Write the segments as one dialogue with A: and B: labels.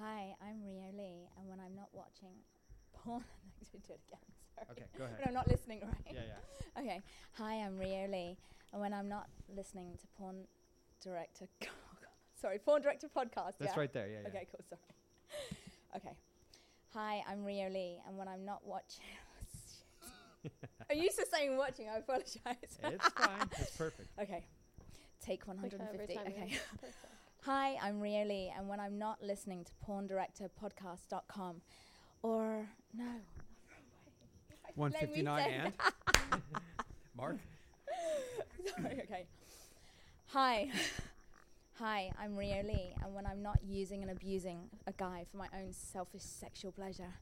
A: Hi, I'm Ria Lee, and when I'm not watching porn, I'm not going to do it again. Sorry.
B: Okay, go ahead.
A: When I'm not listening, right?
B: Yeah, yeah.
A: Okay. Hi, I'm Ria Lee, and when I'm not listening to porn director, sorry, porn director podcast.
B: That's
A: yeah?
B: right there. Yeah, yeah.
A: Okay, cool. Sorry. okay. Hi, I'm Rio Lee, and when I'm not watching, I'm used to saying watching. I apologize.
B: It's fine. It's perfect.
A: okay. Take
C: Like how every
A: 150.
C: time we-
A: okay.
C: Perfect.
A: Hi, I'm Rio Lee, and when I'm not listening to porndirectorpodcast.com, or no.
B: One
A: Let me
B: fifty nine
A: say-
B: and Mark.
A: Sorry, okay. Hi. Hi, I'm Rio Lee, and when I'm not using and abusing a guy for my own selfish sexual pleasure,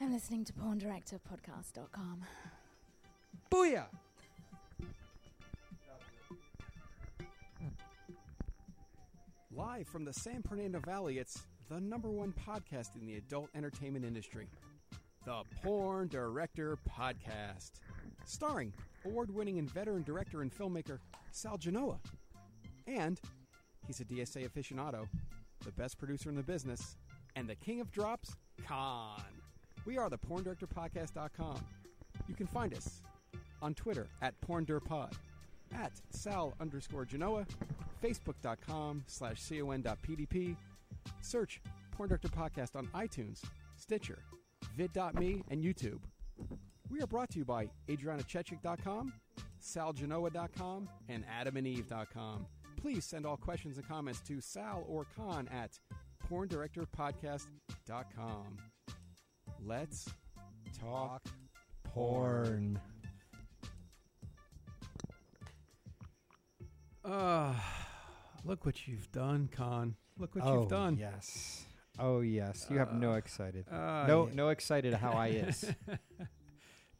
A: I'm listening to porndirectorpodcast.com.
B: Booyah!
D: Live from the San Fernando Valley, it's the number one podcast in the adult entertainment industry the Porn Director Podcast. Starring award winning and veteran director and filmmaker Sal Genoa. And he's a DSA aficionado, the best producer in the business, and the king of drops, Khan. We are the PornDirectorPodcast.com. You can find us on Twitter at PornDirPod, at Sal underscore Genoa, Facebook.com slash con.pdp. Search Porn Director Podcast on iTunes, Stitcher, vid.me, and YouTube. We are brought to you by AdrianaChechik.com, SalGenoa.com, and AdamandEve.com. Please send all questions and comments to Sal or Con at PornDirectorPodcast.com. Let's talk porn. Ah, look what you've done, Con. Look what
B: oh
D: you've done.
B: yes. Oh yes. You have no excited.
D: uh,
B: no
D: yeah.
B: no excited how I is.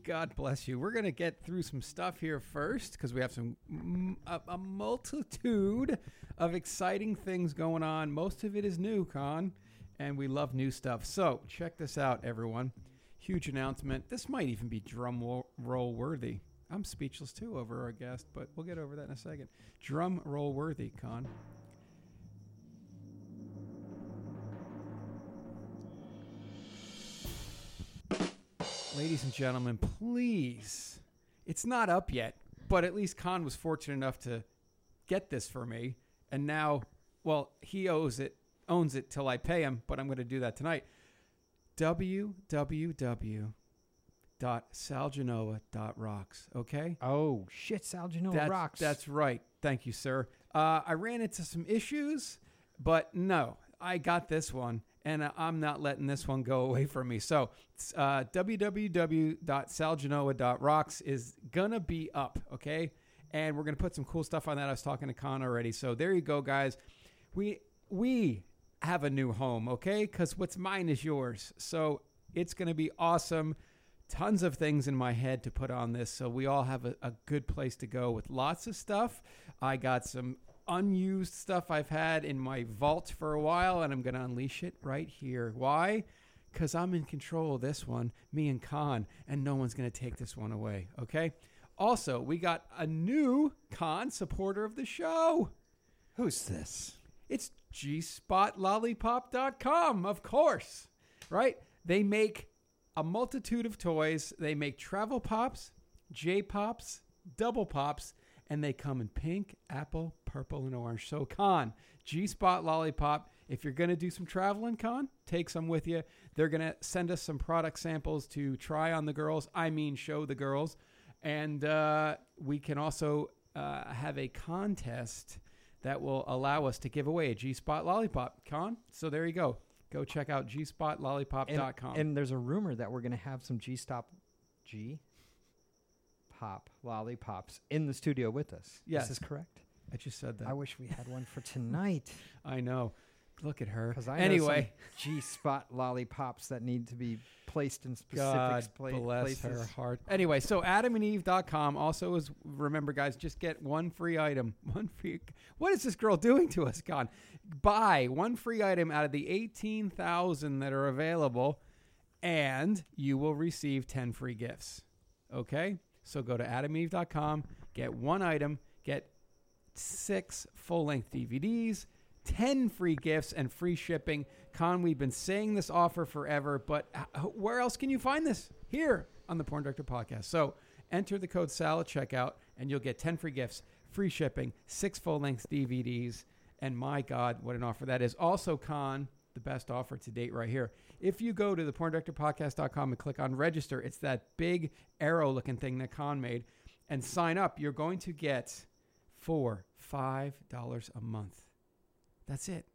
D: God bless you. We're going to get through some stuff here first because we have some mm, a, a multitude of exciting things going on. Most of it is new, Con, and we love new stuff. So check this out, everyone. Huge announcement. This might even be drum wo- roll worthy. I'm speechless too over our guest, but we'll get over that in a second. Drum roll worthy, Con. Ladies and gentlemen, please. It's not up yet, but at least Khan was fortunate enough to get this for me. And now, well, he owes it, owns it till I pay him, but I'm going to do that tonight. www.salgenoa.rocks, okay?
B: oh shit! Sal Genoa
D: that's,
B: rocks.
D: That's right. Thank you, sir. Uh, I ran into some issues, but no, I got this one, and I- I'm not letting this one go away from me. So, it's, uh, www.salgenoa.rocks is gonna be up, okay? And we're gonna put some cool stuff on that. I was talking to Con already, so there you go, guys. We we have a new home, okay? Because what's mine is yours. So it's gonna be awesome tons of things in my head to put on this. So we all have a, a good place to go with lots of stuff. I got some unused stuff I've had in my vault for a while, and I'm going to unleash it right here. Why? Because I'm in control of this one, me and Khan, and no one's going to take this one away. Okay. Also, we got a new Khan supporter of the show.
B: Who's this?
D: It's gspotlollipop.com, of course, right? They make a multitude of toys. They make travel pops, J pops, double pops, and they come in pink, apple, purple, and orange. So, con, G Spot Lollipop. If you're going to do some traveling, con, take some with you. They're going to send us some product samples to try on the girls. I mean, show the girls. And uh, we can also uh, have a contest that will allow us to give away a G Spot lollipop. Con, so there you go. Go check out
B: And,
D: gspotlollipop.com.
B: and there's a rumor that we're gonna have some G stop, G, pop lollipops in the studio with us.
D: Yes.
B: This is correct.
D: I just said that.
B: I wish we had one for tonight.
D: I know. Look at her.
B: Because I
D: anyway,
B: G spot lollipops that need to be placed in specific
D: God
B: spla-
D: bless
B: places.
D: her heart. Anyway, so adamandeve.com also is remember guys, just get one free item. One free What is this girl doing to us, God? Buy one free item out of the 18,000 that are available and you will receive 10 free gifts. Okay? So go to adamandeve.com, get one item, get six full length DVDs, 10 free gifts and free shipping. Con, we've been saying this offer forever, but uh, h- where else can you find this? Here on the Porn Director Podcast. So enter the code SALAD checkout and you'll get 10 free gifts, free shipping, six full length DVDs. And my God, what an offer that is. Also, Con, the best offer to date right here. If you go to the porndirectorpodcast.com and click on register, it's that big arrow looking thing that Con made, and sign up, you're going to get four, five dollars a month. That's it.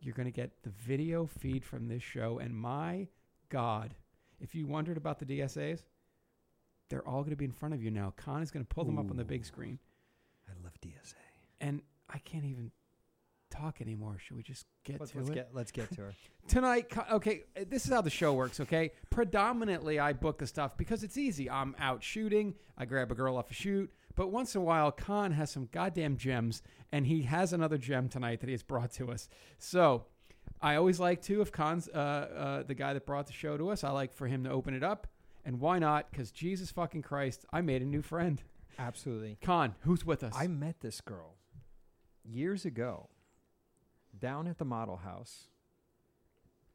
D: You're going to get the video feed from this show. And my God, if you wondered about the DSAs, they're all going to be in front of you now. Con is going to pull them up on the big screen.
B: I love DSA.
D: And I can't even talk anymore. Should we just get
B: Let's,
D: to
B: let's
D: it?
B: get let's get to her.
D: tonight co- okay uh, this is how the show works okay predominantly i book the stuff because it's easy i'm out shooting i grab a girl off a shoot but once in a while khan has some goddamn gems and he has another gem tonight that he has brought to us so i always like to if khan's uh, uh, the guy that brought the show to us i like for him to open it up and why not because jesus fucking christ i made a new friend
B: Absolutely.
D: khan who's with us
B: I met this girl years ago down at the model house.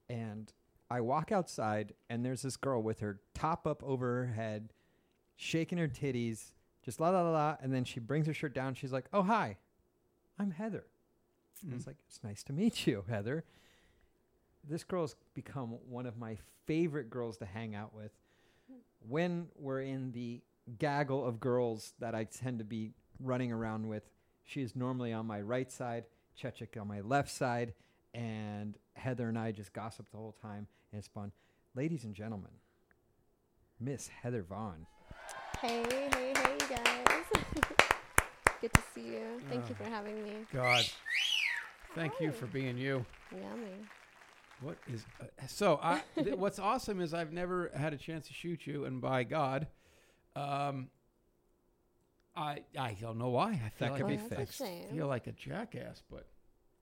B: And I walk outside, and there's this girl with her top up over her head, shaking her titties, just la la la la. And then she brings her shirt down. She's like, Oh, hi, I'm Heather. And it's like, It's nice to meet you, Heather. This girl's become one of my favorite girls to hang out with when we're in the gaggle of girls that I tend to be running around with, she is normally on my right side, Chechik on my left side, and Heather and I just gossip the whole time, and it's fun. Ladies and gentlemen, Miss Heather Vaughn.
C: Hey, hey, hey, you guys. Good to see you. Thank you for having me.
D: god thank you for being you
C: Yummy.
D: What is uh, so? I, th- what's awesome is I've never had a chance to shoot you, and by God, um, I I don't know why. I feel
B: That
D: like
B: could
C: Well,
B: be
C: "Oh, that's a
B: fixed.
C: shame.
D: feel like a jackass, but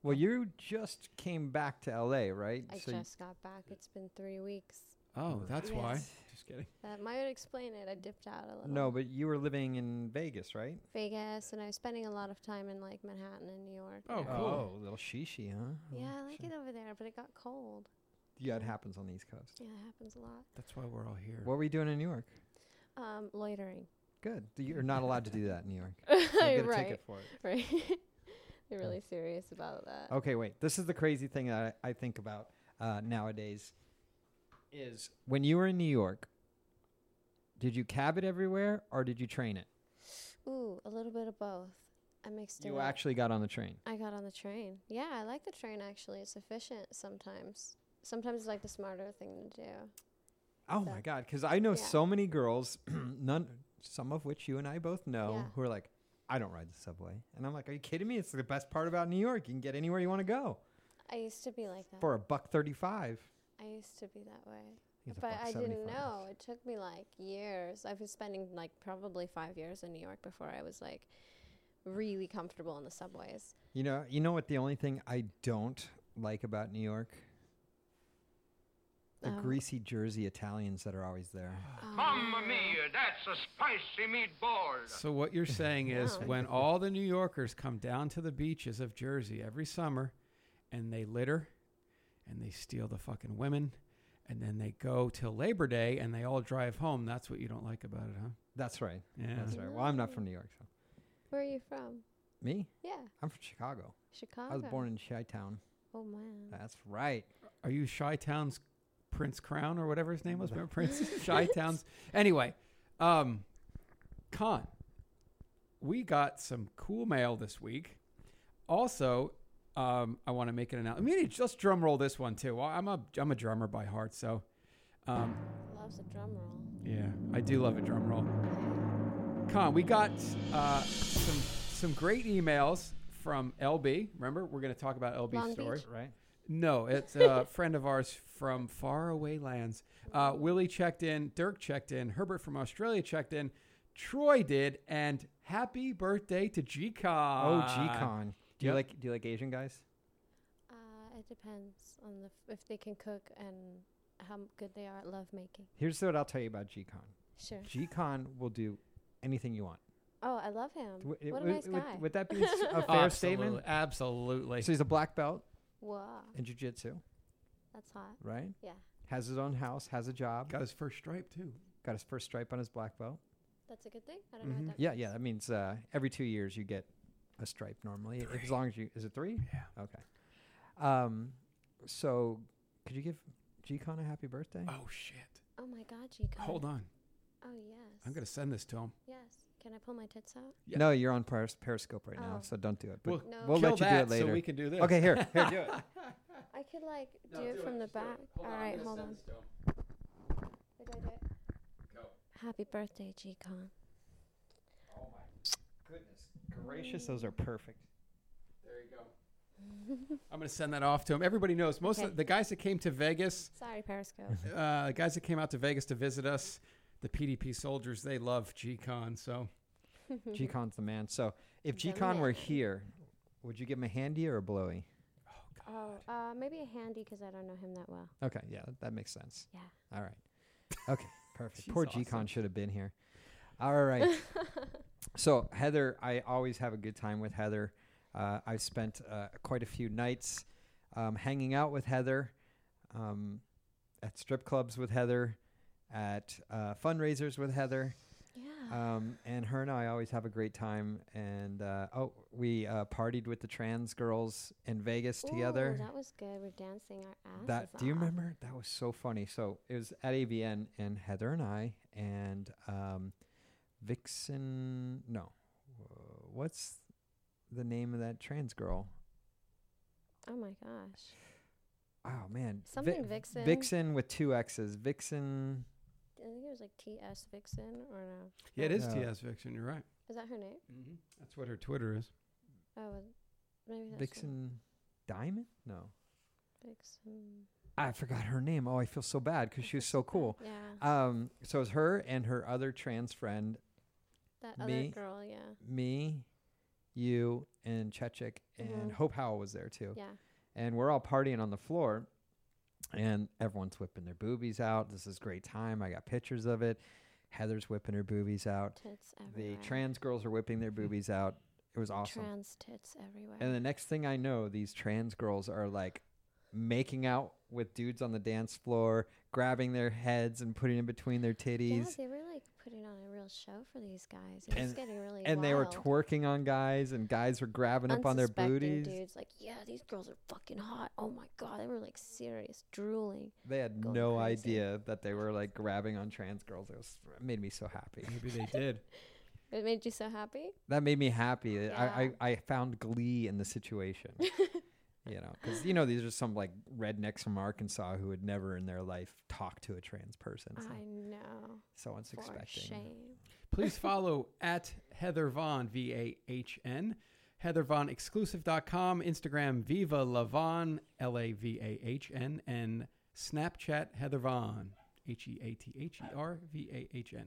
B: Well, you just came back to LA, right?
C: I
B: you-
C: just got back. It's been three weeks.
D: oh, that's why.
C: Yes.
D: Just kidding.
C: That might explain it. I dipped out a little.
B: no, but you were living in Vegas, right?
C: Vegas, and I was spending a lot of time in like Manhattan and New York.
D: Oh,
C: area.
D: cool.
B: little shishi, huh?
C: Yeah, I like it over there, but it got cold.
B: Yeah, it happens on the East Coast.
C: Yeah, it happens a lot.
D: That's why we're all here.
B: What were you doing in New York?
C: Um, loitering.
B: Good. You're not allowed to do that in New York. You'll get a
C: right,
B: ticket for it.
C: right. They're really serious about that.
B: Okay, wait. This is the crazy thing that I, I think about uh, nowadays is when you were in New York, did you cab it everywhere or did you train it?
C: Ooh, a little bit of both. I mixed it
B: Oh. You
C: up.
B: actually got on the train.
C: I got on the train. Yeah, I like the train actually. It's efficient sometimes. Sometimes it's like the smarter thing to do.
B: Oh my god, because I know
C: Yeah.
B: so many girls, none, some of which you and I both know,
C: Yeah.
B: who are like, I don't ride the subway, and I'm like, Are you kidding me? It's the best part about New York. You can get anywhere you want to go
C: I used to be like that.
B: for a buck thirty-five.
C: I used to be that way.
B: I think it's a
C: But
B: buck
C: I didn't
B: 75.
C: know. It took me like years. I've been spending like probably five years in New York before I was like really comfortable in the subways.
B: You know, you know what? The only thing I don't like about New York, the
C: Oh.
B: greasy Jersey Italians that are always there.
C: Um,
E: Mamma mia, that's a spicy meatball.
D: So what you're saying is
C: Wow.
D: when all the New Yorkers come down to the beaches of Jersey every summer, and they litter, and they steal the fucking women, and then they go till Labor Day, and they all drive home. That's what you don't like about it, huh?
B: That's right.
D: Yeah.
B: That's right. Well, I'm not from New York, so
C: Where are you from?
B: me,
C: Yeah,
B: I'm from Chicago.
C: Chicago.
B: I was born in Chi Town.
C: Oh man.
B: That's right.
D: Are you Shy Town's Prince Crown or whatever his name was? Remember Prince Shy Town's? Anyway, um, Con, we got some cool mail this week. Also, um, I want to make an announcement. I mean, just drum roll this one too. I- I'm a I'm a drummer by heart, so um,
C: Loves a drum roll.
D: yeah, I do love a drum roll. Con, we got uh, some some great emails from LB. Remember, we're going to talk about LB's
C: Long
D: story.
C: Beach.
B: Right.
D: No, it's a friend of ours from faraway lands. Uh, Willie checked in, Dirk checked in, Herbert from Australia checked in, Troy did, and happy birthday to
B: oh,
D: G-Con.
B: G-Con. Do you
D: Uh, yep.
B: like do you like Asian guys?
C: Uh, it depends on the f- if they can cook and how m- good they are at love making.
B: Here's what I'll tell you about G-Con.
C: Sure.
B: G-Con will do anything you want.
C: Oh, I love him.
B: W- it-
C: what a
B: would-
C: nice
B: would-
C: guy.
B: Would that be a s- a fair
D: Absolutely,
B: statement?
D: Absolutely.
B: So he's a black belt.
C: Whoa,
B: in jujitsu,
C: that's hot.
B: right?
C: Yeah,
B: Has his own house, has a job,
F: Got his first stripe too.
B: got his first stripe on his black belt.
C: that's a good thing. I don't know what that.
B: Mm-hmm. Yeah, yeah. That means uh, every two years you get a stripe normally, as long as you. Is it three? Yeah. Okay. Um, so could you give G-Con a happy birthday?
D: Oh, shit.
C: Oh my God, G.
D: Hold on.
C: Oh yes.
D: I'm going to send this to him.
C: Yes. Can I pull my tits out?
D: yeah.
B: No, you're on Peris- Periscope right now,
C: Oh.
B: so don't do it.
D: We'll
B: But
C: No.
B: we'll, let
C: We'll
D: Kill
B: you do
D: that
B: it later.
D: so we can do this.
B: okay, here, here, do it.
C: I could like do it from the back. All right, hold on. Wait, do I do it? Happy birthday, G. Con.
B: Oh Goodness gracious, those are perfect.
D: There you go. I'm going to send that off to him. Everybody knows. Most
C: Okay.
D: of the guys that came to Vegas,
C: Sorry, Periscope.
D: uh, the guys that came out to Vegas to visit us, the PDP soldiers, they love G-Con. So
B: G-Con's the man. So if
C: The
B: G-Con were
C: man.
B: here, would you give him a handy or a blowy?
C: oh, uh, maybe a handy because I don't know him that well.
B: Okay, yeah, that- that makes sense.
C: Yeah.
B: All right. Okay, perfect. Poor
D: awesome.
B: G-Con should have been here. All right. so Heather, I always have a good time with Heather. Uh, I've spent uh, quite a few nights um, hanging out with Heather, um, at strip clubs with Heather, at uh, fundraisers with Heather,
C: Yeah.
B: um, and her and I always have a great time. And uh, oh, we uh, partied with the trans girls in Vegas together.
C: Ooh, that was good. We're dancing our asses
B: That do you
C: off.
B: remember? That was so funny. So it was at AVN and Heather and I and um, Vixen. No, wh- what's the name of that trans girl?
C: Oh my gosh.
B: Oh man, Vi-
C: Something Vixen.
B: Vixen with two X's. Vixen.
C: I think it was like T.S. Vixen or no.
D: yeah, it is
B: Yeah.
D: TS Vixen. You're right.
C: Is that her name?
D: Mm-hmm. That's what her Twitter is.
C: Oh, was- maybe that's her.
B: Vixen Diamond. No,
C: Vixen.
B: I forgot her name. Oh, I feel so bad because she was so cool.
C: Yeah.
B: Um, so it was her and her other trans friend,
C: That other
B: me.
C: girl. Yeah.
B: me, you, and Chechik, and
C: Mhm.
B: Hope Howell was there too.
C: Yeah.
B: and we're all partying on the floor and everyone's whipping their boobies out this is great time i got pictures of it heather's whipping her boobies out
C: Tits
B: the
C: everywhere.
B: trans girls are whipping their boobies out it was awesome
C: Trans tits everywhere.
B: and the next thing i know these trans girls are like making out with dudes on the dance floor grabbing their heads and putting in between their
C: yeah,
B: titties
C: they were like putting on a real show for these guys. It was
B: And-
C: getting really
B: and they were
C: wild.
B: twerking on guys and guys were grabbing up on their
C: Unsuspecting
B: booties
C: Dudes like, yeah, these girls are fucking hot. Oh my god, they were like serious, drooling.
B: they had
C: going
B: no
C: crazy.
B: idea that they were like grabbing on trans girls it, was, it made me so happy
D: Maybe they did.
C: It made you so happy.
B: that made me happy. I,
C: Yeah.
B: I, I found glee in the situation. you know, because you know these are some like rednecks from Arkansas who would never in their life talk to a trans person. So,
C: I know.
B: so
C: For
B: unsuspecting.
C: shame.
D: Please follow at Heather Vaughn, V A H N, Heather Vaughn Exclusive.com, Instagram Viva Lavon, L A V A H N, and Snapchat Heather Vaughn, H E A T H E R V A H N.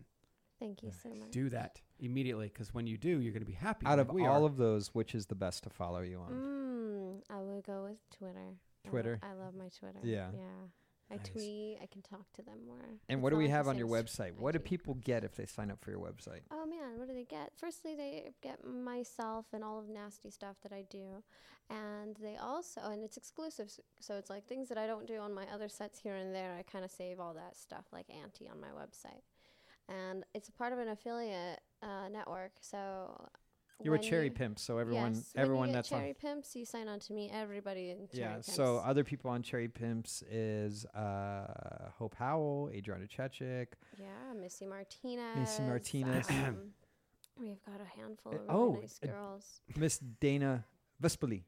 C: Thank you so much.
D: Do that immediately because when you do, you're going to be happy.
B: Out
D: like
B: of
D: we
B: all
D: are.
B: of those, which is the best to follow you on?
C: Mm, I will go with Twitter. I lo-
B: Twitter.
C: I, love my Twitter.
B: Yeah.
C: Yeah. I
B: Nice.
C: tweet. I can talk to them more.
B: And
C: It's
B: what do
C: not
B: we
C: like the
B: have on
C: same
B: your
C: as
B: website? What do
C: IG.
B: people get if they sign up for your website?
C: Oh man, what do they get? Firstly, they get myself and all of nasty stuff that I do, and they also and it's exclusive, s- so it's like things that I don't do on my other sets here and there. I kind of save all that stuff like anti on my website, and it's a part of an affiliate uh, network. So
B: You were
C: when
B: cherry pimped, so everyone,
C: yes, when you
B: everyone
C: get
B: that's
C: cherry
B: on.
C: pimps, you sign on to me. Everybody in cherry
B: Yeah.
C: pimps.
B: So other people on Cherry Pimps is uh, Hope Howell, Adriana Chechik.
C: yeah, Missy Martinez.
B: Martinez.
C: um, We've got a handful of really
B: oh,
C: nice
B: uh,
C: girls.
B: Miss Dana Vespoli.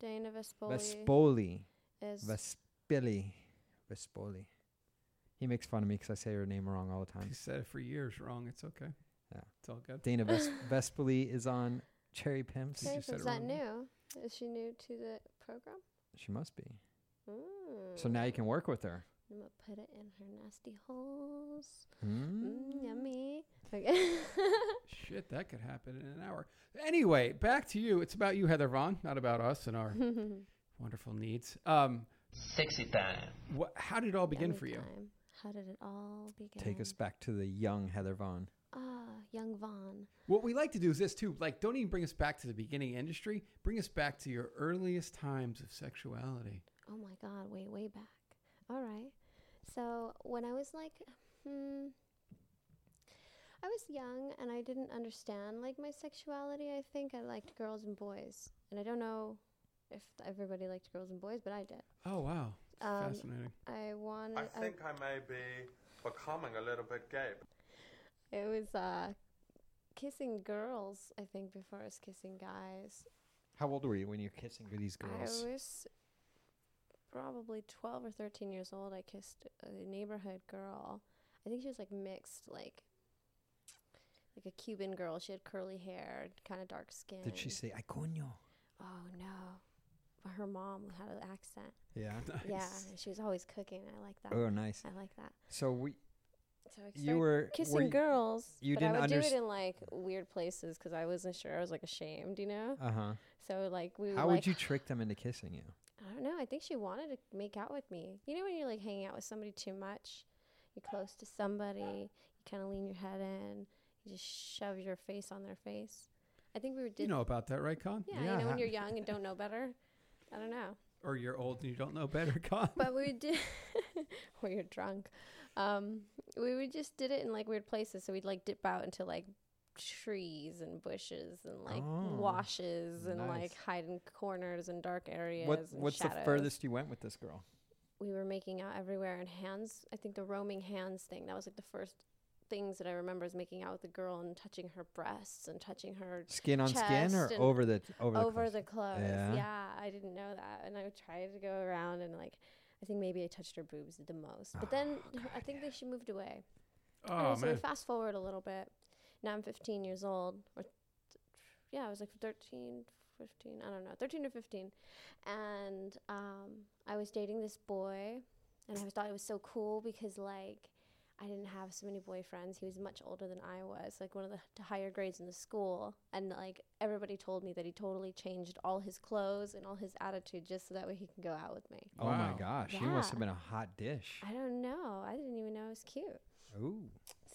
C: Dana Vespoli
B: Vespoli.
C: is
B: Vespoli. Vespoli. He makes fun of me because I say her name wrong all the time.
D: You said it for years wrong. It's okay.
B: Yeah.
D: It's all good.
B: Dana Ves- Vespoli is on Cherry Pimps.
D: You
C: Cherry
D: just said
C: Pimps,
D: it
C: is that
D: wrong.
C: new? Is she new to the program?
B: She must be.
C: Mm.
B: So now you can work with her.
C: I'm gonna Mm. put it in her nasty holes.
B: Mm.
C: Mm, yummy. Okay.
D: Shit, that could happen in an hour. Anyway, back to you. It's about you, Heather Vaughn, not about us and our wonderful needs. Um,
G: Sexy time.
D: wha how did it all begin
C: Yummy
D: for you?
C: time. How did it all begin?
B: Take us back to the young Heather Vaughn.
C: Ah, young Vaughn.
H: What we like to do is this too. Like, don't even bring us back to the beginning industry. Bring us back to your earliest times of sexuality.
C: Oh my God, way, way back. All right. So when I was like, hmm, I was young and I didn't understand like my sexuality. I think I liked girls and boys. And I don't know if everybody liked girls and boys, but I did.
H: Oh wow,
C: Um,
H: fascinating.
C: I wanted.
I: I think I may be becoming a little bit gay.
C: It was uh, kissing girls, I think, before I was kissing guys.
B: How old were you when you were kissing these girls?
C: I was probably 12 or 13 years old. I kissed a neighborhood girl. I think she was like mixed, like like a Cuban girl. She had curly hair, kind of dark skin.
B: Did she say, "I coño"?
C: Oh no. But her mom had an accent.
B: Yeah.
C: Yeah, and she was always cooking. I like that.
B: Oh, nice.
C: I like that.
B: So we,
C: So I
B: you
C: started
B: were
C: kissing
B: were
C: girls.
B: you
C: but I
B: didn't
C: would do
B: underst-
C: it in like weird places because I wasn't sure. I was like ashamed, you know.
B: Uh huh.
C: So like we. Were,
B: How
C: like,
B: would you trick them into kissing you?
C: I don't know. I think she wanted to make out with me. You know when you're like hanging out with somebody too much, you're close to somebody, you kind of lean your head in, you just shove your face on their face. I think we were did.
H: You know about that, right, Con?
C: yeah, you know
B: Yeah.
C: when you're young and don't know better. I don't know,
H: Or you're old and you don't know better, Con?
C: but we did. or you're drunk. Um, we would just did it in like weird places. So we'd like dip out into like trees and bushes and like
B: Oh,
C: washes and
B: nice.
C: like hide in corners and dark areas.
B: What
C: and
B: What's the
C: shadows.
B: furthest you went with this girl?
C: we were making out everywhere and hands i think the roaming hands thing that was like the first things that i remember is making out with the girl and touching her breasts and touching her
B: Skin on skin or
C: Chest and
B: over the over the
C: over
B: clothes?
C: the clothes
B: Yeah.
C: yeah. i didn't know that and i would try to go around and like i think maybe i touched her boobs the most but then
B: Oh,
C: her- i think that she moved away
H: oh
C: so we fast forward a little bit now i'm 15 years old or th- yeah i was like 13 15 i don't know 13 or 15 and um, i was dating this boy and i thought it was so cool because like i didn't have so many boyfriends he was much older than i was like one of the h- higher grades in the school and like everybody told me that he totally changed all his clothes and all his attitude just so that way he can go out with me
B: Oh my
H: Wow.
B: gosh, you must have
C: Yeah.
B: been a hot dish.
C: i don't know i didn't even know i was cute
B: Ooh.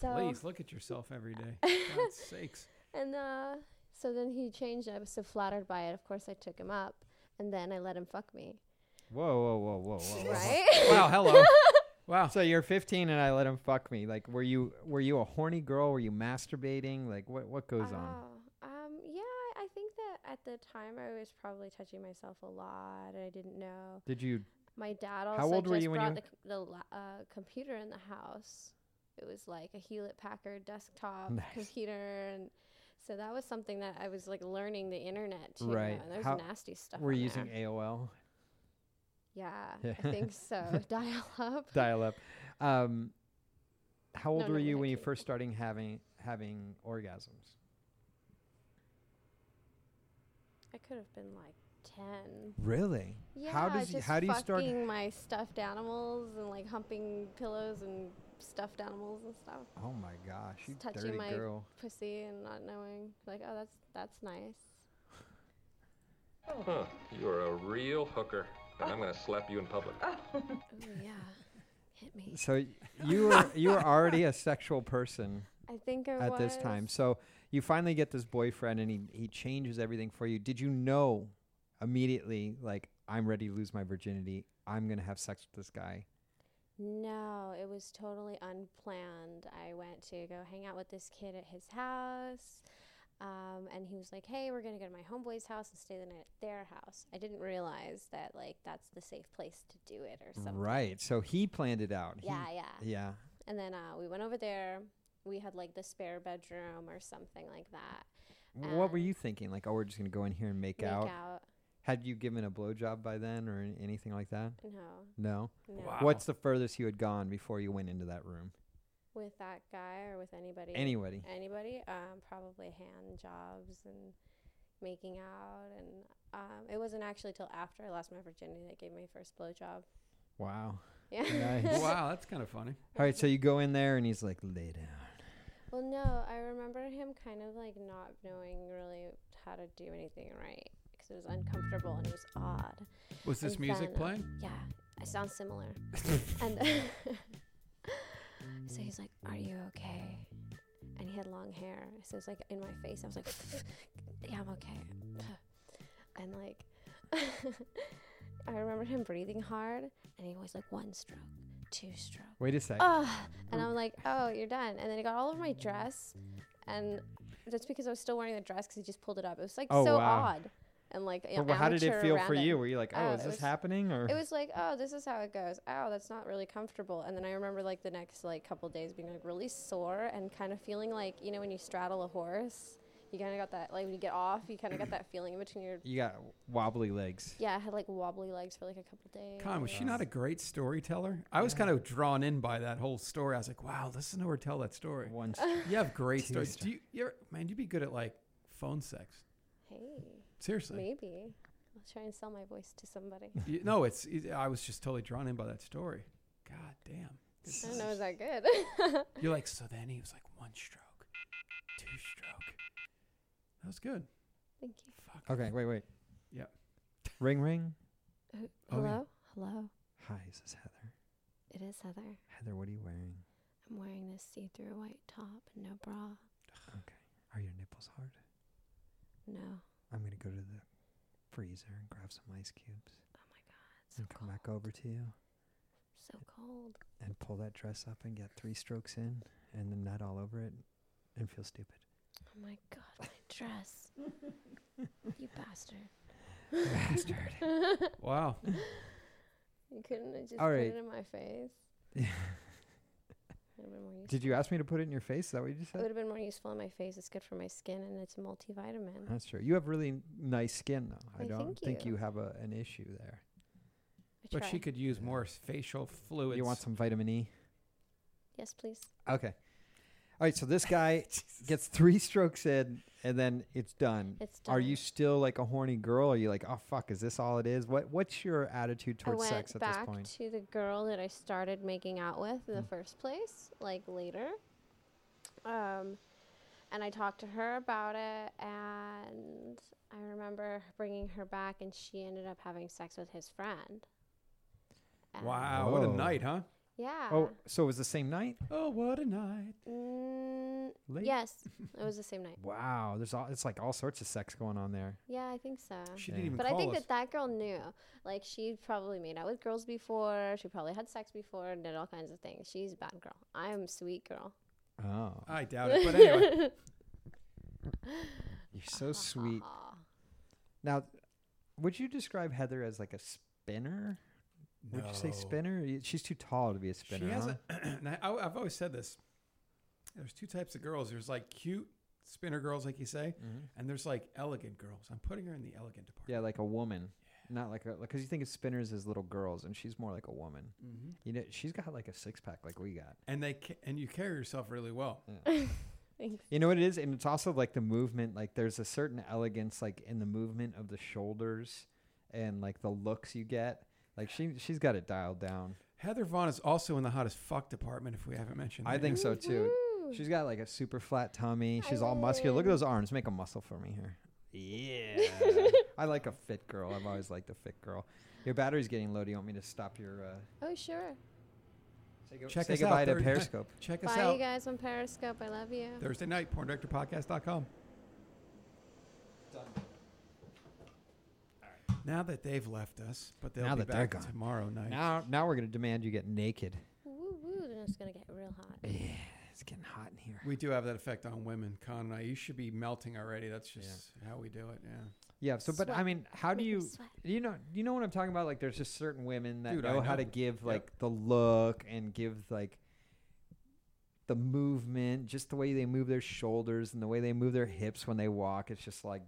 C: so
H: Please look at yourself every day. God's sakes.
C: And uh, so then he changed. I was so flattered by it. Of course, I took him up, and then I let him fuck me.
B: Whoa, whoa, whoa, whoa, whoa. whoa.
C: Right?
H: Wow, hello. Wow.
B: So you're 15 and I let him fuck me. Like, were you were you a horny girl? Were you masturbating? Like, what what goes on?
C: Oh, um, yeah. I- I think that at the time I was probably touching myself a lot, and I didn't know.
B: Did you?
C: My dad also
B: old
C: just
B: were you when
C: brought
B: you-
C: the, c- the la- uh, computer in the house. It was like a Hewlett Packard desktop
B: Nice.
C: computer, and so that was something that I was like learning the internet too.
B: Right.
C: And there's
B: How-
C: nasty stuff.
B: Were you
C: on
B: using
C: there.
B: AOL
C: yeah, I think so. Dial up.
B: dial up? Um, how old
C: No,
B: were
C: no,
B: you
C: no,
B: when you
C: actually.
B: first starting having having orgasms?
C: I could have been like ten.
B: Really?
C: Yeah,
B: how does you,
C: just
B: how do you start?
C: fucking my stuffed animals and like humping pillows and stuffed animals and stuff,
B: Oh my gosh, you
C: touching
B: dirty
C: my-
B: girl!
C: pussy and not knowing like oh that's that's nice.
J: Huh, you're a real hooker, and I'm gonna slap you in public.
C: Oh yeah, hit me.
B: So y- you were you were already a sexual person
C: I think I
B: at
C: was
B: this time. So you finally get this boyfriend, and he he changes everything for you. Did you know immediately? Like, I'm ready to lose my virginity. I'm gonna have sex with this guy.
C: No, it was totally unplanned. I went to go hang out with this kid at his house. Um, and he was like, "Hey, we're gonna go to my homeboy's house and stay the night at their house." I didn't realize that like that's the safe place to do it or something.
B: Right. So he planned it out. He-
C: Yeah, yeah.
B: Yeah.
C: And then uh, we went over there. We had like the spare bedroom or something like that.
B: what were
C: And-
B: you thinking? Like, oh, we're just gonna go in here and make,
C: Um, Make
B: out.
C: out.
B: Had you given a blowjob by then, or an- anything like that?
C: No,
B: No.
C: no.
H: Wow.
B: What's the furthest you had gone before you went into that room?
C: With that guy or with anybody?
B: Anybody?
C: Anybody? Um, probably hand jobs and making out. And um, it wasn't actually till after I lost my virginity that I gave my first blowjob.
B: Wow.
C: Yeah.
B: Nice.
H: wow, that's kind of funny.
B: All right. So you go in there, and he's like, lay down.
C: Well, no, I remember him kind of like not knowing really how to do anything right because it was uncomfortable and it was odd.
H: Was this
C: And
H: music
C: then, uh,
H: playing?
C: Yeah, I sound similar. and so he's like, "Are you okay?" And and he had long hair. So it was like in my face. I was like, yeah, I'm okay. And like, I remember him breathing hard, and he was like, one stroke, two stroke.
B: Wait a sec.
C: Ah, and I'm like, oh, you're done. And then he got all over my dress, and that's because I was still wearing the dress because he just pulled it up. It was like
B: Oh,
C: so
B: wow.
C: odd, and like you know,
B: But wh- how did it
C: amateur
B: feel
C: around
B: for
C: it.
B: you? Were you like, oh,
C: Oh,
B: is
C: it
B: this
C: was-
B: happening? Or
C: It was like, oh, this is how it goes. Oh, that's not really comfortable. And then I remember like the next like couple days being like really sore and kind of feeling like you know when you straddle a horse, you kind of got that like when you get off, you kind of got that feeling in between your
B: you got wobbly legs.
C: yeah. I had like wobbly legs for like a couple days.
D: Con, was she not a great storyteller? I was kind of drawn in by that whole story. I was like, wow, listen to her tell that story.
B: Once
D: You have great stories.
B: Jesus.
D: Do you, you're, man, you'd be good at like phone sex.
C: Hey,
D: Seriously.
C: maybe I'll try and sell my voice to somebody.
D: You- no, it's. it- I was just totally drawn in by that story. God damn.
C: I don't know, is that good?
D: You're like, so then he was like one stroke, two stroke. That was good.
C: Thank you.
D: Fuck.
B: Okay, wait, wait.
D: Yep.
B: Ring, ring.
C: Who-
D: Oh, yeah.
C: Hello? Hello.
B: Hi, is this Heather?
C: It is Heather.
B: Heather, what are you wearing?
C: I'm wearing this see through white top and no bra.
B: Are your nipples hard?
C: No.
B: I'm gonna go to the freezer and grab some ice cubes
C: Oh my god. So
B: and come
C: cold.
B: back over to you
C: So cold.
B: and pull that dress up and get three strokes in and then nut all over it and feel stupid.
C: Oh my god, my dress. you bastard.
B: Bastard.
D: Wow.
C: You couldn't have just
B: All
C: put
B: right.
C: it in my face. It would have been more useful.
B: Did you ask me to put it in your face? Is that what you just
C: It
B: said?
C: would have been more useful in my face. It's good for my skin and it's a multivitamin.
B: That's true. You have really nice skin though. I,
C: Why,
B: don't
C: thank
B: think
C: you.
B: you have a, an issue there.
C: I
D: But
C: try.
D: she could use more facial fluids.
B: You want some vitamin E?
C: yes, please.
B: Okay. All right, so this guy gets three strokes in and then it's done.
C: It's done.
B: Are you still like a horny girl? Are you like, oh fuck, is this all it is? What what's your attitude
C: I
B: towards
C: went
B: sex at this
C: back
B: point? Hmm.
C: to the girl that I started making out with in the first place, like later. Um, and I talked to her about it, and I remember bringing her back, and she ended up having sex with his friend. And-
D: Wow. What a
B: Whoa.
D: night, huh?
C: Yeah.
B: Oh, so it was the same night?
D: Oh, what a night.
C: Mm,
D: Late.
C: yes, it was the same night.
B: Wow, there's all it's like all sorts of sex going on there.
C: Yeah, I think so.
D: She didn't
B: Yeah.
D: even
C: But I
D: call
C: think
D: us.
C: that that girl knew. Like, she probably made out with girls before. She probably had sex before and did all kinds of things. She's a bad girl. I'm sweet girl.
B: Oh,
D: I doubt it. But anyway.
B: you're so sweet. Now, would you describe Heather as like a spinner? Would you say
D: No.
B: spinner? Y- She's too tall to be a spinner.
D: She has
B: huh?
D: a, and I, I- I've always said this. There's two types of girls. There's like cute spinner girls, like you say,
B: Mm-hmm.
D: and there's like elegant girls. I'm putting her in the elegant department.
B: yeah, like a woman. Not like a because you think of spinners as little girls, and she's more like a woman.
D: Mm-hmm.
B: You know, she's got like a six pack, like we got.
D: And they ca- and you carry yourself really well.
B: You know what it is, and it's also like the movement. Like there's a certain elegance, like in the movement of the shoulders, and like the looks you get. Like she she's got it dialed down.
D: Heather Vaughn is also in the hottest fuck department. If we haven't mentioned,
B: I
D: that
B: think
D: yet.
B: so too. She's got like a super flat tummy. She's all muscular. Look at those arms. Make a muscle for me here. Yeah. I like a fit girl. I've always liked a fit girl. Your battery's getting low. Do you want me to stop your? Uh,
C: Oh, sure.
B: say go-
D: Check
B: say
D: us
B: goodbye
D: out
B: to
D: Thursday-
B: Periscope.
D: Check us
C: Bye,
D: out
C: you guys on Periscope. I love you.
D: Thursday night, porndirectorpodcast.com. Now that they've left us, but they'll
B: Now
D: be
B: that they're gone.
D: back tomorrow night.
B: Now now we're gonna demand you get naked.
C: Woo woo. Then it's going to get real hot.
D: Eh,
B: It's getting hot in here.
D: We do have that effect on women, Con and I. You should be melting already. That's just how we do it. Yeah.
B: Yeah. So, but I
C: Sweat.
B: mean, how do
C: Make me
B: you?
C: sweat.
B: You know, you know what I'm talking about. Like, there's just certain women that
D: Dude, I
B: know, how
D: know.
B: to give
D: Yep.
B: like the look and give like the movement, just the way they move their shoulders and the way they move their hips when they walk. It's just like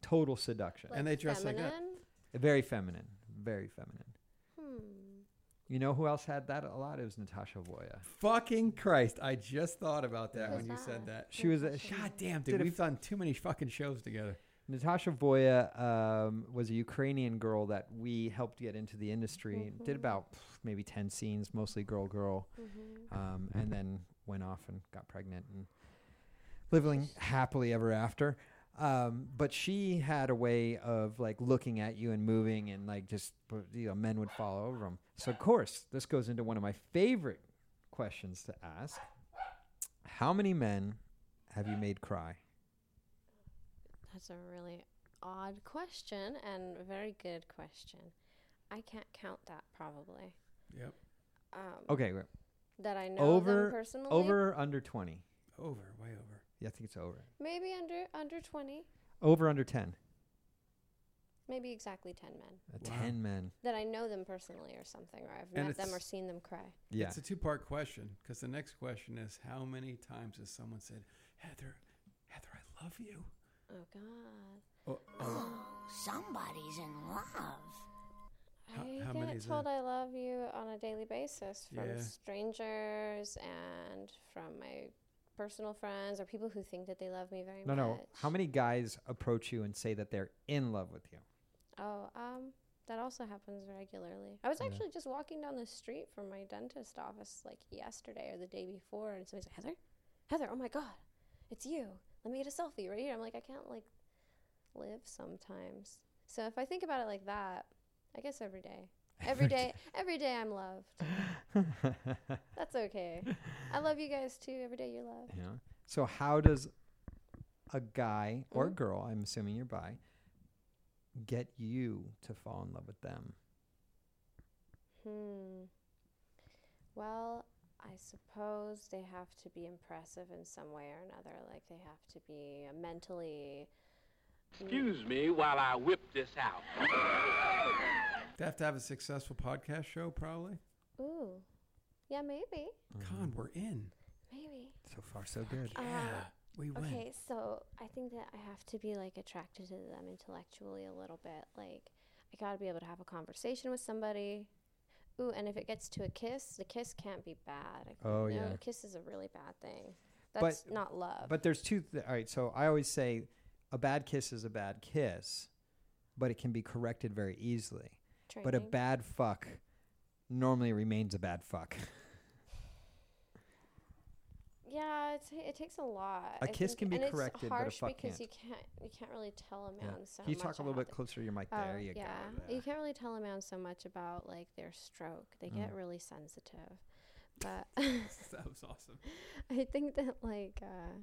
B: total seduction.
D: And they dress like that.
C: Feminine?
B: Very feminine. Very feminine.
C: Hmm.
B: You know who else had that a lot? It was Natasha Voya.
D: Fucking Christ! I just thought about that when
C: Who's
D: you said that.
B: She was a, she-
D: God damn,
B: Did
D: dude,
B: a
D: we've done too many fucking shows together.
B: Natasha Voya um, was a Ukrainian girl that we helped get into the industry. Did about pff, maybe ten scenes, mostly girl girl, um, and then went off and got pregnant and living happily ever after. Um, but she had a way of like looking at you and moving, and like just uh, you know, men would fall over them. So of course, this goes into one of my favorite questions to ask: How many men have you made cry?
C: That's a really odd question and a very good question. I can't count that probably.
D: Yep.
C: Um,
B: Okay, wait.
C: That I know them
B: over,
C: personally.
B: over, or under twenty.
D: Over, way over.
B: Yeah, I think it's over.
C: Maybe under under twenty.
B: Over under ten.
C: Maybe exactly ten men
B: Uh,
D: Wow.
B: Ten men.
C: that I know them personally or something, or I've
D: And
C: met them or
D: it's-
C: seen them cry.
B: Yeah.
D: It's a two part question because the next question is how many times has someone said, Heather, Heather, I love you?
C: Oh God.
D: Oh, oh,
A: Somebody's in love.
D: How-
C: I
D: how
C: get
D: many is
C: told
D: that?
C: I love you on a daily basis from
D: Yeah.
C: strangers and from my personal friends or people who think that they love me very
B: No,
C: much.
B: no. How many guys approach you and say that they're in love with you?
C: Oh, um, that also happens regularly. I was actually just walking down the street from my dentist office like yesterday or the day before, and somebody's like, Heather, Heather, oh my God, it's you. Let me get a selfie right here. I'm like, I can't like live sometimes. So if I think about it like that, I guess every day. Every day, every day I'm loved. That's okay. I love you guys too. Every day you're loved.
B: Yeah. So how does a guy
C: Mm-hmm.
B: or girl, I'm assuming you're bi, get you to fall in love with them?
C: Hmm. Well, I suppose they have to be impressive in some way or another. Like they have to be mentally.
J: Excuse me while I whip this out.
D: they have to have a successful podcast show, probably.
C: Ooh. Yeah, maybe.
D: Con, we're in.
C: Maybe.
B: So far, so good.
D: Yeah, we win.
C: Okay, so I think that I have to be like attracted to them intellectually a little bit. Like I gotta be able to have a conversation with somebody. Ooh, and if it gets to a kiss, the kiss can't be bad. Like,
B: Oh,
C: no,
B: yeah.
C: a kiss is a really bad thing.
B: But-
C: That's not love.
B: But there's two. Th- all right. So I always say a bad kiss is a bad kiss, but it can be corrected very easily. But a
C: Training.
B: bad fuck normally remains a bad fuck.
C: Yeah, it, it takes a lot.
B: A kiss can be
C: and
B: corrected,
C: it's
B: but a
C: harsh
B: fuck
C: because
B: can't.
C: you can't you can't really tell a
B: Yeah.
C: man so
B: Can you
C: much
B: talk a little
C: about
B: bit closer to your mic?
C: the-
B: there
C: Oh,
B: you
C: yeah.
B: go. Yeah.
C: You can't really tell a man so much about like their stroke. They
B: Mm.
C: get really sensitive. But
D: that was awesome.
C: I think that like uh,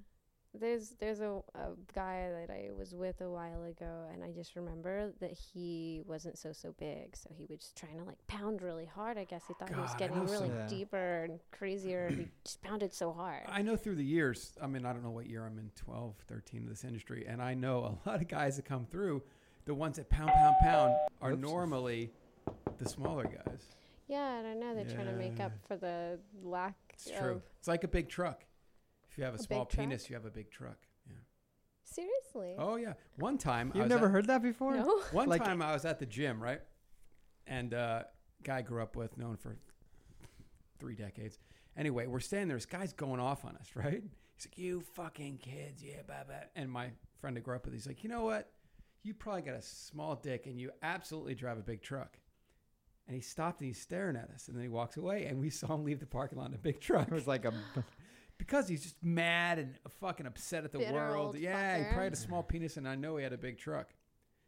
C: there's there's a, a guy that I was with a while ago, and I just remember that he wasn't so so big, so he was just trying to like pound really hard. I guess he thought he was
D: God, I
C: getting
D: know
C: really
B: some- Yeah.
C: deeper and crazier. and he just pounded so hard.
D: I know through the years, I mean, I don't know what year I'm in 12, 13 of this industry, and I know a lot of guys that come through, the ones that pound, pound, pound are
B: Oops.
D: normally the smaller guys.
C: Yeah, I don't know. They're trying to make up
D: Yeah.
C: for the lack.
D: It's true.
C: Of...
D: It's like a big truck. If you have a,
C: A big
D: small
C: truck?
D: penis, you have a big truck. Yeah.
C: Seriously?
D: Oh yeah. One time I
B: You've
D: was
B: never
D: at,
B: heard that before?
C: No.
D: One
B: like-
D: time I was at the gym, right? And uh, guy I grew up with, known for three decades. Anyway, we're standing there. This guy's going off on us, right? He's like, "You fucking kids, yeah, blah blah." And my friend I grew up with, he's like, "You know what? You probably got a small dick, and you absolutely drive a big truck." And he stopped and he's staring at us, and then he walks away, and we saw him leave the parking lot in a big truck
B: It was like a.
D: because he's just mad and fucking upset at the
C: Bitter
D: world.
C: old
D: Yeah, he
C: fucker.
D: probably had a small penis, and I know he had a big truck.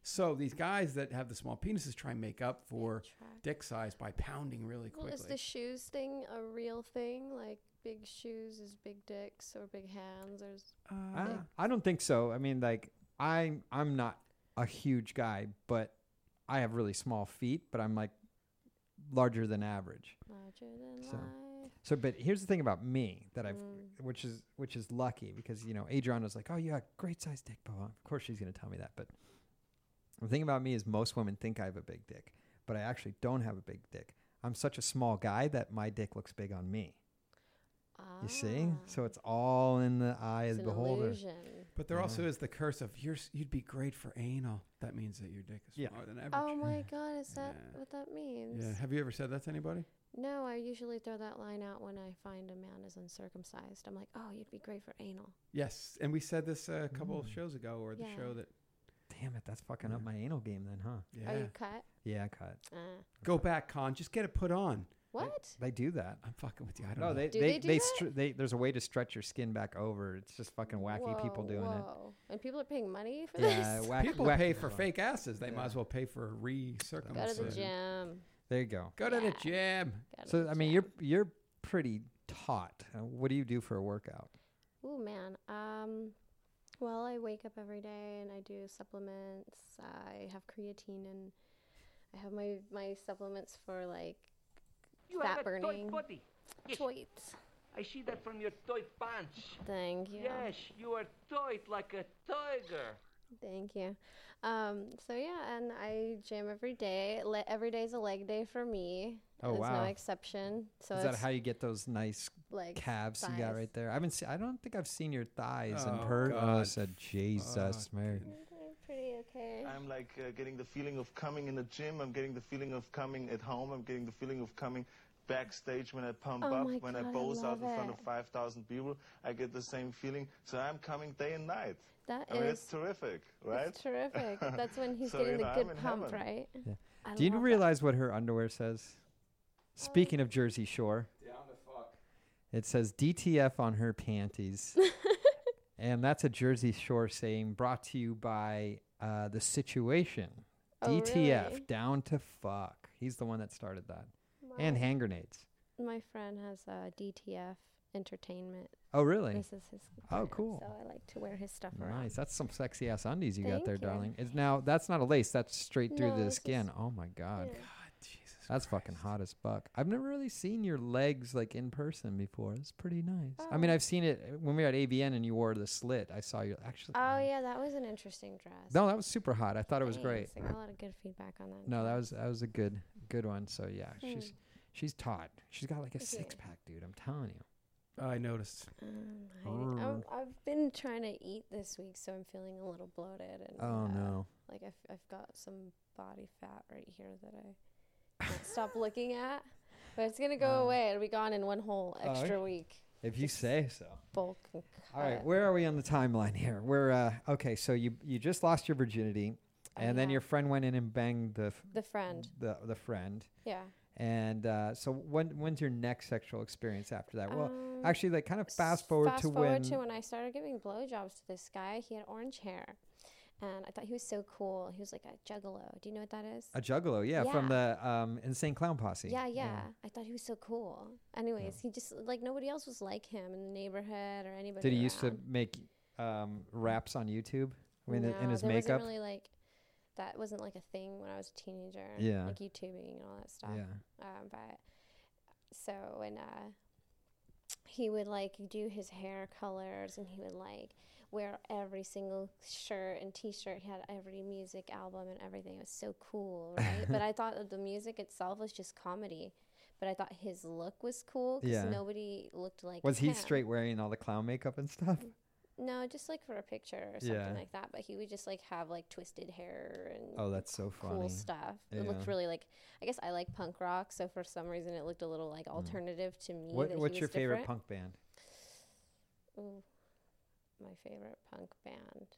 D: So these guys that have the small penises try and make up for
C: truck.
D: dick size by pounding really
C: Well,
D: quickly.
C: is the shoes thing a real thing? Like big shoes is big dicks or big hands or s-
B: I, Ah, I don't think so. I mean, like I'm I'm not a huge guy, but I have really small feet, but I'm like larger than average.
C: larger than
B: So-
C: life.
B: So, but here's the thing about me that I've,
C: Mm.
B: which is which is lucky because you know Adrian was like, "Oh, you got great size dick," blah, blah. Of course, she's gonna tell me that. But the thing about me is most women think I have a big dick, but I actually don't have a big dick. I'm such a small guy that my dick looks big on me. You see,
C: Ah,
B: so it's all in the eye
C: it's
B: of
C: an
B: the beholder.
C: illusion.
D: but there
B: Uh-huh.
D: also is the curse of you're, s- you'd be great for anal. That means that your dick is
B: Yeah.
D: smaller than average.
C: Oh my god, is that
D: Yeah.
C: what that means?
D: yeah. Have you ever said that to anybody?
C: No, I usually throw that line out when I find a man is uncircumcised. I'm like, oh, you'd be great for anal.
D: Yes, and we said this uh, a couple
B: Mm.
D: of shows ago, or the
C: Yeah.
D: show that.
B: Damn it, that's fucking up my anal game then, huh?
D: Yeah.
C: Are you cut?
B: Yeah, I cut.
C: Uh,
D: Go back, Con. Just get it put on.
C: what?
B: They do that.
D: I'm fucking with you. I don't
B: No,
D: know.
B: they
C: Do
B: they
C: they do
B: they,
C: that?
B: stre- they there's a way to stretch your skin back over. It's just fucking wacky people
C: Whoa,
B: doing
C: whoa. And people are paying money for
B: it. Yeah,
C: this?
B: wacky
D: People
B: wacky
D: pay for
B: people.
D: fake asses. They might as well pay for a recircumcision.
C: Go to the gym.
B: There you go.
D: Go to the
C: Yeah.
D: gym.
C: Go to
B: So
C: the
B: I mean,
C: gym.
B: you're you're pretty taut. Uh, What do you do for a workout?
C: Ooh, man. Um, well, I wake up every day and I do supplements. I have creatine and I have my, my supplements for like
K: You
C: fat
K: have a
C: burning.
K: tight body. Yes,
C: Toits.
K: I see that from your tight pants.
C: Thank you.
K: Yes, you are tight like a tiger.
C: Thank you. Um, so yeah, and I gym every day. Le- every day's a leg day for me.
B: Oh,
C: There's
B: wow.
C: no exception. So
B: Is that
C: it's
B: how you get those nice
C: legs,
B: calves you
C: thighs.
B: got right there? I haven't. seen I don't think I've seen your thighs in
H: Oh,
B: per. Oh, I
H: God.
B: said Jesus, Mary.
C: Okay, Pretty okay.
L: I'm like uh, getting the feeling of coming in the gym. I'm getting the feeling of coming at home. I'm getting the feeling of coming backstage when I pump
C: Oh
L: up,
C: my
L: when
C: God,
L: I
C: I
L: pose out
C: love
L: in front of
C: it.
L: 5,000 people. I get the same feeling. So I'm coming day and night.
C: That
L: I mean,
C: is
L: it's terrific, right?
C: It's terrific. That's when he's
L: So,
C: getting
L: you know,
C: the
L: I'm
C: good
L: in
C: pump,
L: heaven.
C: right?
B: Yeah.
C: I
B: Do you
C: love that.
B: realize what her underwear says? Speaking of Jersey Shore, it says DTF on her panties. and that's a Jersey Shore saying brought to you by uh, The Situation.
C: Oh,
B: DTF,
C: really?
B: down to fuck. He's the one that started that. And hand grenades.
C: My friend has uh, DTF Entertainment.
B: Oh, really?
C: This is his.
B: Oh,
C: brand,
B: cool.
C: So I like to wear his stuff around.
B: Nice. That's some sexy ass undies you got
C: Thank
B: there,
C: you.
B: darling. It's now that's not a lace. That's straight through
C: No,
B: the
C: this is-
B: skin. Oh my god.
C: Yeah.
B: That's fucking hot as fuck. I've never really seen your legs like in person before. It's pretty nice. I mean,
C: Oh.
B: I've seen it uh, when we were at ABN and you wore the slit. I saw you actually. um,
C: Oh yeah, that was an interesting dress.
B: No, that was super hot. I thought it was great.
C: Thanks. I got a lot of good feedback on that.
B: No, that was that was a good good one. So yeah,
C: Hmm.
B: she's she's taut. She's got like a six pack, dude. I'm telling you.
H: I noticed.
C: Um,
B: Arr.
C: I, I've, I've been trying to eat this week, so I'm feeling a little bloated. And,
B: Oh,
C: uh,
B: no.
C: Like I've, I've got some body fat right here that I can't stop looking at, but it's gonna
B: Um,
C: go away. It'll be gone in one whole
B: oh,
C: extra
B: okay.
C: week.
B: If you say so.
C: Bulk. And
B: All right,
C: cut.
B: where are we on the timeline here? We're uh, okay. So you you just lost your virginity, and then
C: Oh, yeah.
B: your friend went in and banged the f-
C: The friend.
B: the the friend.
C: Yeah.
B: And uh, so when when's your next sexual experience after that? Well,
C: Um,
B: actually, like kind of fast forward
C: fast
B: to
C: forward
B: when.
C: to when I started giving blowjobs to this guy. He had orange hair, and I thought he was so cool. He was like a juggalo. Do you know what that is?
B: a juggalo, yeah, from the um, Insane Clown Posse.
C: Yeah, yeah, I thought he was so cool. Anyways, he just like nobody else was like him in the neighborhood or anybody.
B: Did he used to
C: around.
B: make um, raps on YouTube when it- in
C: No,
B: his
C: there
B: makeup?
C: Wasn't really like that wasn't like a thing when I was a teenager.
B: Yeah.
C: like YouTubing and all that stuff.
B: Yeah.
C: Um, but so when uh, he would like do his hair colors and he would like wear every single shirt and T-shirt. He had every music album and everything. It was so cool, right? but I thought that the music itself was just comedy. But I thought his look was cool because
B: Yeah.
C: nobody looked like
B: Was he
C: him.
B: straight wearing all the clown makeup and stuff?
C: Mm, No, just like for a picture or something
B: Yeah.
C: like that. But he would just like have like twisted hair and
B: Oh, that's so funny.
C: cool stuff.
B: Yeah.
C: It looked really like I guess I like punk rock, so for some reason it looked a little like alternative to me.
B: Mm. What,
C: that
B: what's
C: he
B: your
C: was
B: favorite
C: different.
B: punk band?
C: Ooh, my favorite punk band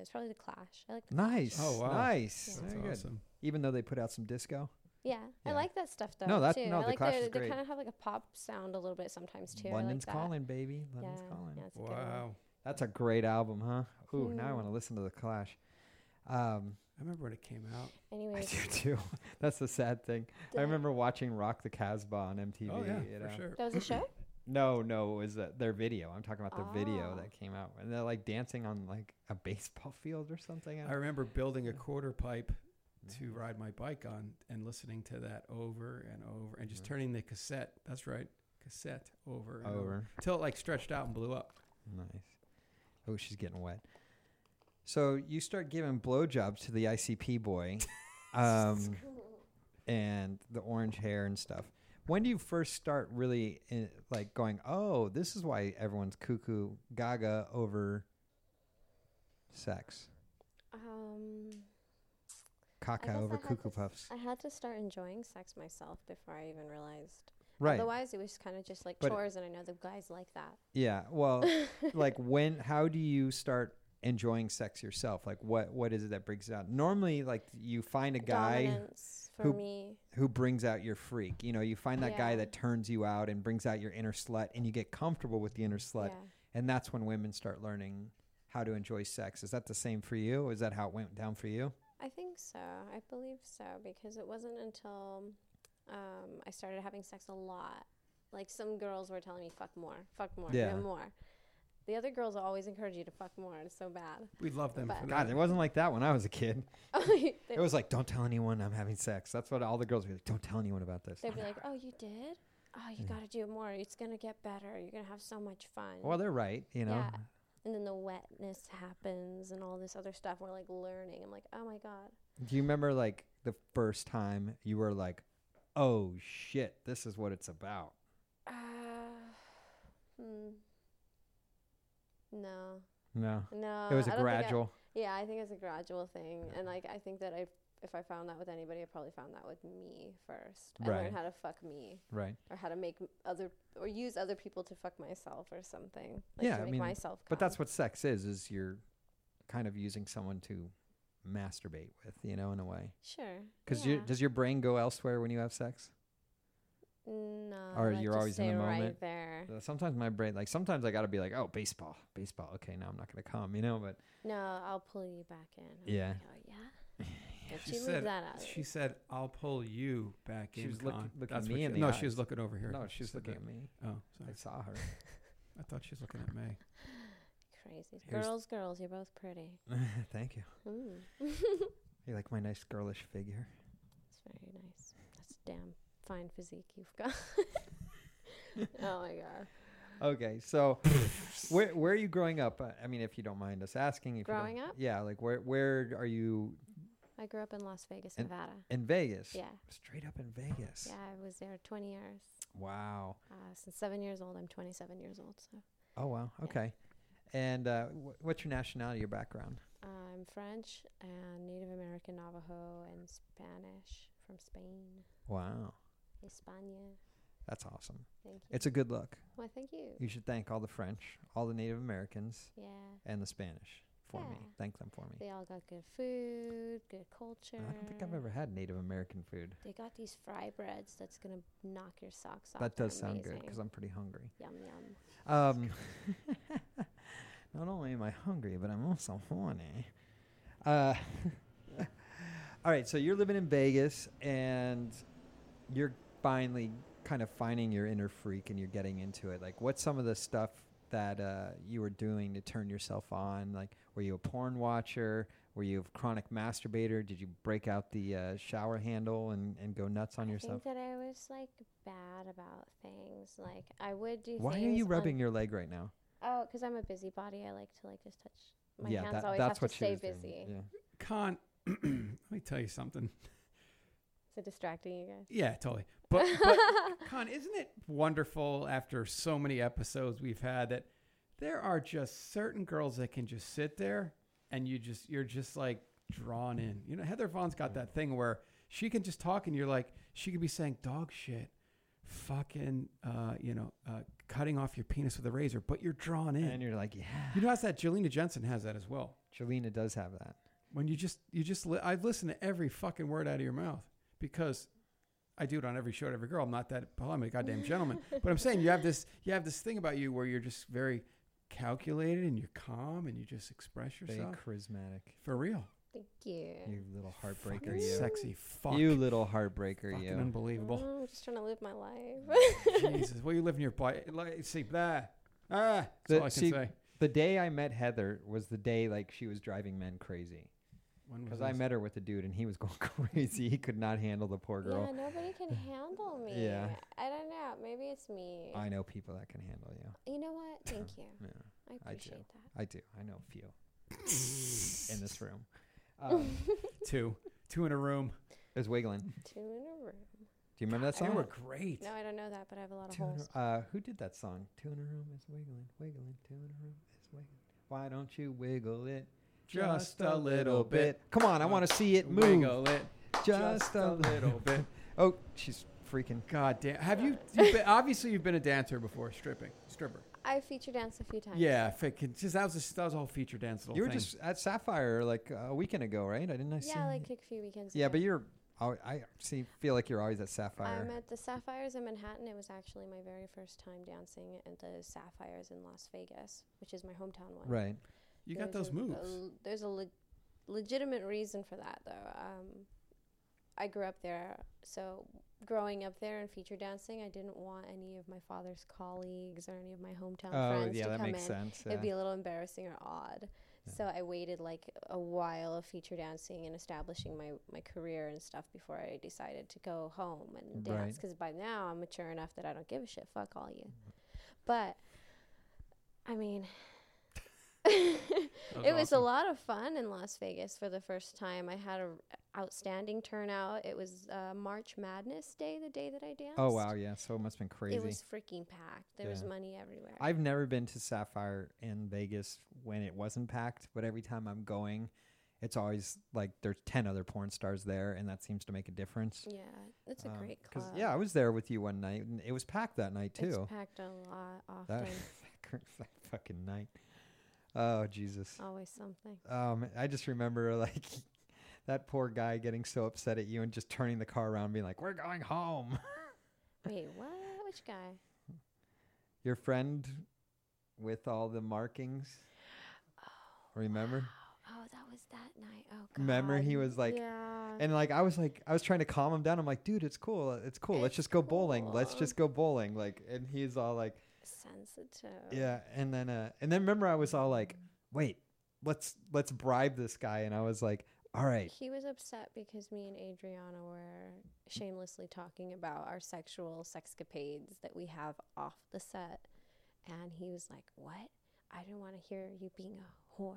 C: is probably the Clash. I like the Clash.
B: Nice.
H: Oh, wow.
B: Nice.
H: That's
B: Very good.
H: awesome.
B: Even though they put out some disco.
C: Yeah,
B: Yeah.
C: I like that stuff though.
B: No, that-
C: too.
B: no,
C: I
B: The
C: like
B: Clash
C: their-
B: is
C: They
B: great.
C: kind of have like a pop sound a little bit sometimes too. I like
B: London's
C: that.
B: calling, baby.
C: Yeah,
B: London's calling.
C: yeah, it's a good one.
H: Wow.
B: That's a great album, huh? Ooh, now I
C: Hmm.
B: want to listen to the Clash. Um,
H: I remember when it came out.
B: I
C: Anyways,
B: do too. That's the sad thing. I
C: The-
B: remember watching Rock the Casbah on MTV.
H: oh, yeah,
B: you
H: for
B: know?
H: sure.
C: that was a show.
B: No, no, it was uh, their video. I'm talking about their video
C: Ah.
B: that came out, and they're like dancing on like a baseball field or something.
H: I remember building a quarter pipe
B: Mm-hmm.
H: to ride my bike on and listening to that over and over and just turning the cassette. That's right, cassette over and over
B: Mm-hmm. Over.
H: until it like stretched out and blew up.
B: Nice. Oh, she's getting wet. So you start giving blowjobs to the ICP boy, um, and the orange hair and stuff. When do you first start really in, like going? Oh, this is why everyone's cuckoo gaga over sex,
C: Um, I
B: caca
C: guess
B: over
C: I had
B: cuckoo
C: to-
B: puffs,
C: I had to start enjoying sex myself before I even realized.
B: right?
C: Otherwise, it was kind of just like
B: But-
C: chores, and I know the guys like that.
B: Yeah. Well, like when? How do you start enjoying sex yourself? Like what? What is it that brings it out? Normally, like you find a guy.
C: Dominance for
B: who-
C: me.
B: who brings out your freak. You know, you find that guy
C: Yeah.
B: that turns you out and brings out your inner slut, and you get comfortable with the inner slut.
C: Yeah.
B: And that's when women start learning how to enjoy sex. Is that the same for you? Is that how it went down for you?
C: I think so. I believe so because it wasn't until um, I started having sex a lot. Like some girls were telling me, "Fuck more, fuck more,
B: Yeah.
C: yeah. more," The other girls always encourage you to fuck more. It's so bad.
D: We love them
C: But-
D: for
B: God,
D: that.
B: it wasn't like that when I was a kid.
C: They-
B: It was like, don't tell anyone I'm having sex. That's what all the girls were like. Don't tell anyone about this.
C: They'd be like, "Oh, you did? Oh, you got to do more. It's gonna get better. You're gonna have so much fun."
B: Well, they're right, you know.
C: Yeah. And then the wetness happens, and all this other stuff. We're like learning. I'm like, "Oh my god."
B: Do you remember like the first time you were like, "Oh shit, this is what it's about"?
C: Uh, hmm. No.
B: No.
C: No.
B: It was
C: a
B: a gradual.
C: yeah, I think it's a gradual thing, and like I think that I, if I found that with anybody, I probably found that with me first. I
B: Right.
C: learned how to fuck me.
B: Right.
C: Or how to make m- other or use other people to fuck myself or something. Like
B: yeah,
C: to
B: I
C: make
B: mean,
C: myself.
B: but
C: come.
B: that's what sex is: is you're kind of using someone to masturbate with, you know, in a way.
C: Sure.
B: Because
C: yeah.
B: does your brain go elsewhere when you have sex?
C: No.
B: or
C: like,
B: you're
C: just
B: always in
C: stay
B: the moment.
C: Right there.
B: Uh, Sometimes my brain, like sometimes I got to be like, oh, baseball, baseball. Okay, now I'm not gonna come, you know. But
C: No, I'll pull you back in. I'm
B: Yeah.
C: Like, oh yeah. But
D: She
C: she leaves
D: said,
C: that out.
D: she said, I'll pull you back
B: She
D: in.
B: was looking-
D: Con."
B: looking
D: That's
B: me
D: what she,
B: in the
D: No,
B: eyes.
D: she was looking over here.
B: no,
D: when
B: she's
D: said
B: looking
D: that.
B: at me.
D: Oh,
B: I
D: sorry.
B: saw her.
D: I thought she was looking at me.
C: Crazy.
B: Here's-
C: girls, girls, you're both pretty.
B: Thank you.
C: Mm.
B: You like my nice girlish figure?
C: It's very nice. That's a damn fine physique you've got. oh my god.
B: Okay, so where where are you growing up? Uh, I mean, if you don't mind us asking, if you don't-
C: Growing up?
B: yeah, like where where are you
C: I grew up in Las Vegas,
B: And-
C: Nevada.
B: in Vegas?
C: Yeah.
B: straight up in Vegas.
C: Yeah, I was there 20 years.
B: Wow.
C: Uh, since seven years old, I'm 27 years old. So
B: Oh wow. Okay. And uh, wh- what's your nationality? Your background?
C: uh, I'm French and Native American, Navajo, and Spanish from Spain,
B: Wow,
C: Hispania.
B: that's awesome.
C: Thank you.
B: It's a good look.
C: Why, thank you.
B: You should thank all the French, all the Native Americans,
C: Yeah.
B: and the Spanish for me.
C: Yeah.
B: Thank them for me.
C: They all got good food, good culture.
B: I don't think I've ever had Native American food.
C: They got these fry breads that's going to knock your socks off.
B: That
C: They're
B: does sound good
C: amazing.
B: because I'm pretty hungry.
C: Yum, yum.
B: Um, not only am I hungry, but I'm also horny. Uh, all right, so you're living in Vegas and you're finally kind of finding your inner freak and you're getting into it. Like, what's some of the stuff that uh, you were doing to turn yourself on? Like, were you a porn watcher? Were you a chronic masturbator? Did you break out the uh, shower handle and, and go nuts on
C: I
B: yourself?
C: think that I was like bad about things. Like I would do.
B: Why are
C: things
B: you
C: on-
B: rubbing your leg right now?
C: Oh, because I'm a busybody. I like to like just touch. My
B: yeah,
C: hands
B: that-
C: always
B: that's
C: have
B: what
C: to
B: she
C: stay
B: was doing,
C: busy.
B: yeah.
D: Con, let me tell you something.
C: Is it distracting you guys?
D: Yeah, totally. But, but Con, isn't it wonderful after so many episodes we've had that there are just certain girls that can just sit there and you just you're just like drawn in. You know, Heather Vaughn's got that thing where she can just talk and you're like she could be saying dog shit, fucking, uh, you know, uh, cutting off your penis with a razor, but you're drawn in.
B: And you're like, yeah.
D: you know, that's that Jelena Jensen has that as well.
B: Jelena does have that.
D: when you just you just li- I've listened to every fucking word out of your mouth because I do it on every show to every girl. I'm not that well, I'm a goddamn gentleman, but I'm saying you have this you have this thing about you where you're just very calculated and you're calm and you just express
B: Very
D: yourself
B: charismatic.
D: for real.
C: Thank you. Mm,
B: You little heartbreaker,
D: Fucking
B: you.
D: sexy fuck.
B: You little heartbreaker,
D: fucking
B: you.
D: unbelievable.
C: Mm, I'm just trying to live my life.
D: Jesus, well you live in your body. Like, see, blah. Ah, that's
B: The-
D: all I can
B: see,
D: say.
B: The day I met Heather was the day like she was driving men crazy.
D: When was
B: Because I
D: this?
B: met her with a dude and he was going crazy. He could not handle the poor
C: yeah,
B: girl.
C: nobody can handle me.
B: Yeah.
C: I don't know. Maybe it's me.
B: I know people that can handle you.
C: you know what? Thank you.
B: Yeah,
C: I
B: I do.
C: appreciate that.
B: I do. I know a few in this room. Um,
D: two. Two in a room.
B: it was Wiggling. Do
C: Two in a room.
B: you remember that
D: They were
B: song?
D: great.
C: No, I don't know that, but I have a lot of
B: Two in
C: holes.
B: a- uh, who did that song? Two in a room is wiggling, wiggling. Two in a room is wiggling. Why don't you wiggle it?
D: Just a little bit.
B: Come on, I want to see it move.
D: Wiggle it.
B: just a little bit. Oh, she's freaking.
D: God damn! Have you? You've been, obviously, you've been a dancer before, stripping, stripper.
C: I feature danced a few times.
D: Yeah, fi- can- just that was a, that was a whole feature dance. Little
B: You were
D: thing.
B: just at Sapphire like a weekend ago, right? I didn't I see.
C: Yeah, like a few weekends.
B: Yeah,
C: ago.
B: but you're. al- I see. Feel like you're always at Sapphire.
C: I'm Um, at the Sapphires in Manhattan. It was actually my very first time dancing at the Sapphires in Las Vegas, which is my hometown one.
B: right.
D: you got
C: There's
D: those
C: a- a
D: moves.
C: l- there's a le- legitimate reason for that, though. Um, I grew up there, so growing up there and feature dancing, I didn't want any of my father's colleagues or any of my hometown
B: Oh,
C: friends
B: yeah,
C: to
B: that
C: come
B: makes
C: in.
B: sense,
C: It'd be
B: yeah.
C: a little embarrassing or odd. So I waited like a while of feature dancing and establishing my, my career and stuff before I decided to go home and dance.
M: Right.
C: Because by now I'm mature enough that I don't give a shit. Fuck all you. But I mean,
M: was
C: it was a
M: awesome.
C: lot of fun in Las Vegas for the first time. I had an outstanding turnout. It was uh, March Madness Day, the day that I danced.
B: Oh wow, yeah. So it must have been crazy.
C: It was freaking packed. There was
B: Yeah.
C: money everywhere.
B: I've never been to Sapphire in Vegas when it wasn't packed, but every time I'm going, it's always like there's 10 other porn stars there, and that seems to make a difference.
C: Yeah, it's a great
B: Um, 'cause,
C: club.
B: Yeah, I was there with you one night, and it was packed that night,
C: It's
B: too.
C: packed a lot
B: That,
C: often.
B: that, cr- that fucking night. Oh, Jesus.
C: Always something.
B: Um, I just remember like that poor guy getting so upset at you and just turning the car around, and being like, "We're going home."
C: Wait, what? Which guy?
B: Your friend with all the markings. Remember?
C: Oh, that was that night. Oh, God.
B: Remember he was like,
C: yeah.
B: and like I was like, I was trying to calm him down. I'm like, dude, it's cool, it's cool. Let's just go bowling. Let's just go bowling. Like, and he's all like,
C: sensitive.
B: yeah. And then, uh, and then remember I was all like, wait, let's let's bribe this guy. And I was like, all right,
C: He was upset because me and Adriana were shamelessly talking about our sexual sexcapades that we have off the set. And he was like, What? I didn't want to hear you being a whore.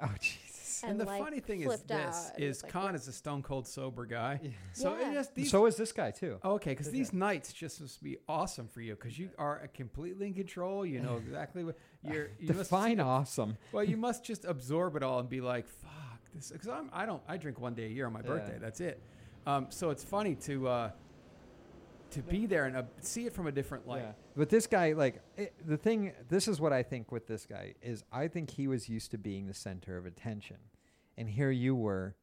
B: Oh Jesus!
H: And, the funny thing is this: is Khan is a stone cold sober guy. So
C: Yeah.
H: it just these,
B: so is this guy
D: Oh,
B: too.
H: okay, because these nights just must be awesome for you because you are completely in control. You know exactly what you're. You must,
B: Define awesome.
H: well, you must just absorb it all and be like, "Fuck this," because I'm I don't I drink one day a year on my
B: Yeah.
H: birthday. That's it. Um, so it's funny to uh, to be there and uh, see it from a different light.
B: Yeah. But this guy, like, it, the thing, this is what I think with this guy is I think he was used to being the center of attention. And here you were,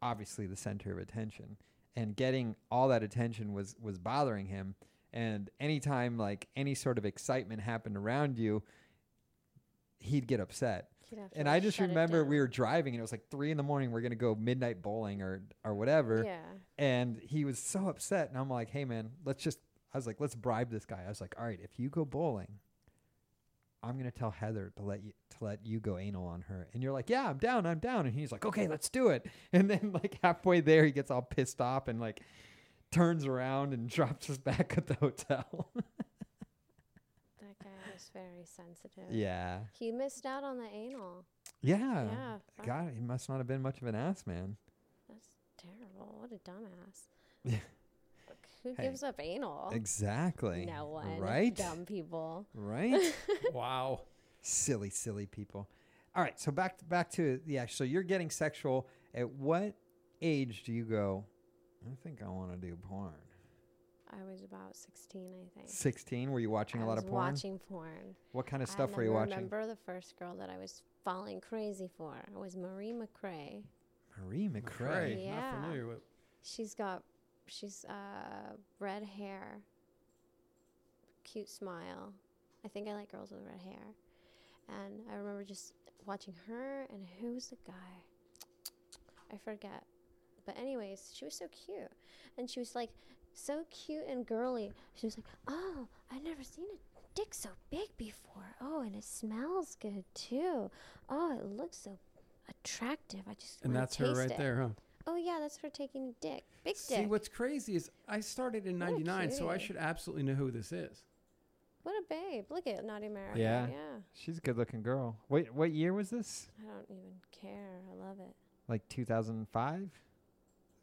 B: obviously, the center of attention. And getting all that attention was, was bothering him. And anytime, like, any sort of excitement happened around you, he'd get upset.
C: He'd have to,
B: And
C: like,
B: I just
C: shut it
B: remember we were driving and it was like three in the morning. We're going to go midnight bowling or, or whatever.
C: Yeah.
B: And he was so upset. And I'm like, hey, man, let's just, I was like, let's bribe this guy. I was like, all right, if you go bowling, I'm gonna tell Heather to let you to let you go anal on her, and you're like, "Yeah, I'm down, I'm down," and he's like, "Okay, let's do it." And then like halfway there, he gets all pissed off and like turns around and drops us back at the hotel.
C: That guy was very sensitive.
B: Yeah.
C: He missed out on the anal.
B: yeah,
C: Yeah, fuck.
B: God, he must not have been much of an ass man.
C: That's terrible. What a dumbass. Like, Who
B: Hey,
C: gives up anal?
B: exactly.
C: No one.
B: Right?
C: Dumb people.
B: Right?
H: wow.
B: Silly, silly people. All right, so back back to the actual. So you're getting sexual. At what age do you go? I think I want to do porn.
C: I was about 16, I think.
B: Sixteen? Were you watching a
C: I
B: lot
C: was
B: of porn?
C: Watching porn.
B: What kind of
C: I
B: stuff were you
C: never
B: watching?
C: Remember the first girl that I was falling crazy for was Marie McRae.
B: Marie McRae.
C: Yeah. She's got she's uh red hair, cute smile. I think I like girls with red hair. And I remember just watching her and who was the guy? I forget. But anyways, she was so cute. And she was like so cute and girly. She was like, Oh, I've never seen a dick so big before. Oh, and it smells good too. Oh, it looks so attractive. I just
H: And
C: wanna
H: that's her
C: taste
H: right
C: it."
H: there, huh?
C: Oh yeah, that's for taking a dick. Big
H: See,
C: dick.
H: what's crazy is I started in
C: What a
H: '99, so I
C: cutie.
H: should absolutely know who this is.
C: What a babe. Look at Naughty America.
B: Yeah.
C: Yeah.
B: She's a good looking girl. Wait, what year was this?
C: I don't even care. I love it.
B: Like 2005? Look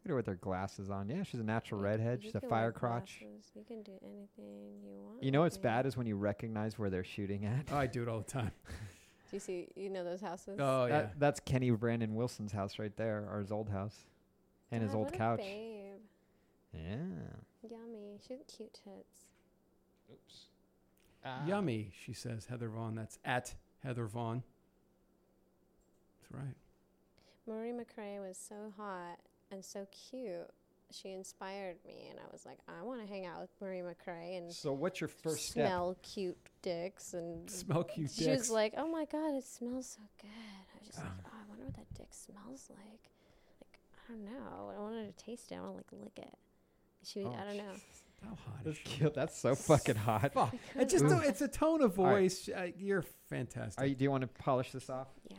B: at her with her glasses on. Yeah, she's a natural redhead.
C: You
B: She's a
C: can wear
B: fire crotch.
C: glasses. You can do anything you want.
B: You know what's bad is when you recognize where they're shooting at.
H: Oh, I do it all the time. Oh,
C: Do you see you know those houses?
D: Oh,
B: That- That's Kenny Brandon Wilson's house right there, or his old house. And his
C: God,
B: old
C: what a
B: couch.
C: babe.
B: Yeah.
C: Yummy. She's cute tits.
J: Oops.
C: Uh,
H: Yummy, she says. Heather Vaughn. That's at Heather Vaughn. That's right.
C: Marie McRae was so hot and so cute. She inspired me and I was like, I want to hang out with Marie McRae and
B: So what's your first step?
C: smell cute dicks and
H: Smell cute
C: Mm. she
H: dicks. Ah.
C: was like, "Oh my god, it smells so good." I was just like, "Oh, I wonder what that dick smells like." Like I don't know. I wanted to taste it. I want to like lick it. She,
B: Oh,
C: I don't know.
H: How hot
B: That's cute. That's so fucking hot.
H: Fuck. I just
B: Ooh.
H: don't, it's a tone of
B: All right.
H: voice. Uh, you're fantastic.
B: Are you, do you want to polish this off?
C: Yeah.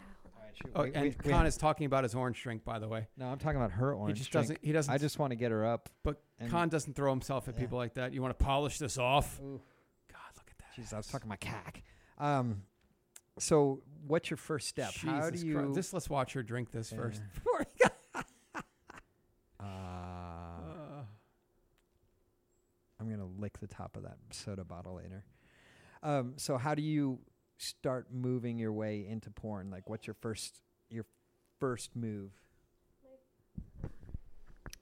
H: oh,
B: we-
H: and
B: we- we-
H: Khan is talking about his orange drink, by the way.
B: No, I'm talking about her orange.
H: just
B: drink.
H: doesn't- he doesn't-
B: I just want to get her up.
H: But
B: And-
H: Khan doesn't throw himself at people like that. You want to polish this off?
B: Ooh.
H: God, look at that.
B: Jeez, I was talking my cack. Um, so what's your first step? How do
H: Jesus Christ.
B: you?
H: Just let's watch her drink this
B: Yeah.
H: first.
B: Uh,
H: Uh,
B: I'm gonna lick the top of that soda bottle later. Um, so how do you start moving your way into porn? Like, what's your first your first move?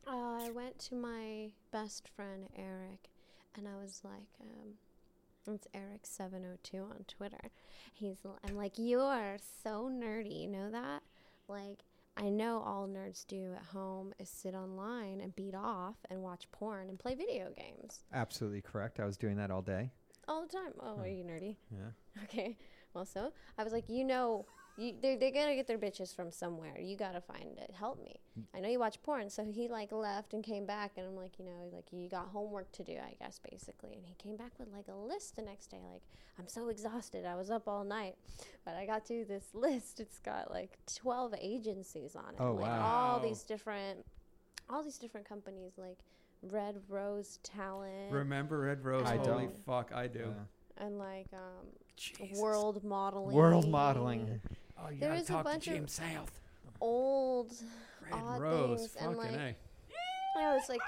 C: Uh, I went to my best friend Eric, and I was like, um, "It's Eric seven hundred two on Twitter." He's, l- I'm like, "You are so nerdy, you know that?" Like, I know all nerds do at home is sit online and beat off and watch porn and play video games
B: Absolutely correct. I was doing that all day.
C: all the time. Oh, are you nerdy?
B: Yeah.
C: Okay. Well, so I was like, you know, you, they they gotta get their bitches from somewhere. You gotta find it. Help me.
B: Mm.
C: I know you watch porn. So he like left and came back, and I'm like, you know, like you got homework to do, I guess, basically. And he came back with like a list the next day. Like I'm so exhausted. I was up all night, but I got to this list. It's got like 12 agencies on it.
B: Oh,
C: like
H: wow.
C: All these different, all these different companies like. Red Rose Talent
H: remember Red Rose?
C: I
H: Holy
B: don't.
H: fuck, I do.
B: Yeah.
C: and like um,
H: Jesus.
C: world modeling.
B: World modeling.
H: Oh, you
C: There
H: gotta
C: is a
H: talk
C: bunch
H: to
C: of
H: Jim South.
C: old
H: Red
C: odd
H: Rose,
C: things and
H: fucking
C: like ah!
H: a.
C: yeah, it was like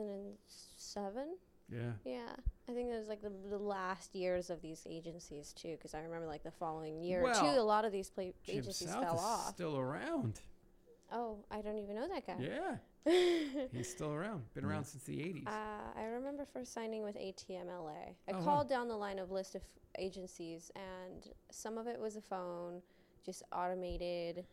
C: 2007.
H: Yeah.
C: Yeah, I think it was like the, the last years of these agencies too, because I remember like the following year or
H: Well,
C: two, a lot of these play-
H: Jim
C: agencies
H: South
C: fell
H: is
C: off.
H: still around.
C: oh, I don't even know that guy.
H: Yeah, he's still around. Been around since the '80s.
C: Uh, I remember first signing with ATMLA. I
H: Oh, wow.
C: called down the line of list of agencies, and some of it was a phone, just automated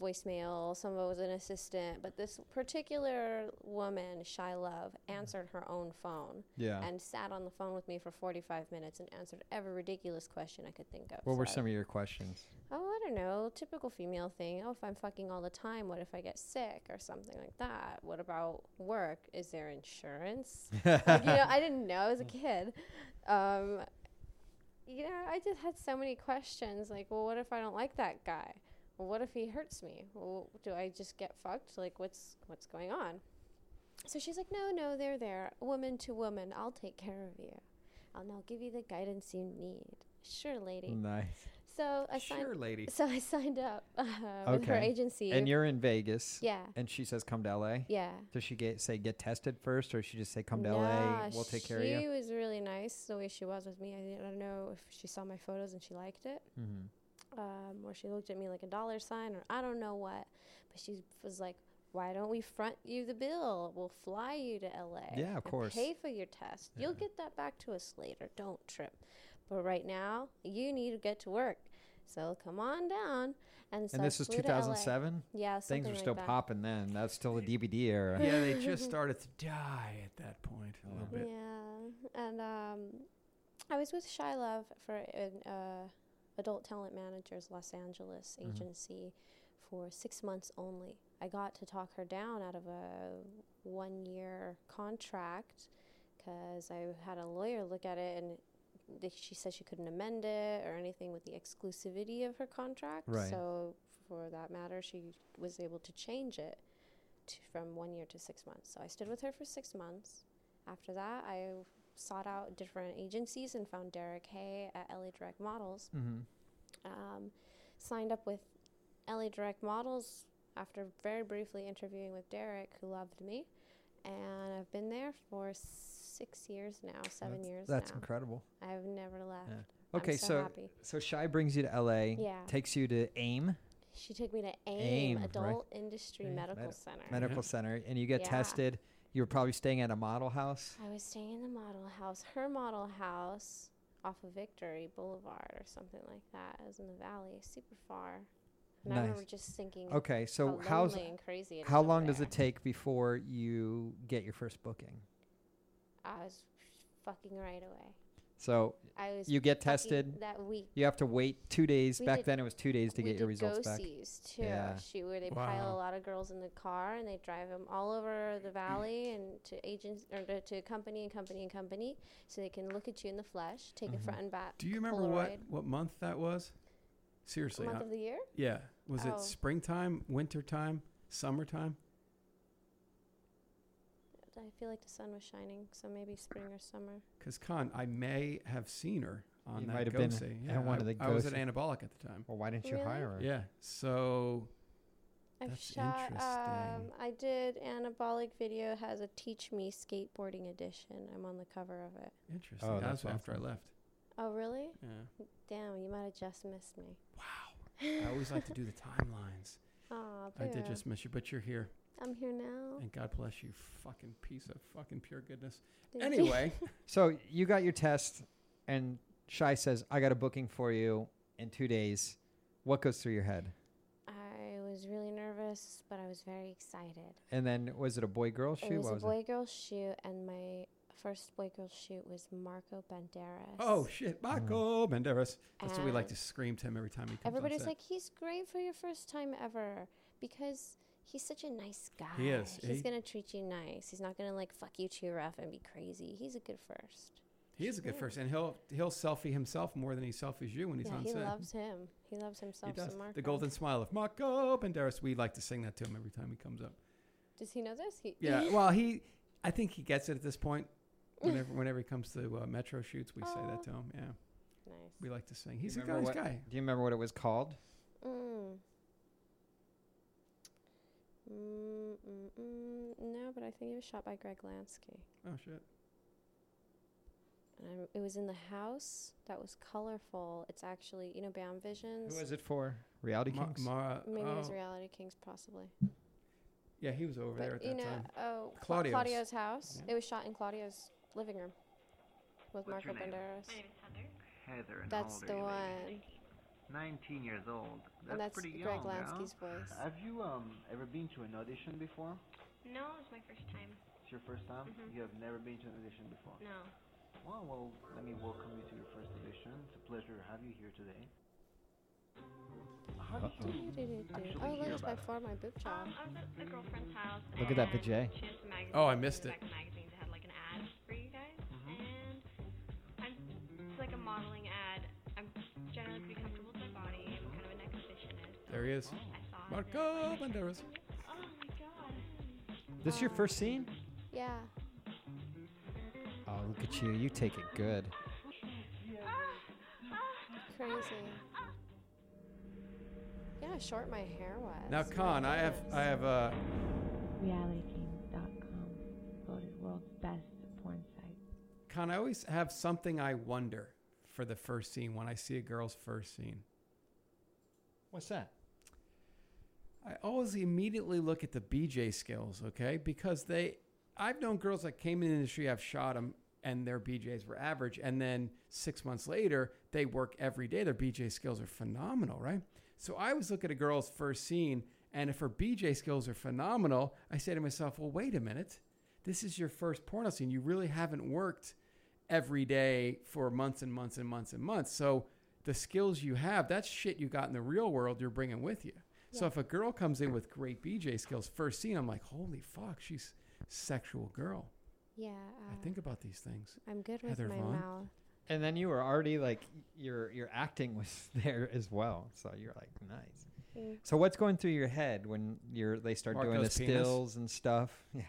C: voicemail. Some of it was an assistant, but this particular woman, Shy Love, answered her own phone
B: Mm-hmm. Yeah.
C: and sat on the phone with me for 45 minutes and answered every ridiculous question I could think of.
B: what
C: So
B: were
C: I-
B: some of your questions?
C: Oh, I don't know. Typical female thing. Oh, if I'm fucking all the time, what if I get sick or something like that? What about work? Is there insurance? like, you know, I didn't know as a kid. Um, you know, I just had so many questions. Like, well, what if I don't like that guy? Well, what if he hurts me? Well, do I just get fucked? Like, what's what's going on? So she's like, no, no, they're there, woman to woman. I'll take care of you. I'll now give you the guidance you need. Sure, lady.
B: Mm. Nice.
C: So I signed.
H: Sure, lady.
C: So I signed up uh, with her
B: Okay.
C: agency.
B: And you're in Vegas.
C: yeah,
B: And she says, "Come to L.A."
C: yeah.
B: Does she get say get tested first, or she just say, "Come to
C: Nah,
B: L.A. We'll take care of
C: She
B: you"?
C: was really nice the way she was with me. I don't know if she saw my photos and she liked it,
B: Mhm.
C: um, or she looked at me like a dollar sign, or I don't know what. But she was like, "Why don't we front you the bill? We'll fly you to L.A.
B: Yeah, of
C: and
B: course.
C: Pay for your test. You'll get that back to us later. Don't trip. But right now, you need to get to work. So come on down." And, so I
B: And this is
C: flew to LA.
B: 2007.
C: Yeah,
B: Things
C: something
B: were
C: like
B: still
C: that.
B: popping then. That's still the DVD era.
H: yeah, they just started to die at that point a little bit.
C: Yeah, and um, I was with Shy Love for an uh, adult talent managers Los Angeles
H: Mm-hmm.
C: agency for six months only. I got to talk her down out of a one year contract because I had a lawyer look at it and th- she said she couldn't amend it or anything with the exclusivity of her contract.
B: Right.
C: So, for that matter, she was able to change it to, from one year to six months. So, I stood with her for six months. After that, I sought out different agencies and found Derek Hay at LA Direct Models.
B: Mm-hmm.
C: Um, signed up with LA Direct Models after very briefly interviewing with Derek, who loved me. And I've been there for six years now, seven
B: that's,
C: years
B: That's
C: now.
B: incredible.
C: I've never left. I'm
B: Okay,
C: so,
B: so
C: happy.
B: so Shy brings you to L.A.
C: Yeah.
B: Takes you to AIM
C: She took me to
B: AIM,
C: AIM,
B: right.
C: Adult Industry
B: AIM,
C: Medical
B: med-
C: Center.
B: Medical Center, and you get
C: Yeah.
B: tested. You were probably staying at a model house.
C: I was staying in the model house, her model house, off of Victory Boulevard or something like that. It was in the valley, super far. And I
B: Nice.
C: remember just thinking,
B: Okay, so
C: how
B: how's
C: lonely and crazy. It
B: how
C: is over
B: long does
C: there.
B: it take before you get your first booking?
C: I was fucking right away.
B: So
C: I was
B: you get
C: lucky
B: tested
C: that week.
B: You have to wait two days.
C: We
B: Back
C: did-
B: then, it was two days to
C: we
B: get your
C: did
B: results
C: go
B: back.
C: sees, too.
B: Yeah.
C: She where they pile
B: Wow.
C: a lot of girls in the car and they drive them all over
D: Mm.
C: the valley and to agents or to, to company and company and company, so they can look at you in the flesh, take a
D: Mhm.
C: front and back.
D: Do you remember
C: Polaroid.
D: what what month that was? Seriously,
C: Month
D: huh?
C: of the year?
D: Yeah, was
C: Oh.
D: it springtime, wintertime, summertime?
C: I feel like the sun was shining, so maybe spring or summer.
D: Because Con, I may have seen her on
B: You
D: that
B: might have
D: go
B: been
D: see.
B: at one
D: I,
B: of the
D: I was
B: go
D: at
B: see-
D: anabolic at the time.
B: Well, why didn't
C: you Really? hire her?
D: Yeah, so
C: I've
D: That's
C: shot. Um,
D: interesting.
C: I did anabolic video has a teach me skateboarding edition. I'm on the cover of it.
D: interesting.
B: Oh,
D: that
B: that's
D: was after I
B: awesome.
D: left.
C: Oh really?
D: Yeah,
C: Damn, you might have just missed me.
D: I always like to do the timelines.
C: Aw,
D: I did
C: boo.
D: just miss you, but you're here,
C: I'm here now.
D: and God bless you, fucking piece of fucking pure goodness.
C: Thank you.
D: Anyway,
B: So you got your test, and Shai says, "I got a booking for you in two days." What goes through your head?
C: I was really nervous, but I was very excited.
B: And then was it a boy girl shoot?
C: it was
B: What
C: a
B: was
C: boy girl shoot, and my first boy girl shoot was Marco Banderas.
D: oh shit,
B: Mm-hmm.
D: Marco Banderas. That's what we like
C: And
D: to scream to him every time he comes. on
C: Everybody's
D: set.
C: like, he's great for your first time ever because he's such a nice guy.
D: He is.
C: He's
D: He-
C: going to treat you nice. He's not going to like fuck you too rough and be crazy. He's a good first.
D: He is a good first, and he'll he'll selfie himself more than he selfies you when he's
C: yeah,
D: on
C: he
D: set.
C: loves him. He loves himself.
D: he does.
C: Some Marco.
D: The golden smile of Marco Banderas. We like to sing that to him every time he comes up.
C: Does he know this? He,
D: Yeah. Well, he, I think he gets it at this point. Whenever whenever he comes to uh, Metro shoots, we say that to him. Yeah,
C: nice.
D: we like to sing.
B: Do you
D: He's a
B: remember
D: guy's
B: what-
D: guy.
B: Do you remember what it was called?
C: Mm. Mm, mm, mm. No, but I think it was shot by Greg Lansky.
D: Oh shit.
C: And I, it was in the house that was colorful. It's actually, you know, Bam Visions.
B: Who was it for? Reality
D: Ma-
B: Kings.
D: Mara.
C: Maybe it was
D: oh,
C: Reality Kings, possibly.
D: Yeah, he was over there at
C: you
D: that
C: know,
D: time.
C: oh, Cla-
D: Claudio's.
C: Claudio's. house. It was shot in Claudio's living room with
N: What's
C: Marco
N: your name?
C: Banderas.
N: Heather, and
C: That's
N: how
C: the
N: old are you,
C: one.
N: lady? Nineteen years old. That's,
C: and that's
N: pretty
C: Greg
N: young,
C: Lansky's
N: huh?
C: voice.
O: Have you um ever been to an audition before?
E: No, it's my first time.
O: It's your first time.
E: Mhm.
O: You have never been to an audition before.
E: No.
O: Well, well, let me welcome you to your first audition. It's a pleasure to have you here today. How did you
C: Do-do-do-do.
O: actually
C: Oh, look,
O: hear
C: it's my
O: about
C: for my boob job.
E: Um,
N: Uh-huh.
E: I was at a girlfriend's house.
B: Look at that
E: and
B: vajay.
E: She had some magazines.
D: Oh, I missed
E: in the
D: it. Mm-hmm.
E: Back of the magazines that had like an ad for you guys, and I'm it's like a modeling ad. I'm generally pretty comfortable with my body. I'm kind of an exhibitionist.
D: There he is.
E: I saw
D: Marco Banderas.
E: Oh my god.
B: This your
C: Um,
B: first scene?
C: Yeah.
B: Oh, look at you! You take it good.
C: Crazy. Yeah, how short my hair was.
D: Now,
C: My
D: Con, I have
C: goodness.
D: I have uh,
P: RealityKings.com, voted world's best porn site.
D: Con. I always have something I wonder for the first scene when I see a girl's first scene.
B: What's that?
D: I always immediately look at the BJ skills, okay? Because they, I've known girls that came in the industry, I've shot them, and their BJs were average. And then six months later, they work every day. Their BJ skills are phenomenal, right? So I always look at a girl's first scene, and if her BJ skills are phenomenal, I say to myself, well, wait a minute. This is your first porno scene. You really haven't worked every day for months and months and months and months. So the skills you have, that's shit you got in the real world, you're bringing with you. So if a girl comes in with great BJ skills, first scene, I'm like, holy fuck, she's sexual girl.
C: Yeah. um,
D: I think about these things.
C: I'm good with
B: Heather
C: my
B: Vaughn?
C: mouth.
B: And then you were already like your your acting was there as well. So you're like nice.
C: Mm.
B: So what's going through your head when you're they start doing the
D: Marco's penis?
B: stills and stuff? Yeah.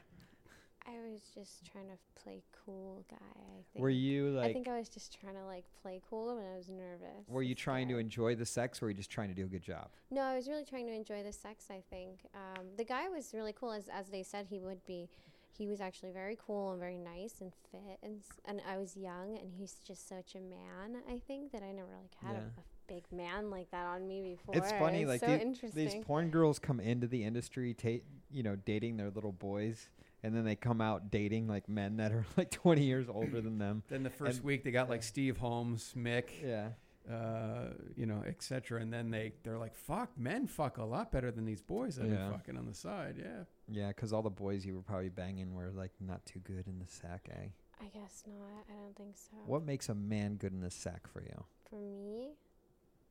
C: I was just trying to play cool, guy. I think.
B: Were you,
C: I
B: like-
C: think I was just trying to like play cool when I was nervous.
B: Were you
C: and
B: trying to
C: scared.
B: enjoy the sex or were you just trying to do a good job?
C: No, I was really trying to enjoy the sex. I think um, the guy was really cool, as as they said he would be. He was actually very cool and very nice and fit, and s- and I was young, and he's just such a man. I think that I never like had
B: Yeah.
C: a, a big man like that on me before.
B: It's funny, like
C: so
B: the-
C: interesting.
B: these porn girls come into the industry, ta- you know, dating their little boys, and then they come out dating like men that are like 20 years older than them.
D: Then the first
B: And-
D: week they got like Steve Holmes, Mick,
B: yeah,
D: uh, you know, etc. And then they they're like, fuck, men fuck a lot better than these boys I've
B: Yeah.
D: been fucking on the side. Yeah,
B: yeah, because all the boys you were probably banging were like not too good in the sack, eh?
C: I guess not. I don't think so.
B: What makes a man good in the sack for you?
C: For me,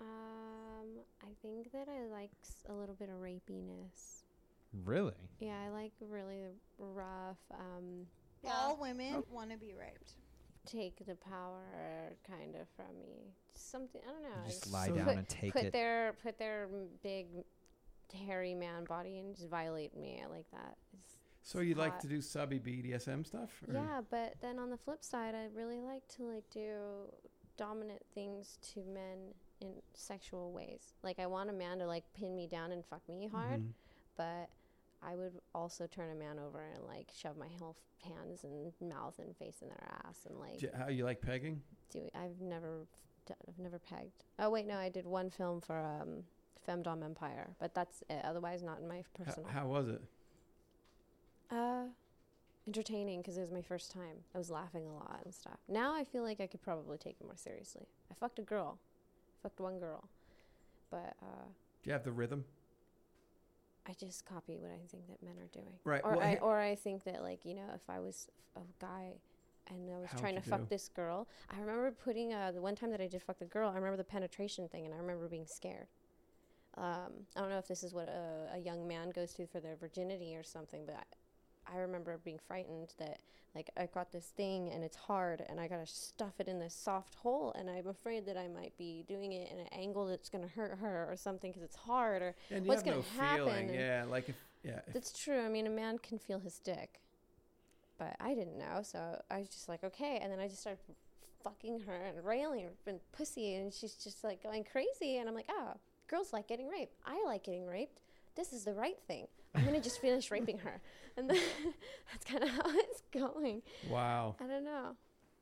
C: um, I think that I like s- a little bit of rapiness.
B: Really?
C: Yeah, I like really rough. Um,
Q: All
B: Oh.
Q: women want to be raped.
C: take the power kind of from me. Something I don't know.
B: You just
C: Uh, it's-
B: lie So- down
C: put,
B: and take
C: put
B: it.
C: their put their m- big hairy man body and just violate me. I like that. It's
D: So you like
C: hot.
D: to do subby BDSM stuff? or-
C: Yeah, but then on the flip side, I really like to like do dominant things to men in sexual ways. Like I want a man to like pin me down and fuck me hard,
D: Mhm.
C: but I would also turn a man over and like shove my whole f- hands and mouth and face in their ass and like
D: J- How you like pegging?
C: do I've never f- done, I've never pegged. Oh wait, no, I did one film for um Femdom Empire, but that's it. Otherwise, not in my
D: H-
C: personal.
D: how was it?
C: Uh, entertaining because it was my first time. I was laughing a lot and stuff. Now I feel like I could probably take it more seriously. I fucked a girl, fucked one girl, but uh,
D: Do you have the rhythm?
C: I just copy what I think that men are doing.
D: Right,
C: Or
D: well,
C: I
D: here-
C: or I think that like you know if I was a guy. And I was
D: How'd
C: trying
D: you
C: to fuck
D: do?
C: this girl. I remember putting uh, the one time that I did fuck the girl. I remember the penetration thing, and I remember being scared. Um, I don't know if this is what a, a young man goes through for their virginity or something, but I, I remember being frightened that like I got this thing and it's hard, and I gotta stuff it in this soft hole, and I'm afraid that I might be doing it in an angle that's gonna hurt her or something because it's hard or
D: And you
C: what's
D: have
C: gonna
D: no
C: happen.
D: feeling.
C: and-
D: Yeah, like if yeah, if
C: that's true. I mean, a man can feel his dick, but I didn't know, so I was just like, okay. And then I just started fucking her and railing her and pussy, and she's just like going crazy. And I'm like, oh, girls like getting raped. I like getting raped. This is the right thing. I'm gonna just finish raping her, and then that's kind of how it's going.
D: Wow.
C: I don't know.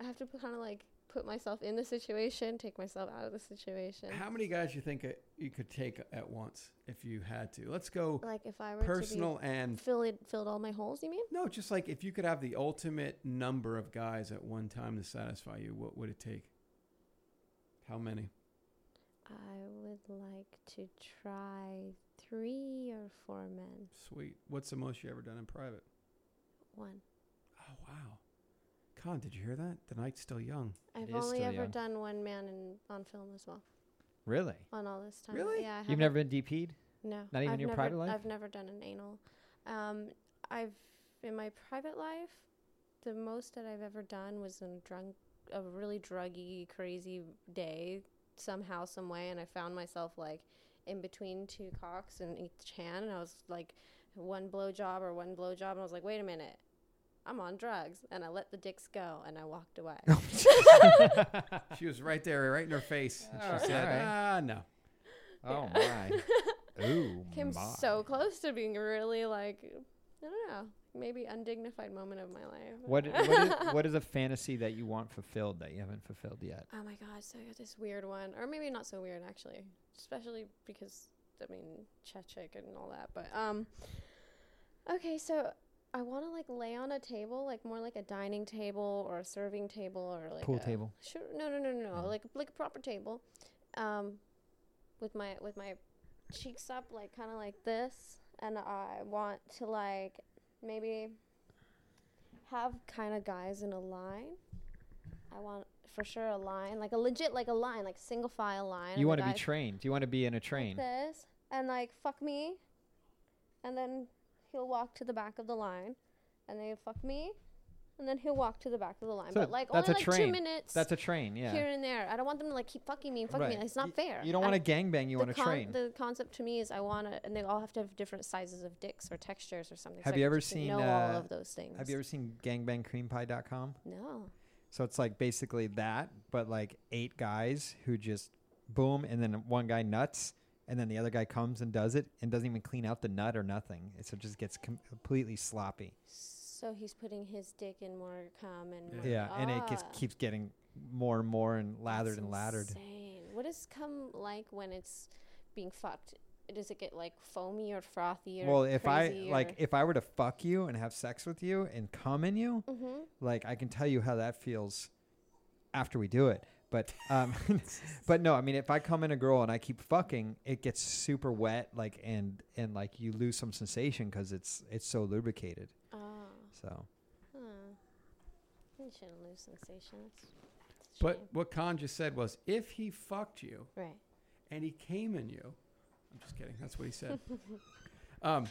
C: I have to kind of like put myself in the situation, take myself out of the situation.
D: How many guys you think uh, you could take at once if you had to? Let's go.
C: Like if I were
D: personal
C: to be
D: and
C: fill it, filled all my holes. You mean?
D: no, just like if you could have the ultimate number of guys at one time to satisfy you, what would it take? How many?
C: I would like to try three or four men.
D: Sweet. What's the most you ever done in private?
C: One.
D: Oh wow, Con, did you hear that? The night's still young.
C: I've only ever done one man in, on film as well.
B: Really?
C: On all this time.
D: Really?
C: Uh, Yeah. I
B: You've
C: haven't-
B: never been DP'd?
C: No.
B: Not even
C: I've
B: in your
C: never,
B: private life?
C: I've never done an anal. Um, I've in my private life, the most that I've ever done was in a drunk, a really druggy, crazy day somehow, some way, and I found myself like in between two cocks in each hand, and I was like one blowjob or one blowjob, and I was like, wait a minute. I'm on drugs, and I let the dicks go, and I walked away.
B: Oh
D: she was right there, right in her face. And
C: Oh,
D: she
B: Alright.
D: said,
B: Alright.
D: "Ah, no."
B: Oh my. Ooh
C: Came
B: my.
C: so close to being really like I don't know, maybe undignifid moment of my life.
B: What what is, what is a fantasy that you want fulfilled that you haven't fulfilled yet?
C: Oh my god, so I got this weird one, or maybe not so weird actually, especially because I mean Chechik and all that. But um, okay, so I want to like lay on a table, like more like a dining table or a serving table or like
B: Pool
C: a-
B: table. Mm-hmm.
C: Sure, no, no, no, no, no, like like a proper table, um, with my with my cheeks up, like kind of like this, and I want to like maybe have kind of guys in a line. I want for sure a line, like a legit like a line, like single file line.
B: you
C: want
B: to be trained. You want to be in a train.
C: This and like fuck me, and then he'll walk to the back of the line, and then he'll fuck me, and then he'll walk to the back of the line.
B: So
C: but like
B: that's
C: only
B: a
C: like
B: train.
C: two minutes.
B: That's a train, yeah.
C: Here and there. I don't want them to like keep fucking me and fucking me.
B: Right.
C: It's not fair.
B: You don't
C: I-
B: want to gangbang. You
C: the
B: want to
C: con-
B: train.
C: The concept to me is I want to, and they all have to have different sizes of dicks or textures or something. so
B: have
C: I
B: you
C: can
B: ever
C: just
B: seen
C: know
B: uh,
C: all of those things?
B: Have you ever seen gangbangcreampie.com?
C: No.
B: So it's like basically that, but like eight guys who just boom, and then one guy nuts, and then the other guy comes and does it, and doesn't even clean out the nut or nothing. It so it just gets com- completely sloppy.
C: So he's putting his dick in more cum and more-
B: Yeah, and it just
C: Ah,
B: keeps getting more and more and lathered and lathered.
C: insane. What is cum like when it's being fucked? Does it get like foamy or frothy or
B: Well, if I
C: crazy
B: like,
C: or-
B: if I were to fuck you and have sex with you and come in you,
C: Mhm.
B: like I can tell you how that feels after we do it. But um, but no, I mean, if I come in a girl and I keep fucking, it gets super wet, like and and like you lose some sensation because it's it's so lubricated.
C: Ah.
B: So
C: Huh. You shouldn't lose sensation. It's- it's a
D: But
C: shame.
D: what Khan just said was, if he fucked you,
C: Right.
D: and he came in you, I'm just kidding. That's what he said. um,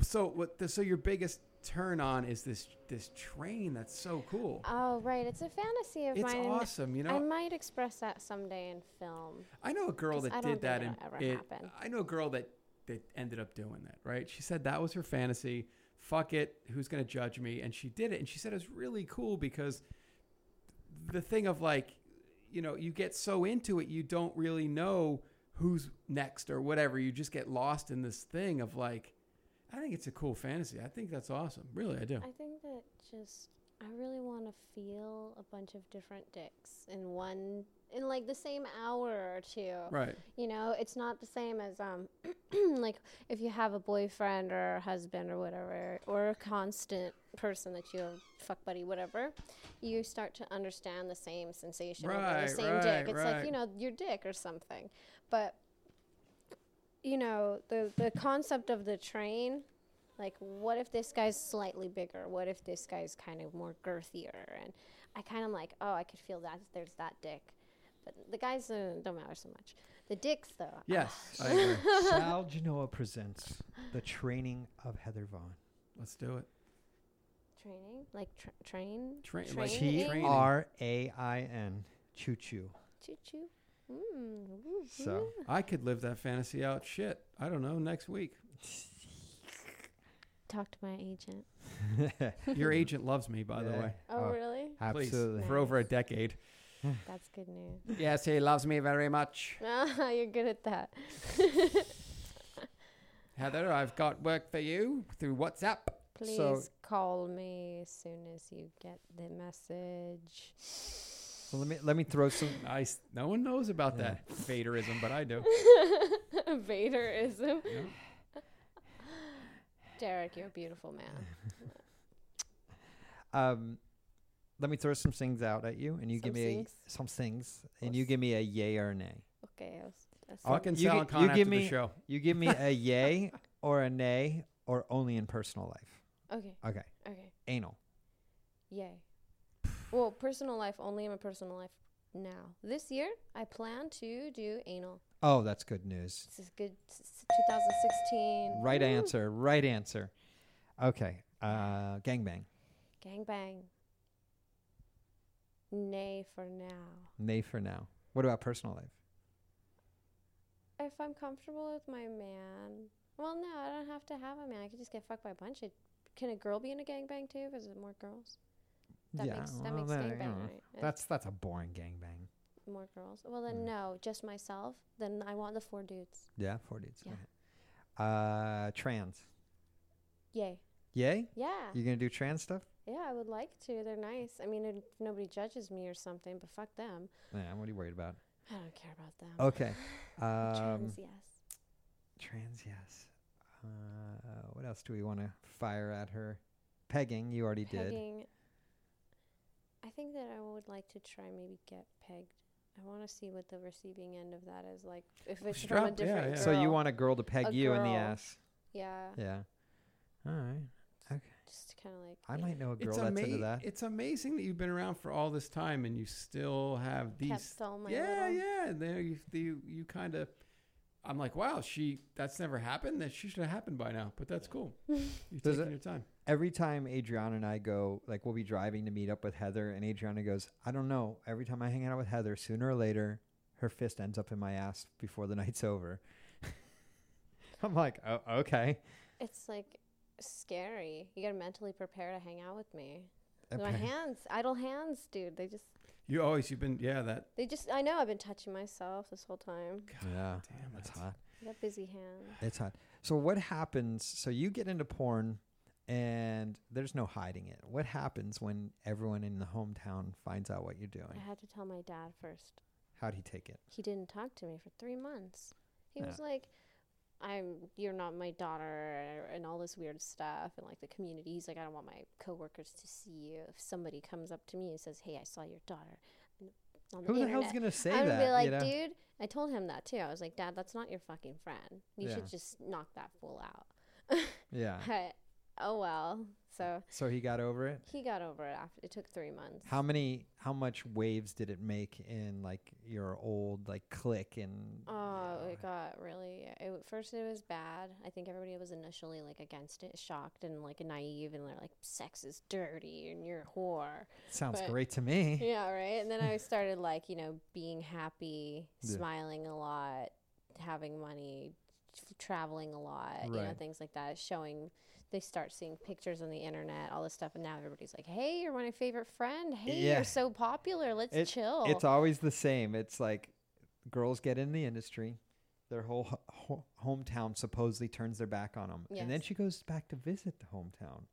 D: so what? The, so your biggest turn on is this this train that's so cool.
C: Oh right, it's a fantasy of
D: It's
C: mine. and
D: awesome, you know?
C: I might express that someday in film.
D: I know a girl
C: 'cause
D: that
C: I don't
D: did that,
C: think
D: and
C: it'll ever
D: it,
C: happen.
D: I know a girl that that ended up doing that. Right? She said that was her fantasy. Fuck it. Who's gonna judge me? And she did it, and she said it was really cool because the thing of like, you know, you get so into it, you don't really know who's next or whatever. You just get lost in this thing of like, I think it's a cool fantasy. I think that's awesome. Really, I do.
C: I think that just I really want to feel a bunch of different dicks in one in like the same hour or two.
D: Right.
C: You know, it's not the same as um like if you have a boyfriend or a husband or whatever or a constant person that you have fuck buddy whatever, you start to understand the same sensation over
R: Right,
C: the same
R: right,
C: dick. It's like,
R: right.
C: you know, your dick or something. But you know, the the concept of the train like what if this guy's slightly bigger what if this guy's kind of more girthier and i kind of like oh i could feel that there's that dick but the guys uh, don't matter so much the dicks though ah.
D: Yes, I agree.
B: Sal Genoa presents the training of Heather Vaughn.
D: Let's do it.
C: training like tra- train
D: Train- like
B: T
C: training
B: R A I N. Choo choo.
C: choo choo mm. woo,
B: So-
C: woo.
D: I could live that fantasy out. Shit, I don't know. Next week,
C: talk to my agent
D: your agent loves me, by the
B: Yeah.
D: way.
C: Oh, Oh, really?
D: Please,
B: Uh, absolutely.
D: for over a decade.
C: that's good news
D: yes, he loves me very much.
C: Ah, you're good at that
D: Heather, I've got work for you through WhatsApp.
C: please
D: So,
C: call me as soon as you get the message
B: So let me let me throw some.
D: Nice. No one knows about that Vaderism, but I do.
C: Vaderism. Derek, you're a beautiful man.
B: Um, let me throw some things out at you, and you give
C: Some
B: me
C: things?
B: A, some things, and you give me a yay or a nay.
C: Okay. I was, that's
B: I'll-
D: Fucking
B: you
D: Sal
B: gi-
D: and Con
B: you
D: after
B: give
D: the
B: me,
D: show.
B: You give me a yay or a nay, or only in personal life.
C: Okay.
B: Okay.
C: Okay.
B: Anal.
C: Yay. Well, personal life, only in my personal life now. This year, I plan to do anal.
B: Oh, that's good news.
C: This is good. s- s- 2016.
B: Right answer. Right answer. Okay. Uh, gangbang.
C: Gangbang. Nay for now.
B: Nay for now. What about personal life?
C: If I'm comfortable with my man, well, no, I don't have to have a man. I could just get fucked by a bunch of. Can a girl be in a gangbang too? If there's more girls, that makes that
B: well,
C: makes
B: that- you
C: gangbang
B: know,
C: right. Yeah.
B: That's that's a boring gangbang.
C: More girls. Well, then no, just myself. Then I want the four dudes.
B: Yeah, four dudes.
C: Yeah.
B: okay. Uh, trans.
C: Yay.
B: Yay.
C: Yeah.
B: You gonna do trans stuff?
C: Yeah, I would like to. They're nice. I mean, if nobody judges me or something, but fuck them.
B: Yeah. What are you worried about?
C: I don't care about them.
B: Okay. Um,
C: Trans, yes.
B: Trans, yes. Uh, what else do we want to fire at her? Pegging, you already did.
C: Pegging. I think that I would like to try maybe get pegged. I want to see what the receiving end of that is like. If
B: Oh,
C: it's from a
D: Strap, yeah,
C: different
D: yeah.
B: So you
C: girl.
B: want a girl to peg
C: A
B: you in the
C: girl.
B: ass?
C: Yeah.
B: Yeah. All right. Okay.
C: Just kind of like.
B: I might know a Oh, girl
D: It's,
B: that's
D: ama-
B: into that.
D: it's amazing that you've been around for all this time and you still have these.
C: all my
D: yeah,
C: little-
D: yeah. and There you, you, you kind of. I'm like, wow, she. That's never happened. That she should have happened by now. But that's cool. You're
B: Does
D: taking
B: it-
D: your time.
B: Every time Adriana and I go, like we'll be driving to meet up with Heather, and Adriana goes, I don't know. Every time I hang out with Heather, sooner or later, her fist ends up in my ass before the night's over. I'm like, oh, okay.
C: It's like scary. You gotta mentally prepare to hang out with me. My
D: Okay.
C: hands, idle hands, dude. They just,
D: You always. You've been. Yeah, that.
C: they just. I know I've been touching myself this whole time.
B: yeah. Damn, that's hot.
C: I got busy hands.
B: It's hot. So what happens? So you get into porn, and there's no hiding it. What happens when everyone in the hometown finds out what you're
C: I
B: doing?
C: had to tell my dad first.
B: How'd he take it?
C: He didn't talk to me for three months. He
B: Yeah.
C: was like, "I'm, you're not my daughter," and all this weird stuff, and like the community. He's like, "I don't want my coworkers to see you." If somebody comes up to me and says, "Hey, I saw your daughter," on the
B: Who the hell's
C: internet,"
B: gonna say
C: I'm
B: that, you
C: be like,
B: know?
C: "Dude," I told him that too. I was like, "Dad, that's not your fucking friend. You
B: Yeah.
C: should just knock that fool out."
B: Yeah.
C: But oh well. So
B: So he got over it.
C: he got over it after it took three months.
B: How many? How much waves did it make in like your old like click and
C: Oh, it got really. It, w- first, it was bad. I think everybody was initially like against it, shocked and like naive, and they're like, "Sex is dirty, and you're a whore."
B: Sounds great to me.
C: Yeah, right. And then I started like you know being happy,
B: Yeah.
C: smiling a lot, having money, f- traveling a lot, you know
R: Right.
C: things like that. Showing they start seeing pictures on the internet, all this stuff, and now everybody's like, "Hey, you're my favorite friend. Hey,
B: Yeah.
C: you're so popular. Let's
B: It-
C: chill."
B: It's always the same. It's like girls get in the industry, their whole ho- ho- hometown supposedly turns their back on them, and then
S: Yes.
B: she goes back to visit the hometown,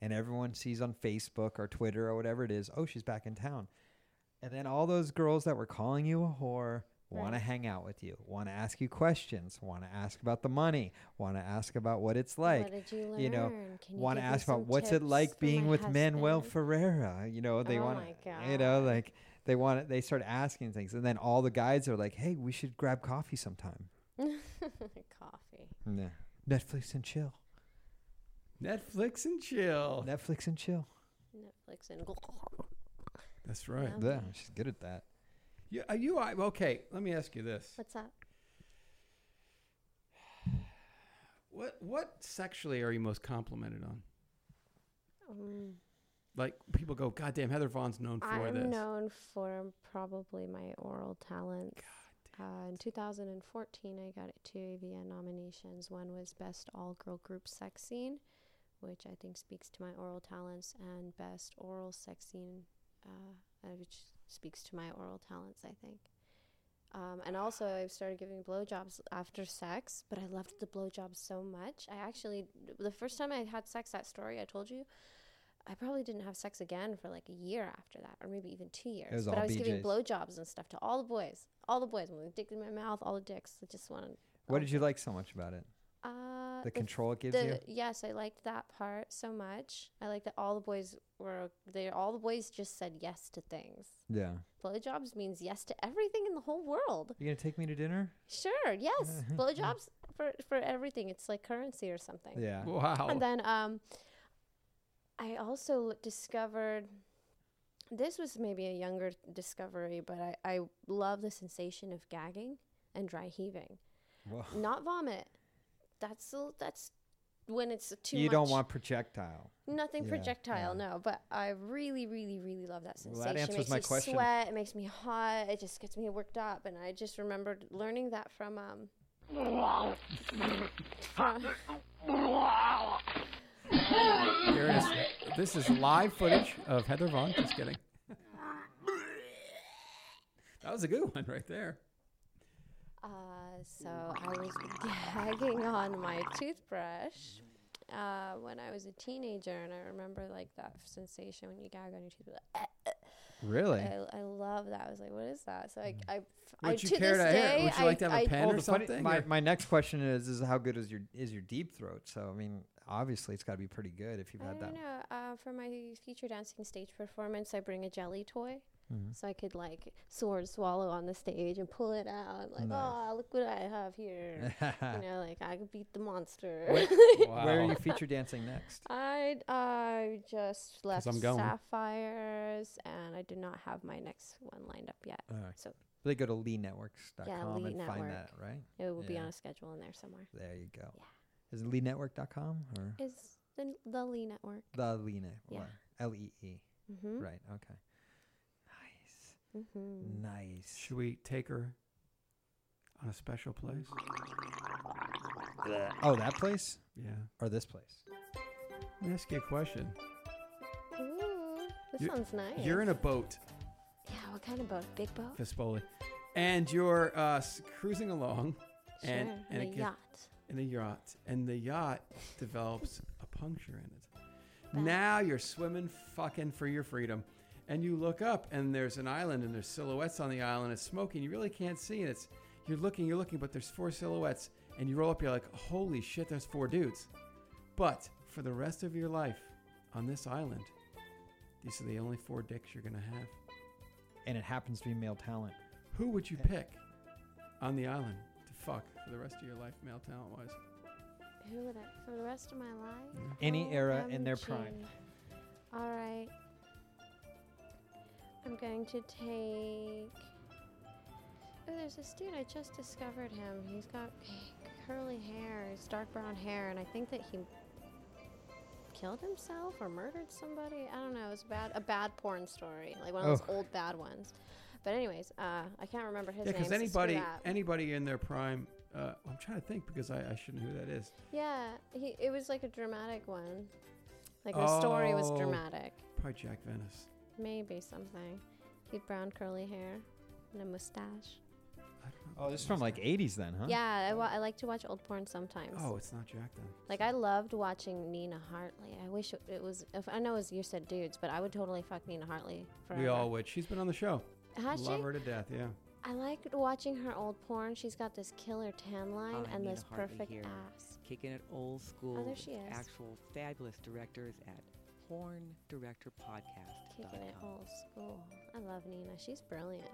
B: and everyone sees on Facebook or Twitter or whatever it is, oh, she's back in town, and then all those girls that were calling you a whore. Want to
S: Right.
B: hang out with you, want to ask you questions, want to ask about the money, want to ask about what it's like.
S: did you
B: know,
S: learn? Can you
B: want to
S: give me
B: ask about
S: some
B: what's it
S: tips
B: like
S: for
B: being
S: my
B: with Manuel
S: husband?
B: Ferreira. You know, they
S: Oh
B: want
S: my
B: to, you know, like they want to, they start asking things. And then all the guys are like, hey, we should grab coffee sometime.
C: Coffee.
B: Yeah. Netflix and chill.
D: Netflix and chill.
B: Netflix and chill.
C: Netflix and
D: That's right.
B: Yeah, she's good at that.
D: You, are you I- okay? Let me ask you this:
C: what's up?
D: What what sexually are you most complimented on?
C: Um,
D: Like people go, God damn, Heather Vaughn's known for
C: I'm
D: this.
C: known for probably my oral talent. Uh, in 2014, I got two AVN nominations. One was Best All Girl Group Sex Scene, which I think speaks to my oral talents, and Best Oral Sex Scene, uh, uh, which speaks to my oral talents, I think. Um, and also, I've started giving blowjobs after sex, but I loved the blowjobs so much. I actually, the first time I had sex, that story I told you, I probably didn't have sex again for like a year after that, or maybe even two years.
B: was
C: but
B: all
C: I was giving
B: BJs.
C: blowjobs and stuff to all the boys, all the boys, with the dick in my mouth, all the dicks. I just wanted.
B: What did you like so much about it?
C: Uh,
B: The control it gives you?
C: Yes, I liked that part so much. I liked that all the boys were they all the boys just said yes to things.
B: Yeah.
C: Blowjobs means yes to everything in the whole world.
B: You going to take me to dinner?
C: Sure, yes, blowjobs for for everything. It's like currency or something.
B: Yeah. Wow.
C: And then um, I also l- discovered this was maybe a younger discovery, but I I love the sensation of gagging and dry heaving,
B: Whoa.
C: not vomit. That's a- that's when it's too.
B: you
C: much.
B: don't want projectile.
C: Nothing
B: Yeah,
C: projectile, no. But I really, really, really love that
B: Well,
C: sensation.
B: that
C: it
B: answers
C: makes
B: my
C: me
B: question.
C: sweat. It makes me hot. It just gets me worked up. And I just remembered learning that from um. from-
D: Here it is. This is live footage of Heather Vaughn. Just kidding. that was a good one right there.
C: uh, so I was gagging on my toothbrush uh, when I was a teenager, and I remember like that sensation when you gag on your toothbrush.
B: Really?
C: I, I love that. I was like, "What is that?" So I, I, I
D: Would
C: to
D: Mm. you
C: this
D: care to hear?
C: day,
D: Would you like to have
C: a
D: a pen or
B: the funny-
D: something?
B: my,
D: or-
B: my next question is: Is how good is your is your deep throat? So I mean, obviously, it's got to be pretty good if you've
C: I
B: had that.
C: don't know. Uh, for my future dancing stage performance, I bring a jelly toy,
D: Mm-hmm.
B: Mhm.
C: so I could like sword swallow on the stage and pull it out. Like,
B: Nice.
C: oh, look what I have here! you know, like I could beat the monster.
B: Where are you feature dancing next?
C: I I just left
B: I'm going.
C: sapphires, and I do not have my next one lined up yet.
B: All right.
C: So
B: They go to leanetworks.com
C: yeah,
B: and
C: Elite Network.
B: find that, right?
C: It will be
B: Yeah.
C: on a schedule in there somewhere.
B: There you go. Is it leanetwork.com or
C: It's the the Lee Network.
B: the Lean Network?
C: Yeah.
B: L E E.
C: Mhm.
B: Right. Okay.
C: Mm-hmm.
B: Nice.
D: Should we take her on a special place?
B: Oh, that place?
D: Yeah.
B: Or this place?
D: Let me ask you a question.
C: Ooh, this
D: You-
C: sounds nice.
D: You're in a boat,
C: yeah. What kind of boat? Big boat.
D: Fispoli, and you're uh, s- cruising along, and
C: Sure, in
D: and it
C: a
D: gives-
C: yacht.
D: In a yacht, and the yacht develops a puncture in it. Now you're swimming fucking for your freedom. And you look up and there's an island and there's silhouettes on the island. It's smoking. You really can't see it. It's you're looking, you're looking, but there's four silhouettes. And you roll up, you're like, holy shit, there's four dudes. But for the rest of your life on this island, these are the only four dicks you're gonna have.
B: And it happens to be male talent.
D: Who would you pick on the island to fuck for the rest of your life, male talent wise?
C: Who would I for the rest of my life? Oh,
B: Any era in their
C: OMG.
B: prime.
C: All right. I'm going to take. Oh, there's this dude. I just discovered him. He's got curly hair. He's dark brown hair, and I think that he killed himself or murdered somebody. I don't know. It was bad. A bad porn story, like one of those
D: Oh.
C: old bad ones. But anyways, uh, I can't remember his
D: yeah,
C: name.
D: because
C: so screw
D: anybody
C: that.
D: anybody in their prime, uh, I'm trying to think because I, I shouldn't know who that is.
C: Yeah, he, it was like a dramatic one. Like the story was
D: Oh,
C: dramatic.
D: Probably Jack Venice.
C: Maybe something. He had brown curly hair and a mustache.
B: Oh, this is from like 80s then, huh?
C: Yeah, I, wa- I like to watch old porn sometimes.
D: Oh, it's not Jack then.
C: Like I loved watching Nina Hartley. I wish it, it was. If I know as you said, dudes, but I would totally fuck Nina Hartley forever.
D: We all would. She's been on the show.
C: Has
D: Love
C: she?
D: her to death. Yeah.
C: I liked watching her old porn. She's got this killer tan line
R: Ah,
C: and
R: Nina
C: this
R: Hartley
C: perfect
R: here,
C: ass.
R: Kicking it old school.
C: there
R: with
C: she is.
R: Actual fabulous directors at Horn Director Podcast.
C: Kicking it old school. I love Nina. She's brilliant.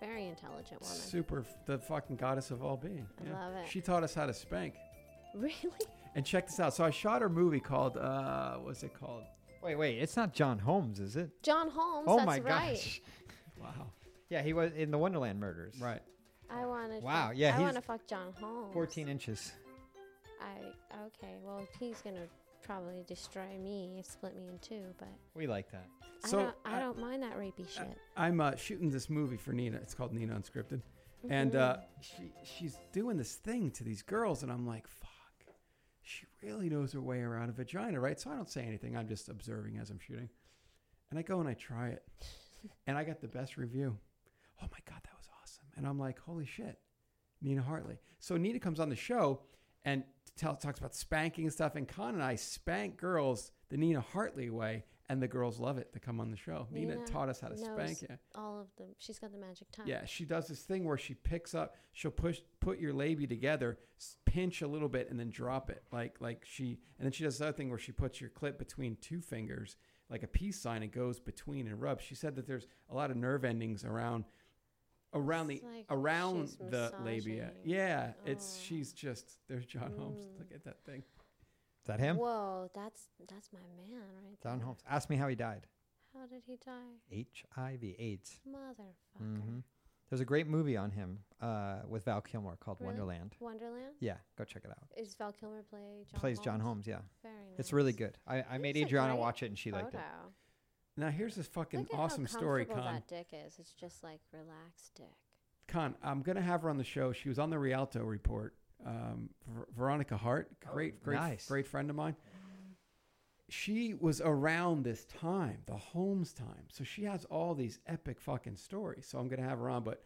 C: Very intelligent woman.
D: Super, f- the fucking goddess of all being.
C: I
D: Yeah.
C: love it.
D: She taught us how to spank.
C: Really?
D: And check this out. So I shot her movie called, uh, what's it called?
B: Wait, wait, it's not John Holmes, is it?
C: John Holmes.
B: Oh
C: that's
B: my
C: right.
B: gosh.
D: Wow.
B: Yeah, he was in the Wonderland Murders.
D: Right.
C: I want to.
B: Wow,
C: Fuck,
B: yeah,
C: I
B: he's
C: want to fuck John Holmes.
B: 14 inches.
C: I okay. Well, he's gonna probably destroy me, split me in two. But
B: We like that.
C: I
D: So
C: don't.
B: uh,
C: I, don't mind that rapey shit.
D: I'm uh, shooting this movie for Nina. It's called Nina Unscripted, and uh, she she's doing this thing to these girls, and I'm like, fuck, she really knows her way around a vagina, right? So I don't say anything. I'm just observing as I'm shooting, and I go and I try it, and I got the best review. Oh my god, that was awesome! And I'm like, holy shit, Nina Hartley. So Nina comes on the show and tell, talks about spanking and stuff, and Con and I spank girls the Nina Hartley way. And the girls love it to come on the show. Nina, taught us how to
C: knows
D: spank you.
C: All of them. She's got the magic time.
D: Yeah, she does this thing where she picks up, she'll push, put your labia together, s- pinch a little bit, and then drop it. Like, like she, and then she does this other thing where she puts your clip between two fingers, like a peace sign, and goes between and rubs. She said that there's a lot of nerve endings around, around
C: It's
D: the,
C: like
D: around
C: she's
D: the labia.
C: massaging. Oh.
D: Yeah, it's she's just there's John Holmes.
C: Mm.
D: Look at that thing.
B: Is that him?
C: Whoa, that's that's my man right there.
B: John Holmes. Ask me how he died.
C: How did he die?
B: HIV, AIDS.
C: Motherfucker.
B: Mhm. There's a great movie on him uh, with Val Kilmer called
C: Really?
B: Wonderland.
C: Wonderland.
B: Yeah, go check it out.
C: Is Val Kilmer play John
B: Plays
C: Holmes?
B: John Holmes. Yeah,
C: Very nice.
B: it's really good. I, I made
C: It's a
B: Adriana
C: great
B: watch it and she liked it.
C: photo.
D: Now here's this fucking
C: Look at
D: awesome
C: how
D: story,
C: comfortable
D: Con.
C: That dick is. It's just like relaxed dick.
D: Con, I'm gonna have her on the show. She was on the Rialto Report. Um, Ver- Veronica Hart, great, great,
B: nice.
D: great friend of mine. She was around this time, the Holmes time, so she has all these epic fucking stories. So I'm gonna have her on, but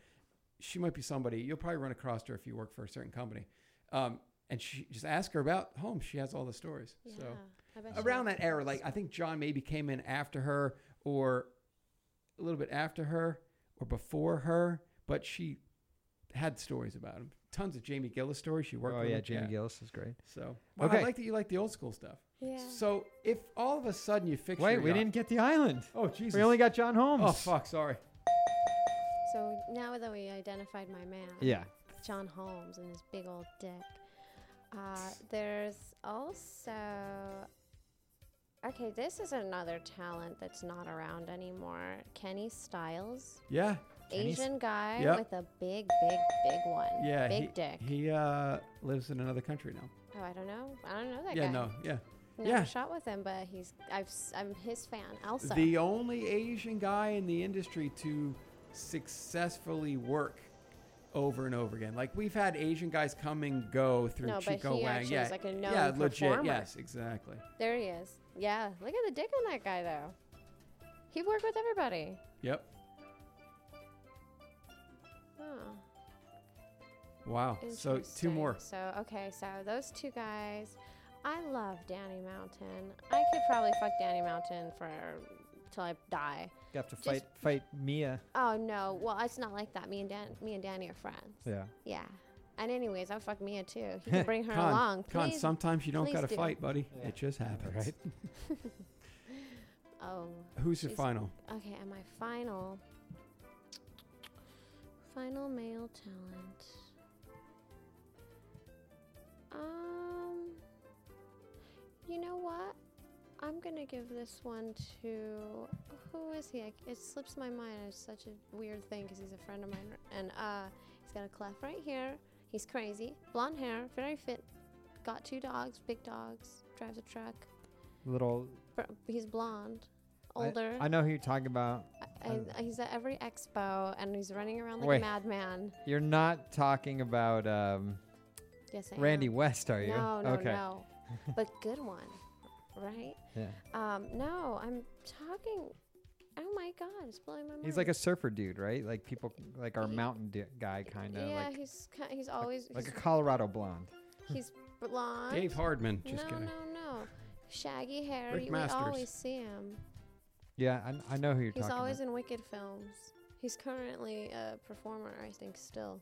D: she might be somebody you'll probably run across her if you work for a certain company. Um, and she just ask her about Holmes. She has all the stories. so
C: I bet she
D: around
C: liked
D: that era, like I think John maybe came in after her or a little bit after her or before her, but she had stories about him. Tons of Jamie Gillis stories. She worked.
B: Oh
D: with
B: yeah,
D: him.
B: Jamie Gillis is great.
D: So Wow, I
B: Okay.
D: like that you like the old school stuff.
C: Yeah.
D: So if all of a sudden you fix
B: Wait, we didn't get the island.
D: Oh Jesus.
B: We only got John Holmes.
D: Oh fuck, sorry.
C: So now that we identified my man,
B: Yeah.
C: John Holmes and his big old dick. Uh, there's also okay. This is another talent that's not around anymore. Kenny Styles,
D: Yeah.
C: Asian guy
D: Yep.
C: with a big, big, big one.
D: Yeah.
C: big
D: he,
C: dick.
D: He uh, lives in another country now.
C: Oh, I don't know. I don't know that
D: yeah.
C: guy.
D: No. Yeah.
C: Never
D: yeah.
C: shot with him, but he's I've s- I'm his fan. Also,
D: The only Asian guy in the industry to successfully work over and over again. Like we've had Asian guys come and go through
C: No, but
D: Chico
C: he
D: Wang.
C: actually
D: Yeah,
C: is like a known
D: yeah, legit.
C: performer.
D: Yes, exactly.
C: there he is. Yeah, look at the dick on that guy though. He worked with everybody.
D: Yep.
C: Oh.
D: Wow. So two
C: Interesting.
D: more.
C: So okay, so those two guys. I love Danny Mountain. I could probably fuck Danny Mountain for till I die.
B: You have to
C: Just-
B: fight fight Mia.
C: Oh no, well it's not like that. Me and Dan, me and Danny are friends.
B: Yeah.
C: Yeah. And anyways, I would fuck Mia too. He can bring her
D: Con,
C: along.
D: Con,
C: Please-
D: sometimes you don't
C: please
D: gotta
C: do.
D: fight, buddy. It just happens. Right.
C: Oh.
D: Who's your
C: she's-
D: final?
C: Okay, and my final. Final male talent. Um. You know what? I'm gonna give this one to who is he? I, it slips my mind. It's such a weird thing because he's a friend of mine, and uh, he's got a cleft right here. He's crazy, blonde hair, very fit. Got two dogs, big dogs. Drives a truck.
B: Little.
C: Br- He's blonde,
B: I-
C: older.
B: I, know who you're talking about.
C: I, I- he's at every expo, and he's running around like
B: Um, Wait.
C: a madman.
B: You're not talking about um,
C: Yes, I am.
B: Randy West, are you?
C: No, no,
B: okay.
C: no. But good one, right?
B: Yeah.
C: Um, no, I'm talking. Oh my God, it's blowing my mind.
B: He's like a surfer dude, right? Like people, like our mountain du- guy, kind of.
C: yeah,
B: like,
C: he's ki- he's always
B: like a
C: he's,
B: Colorado blonde.
C: he's blonde.
D: Dave Hardman, just
C: no,
D: kidding.
C: no, no. Shaggy hair.
D: Rick
C: you we
D: Masters.
C: always see him.
B: Yeah, I, I know who you're
C: He's
B: talking
C: always
B: about.
C: in Wicked films. He's currently a performer, I think, still.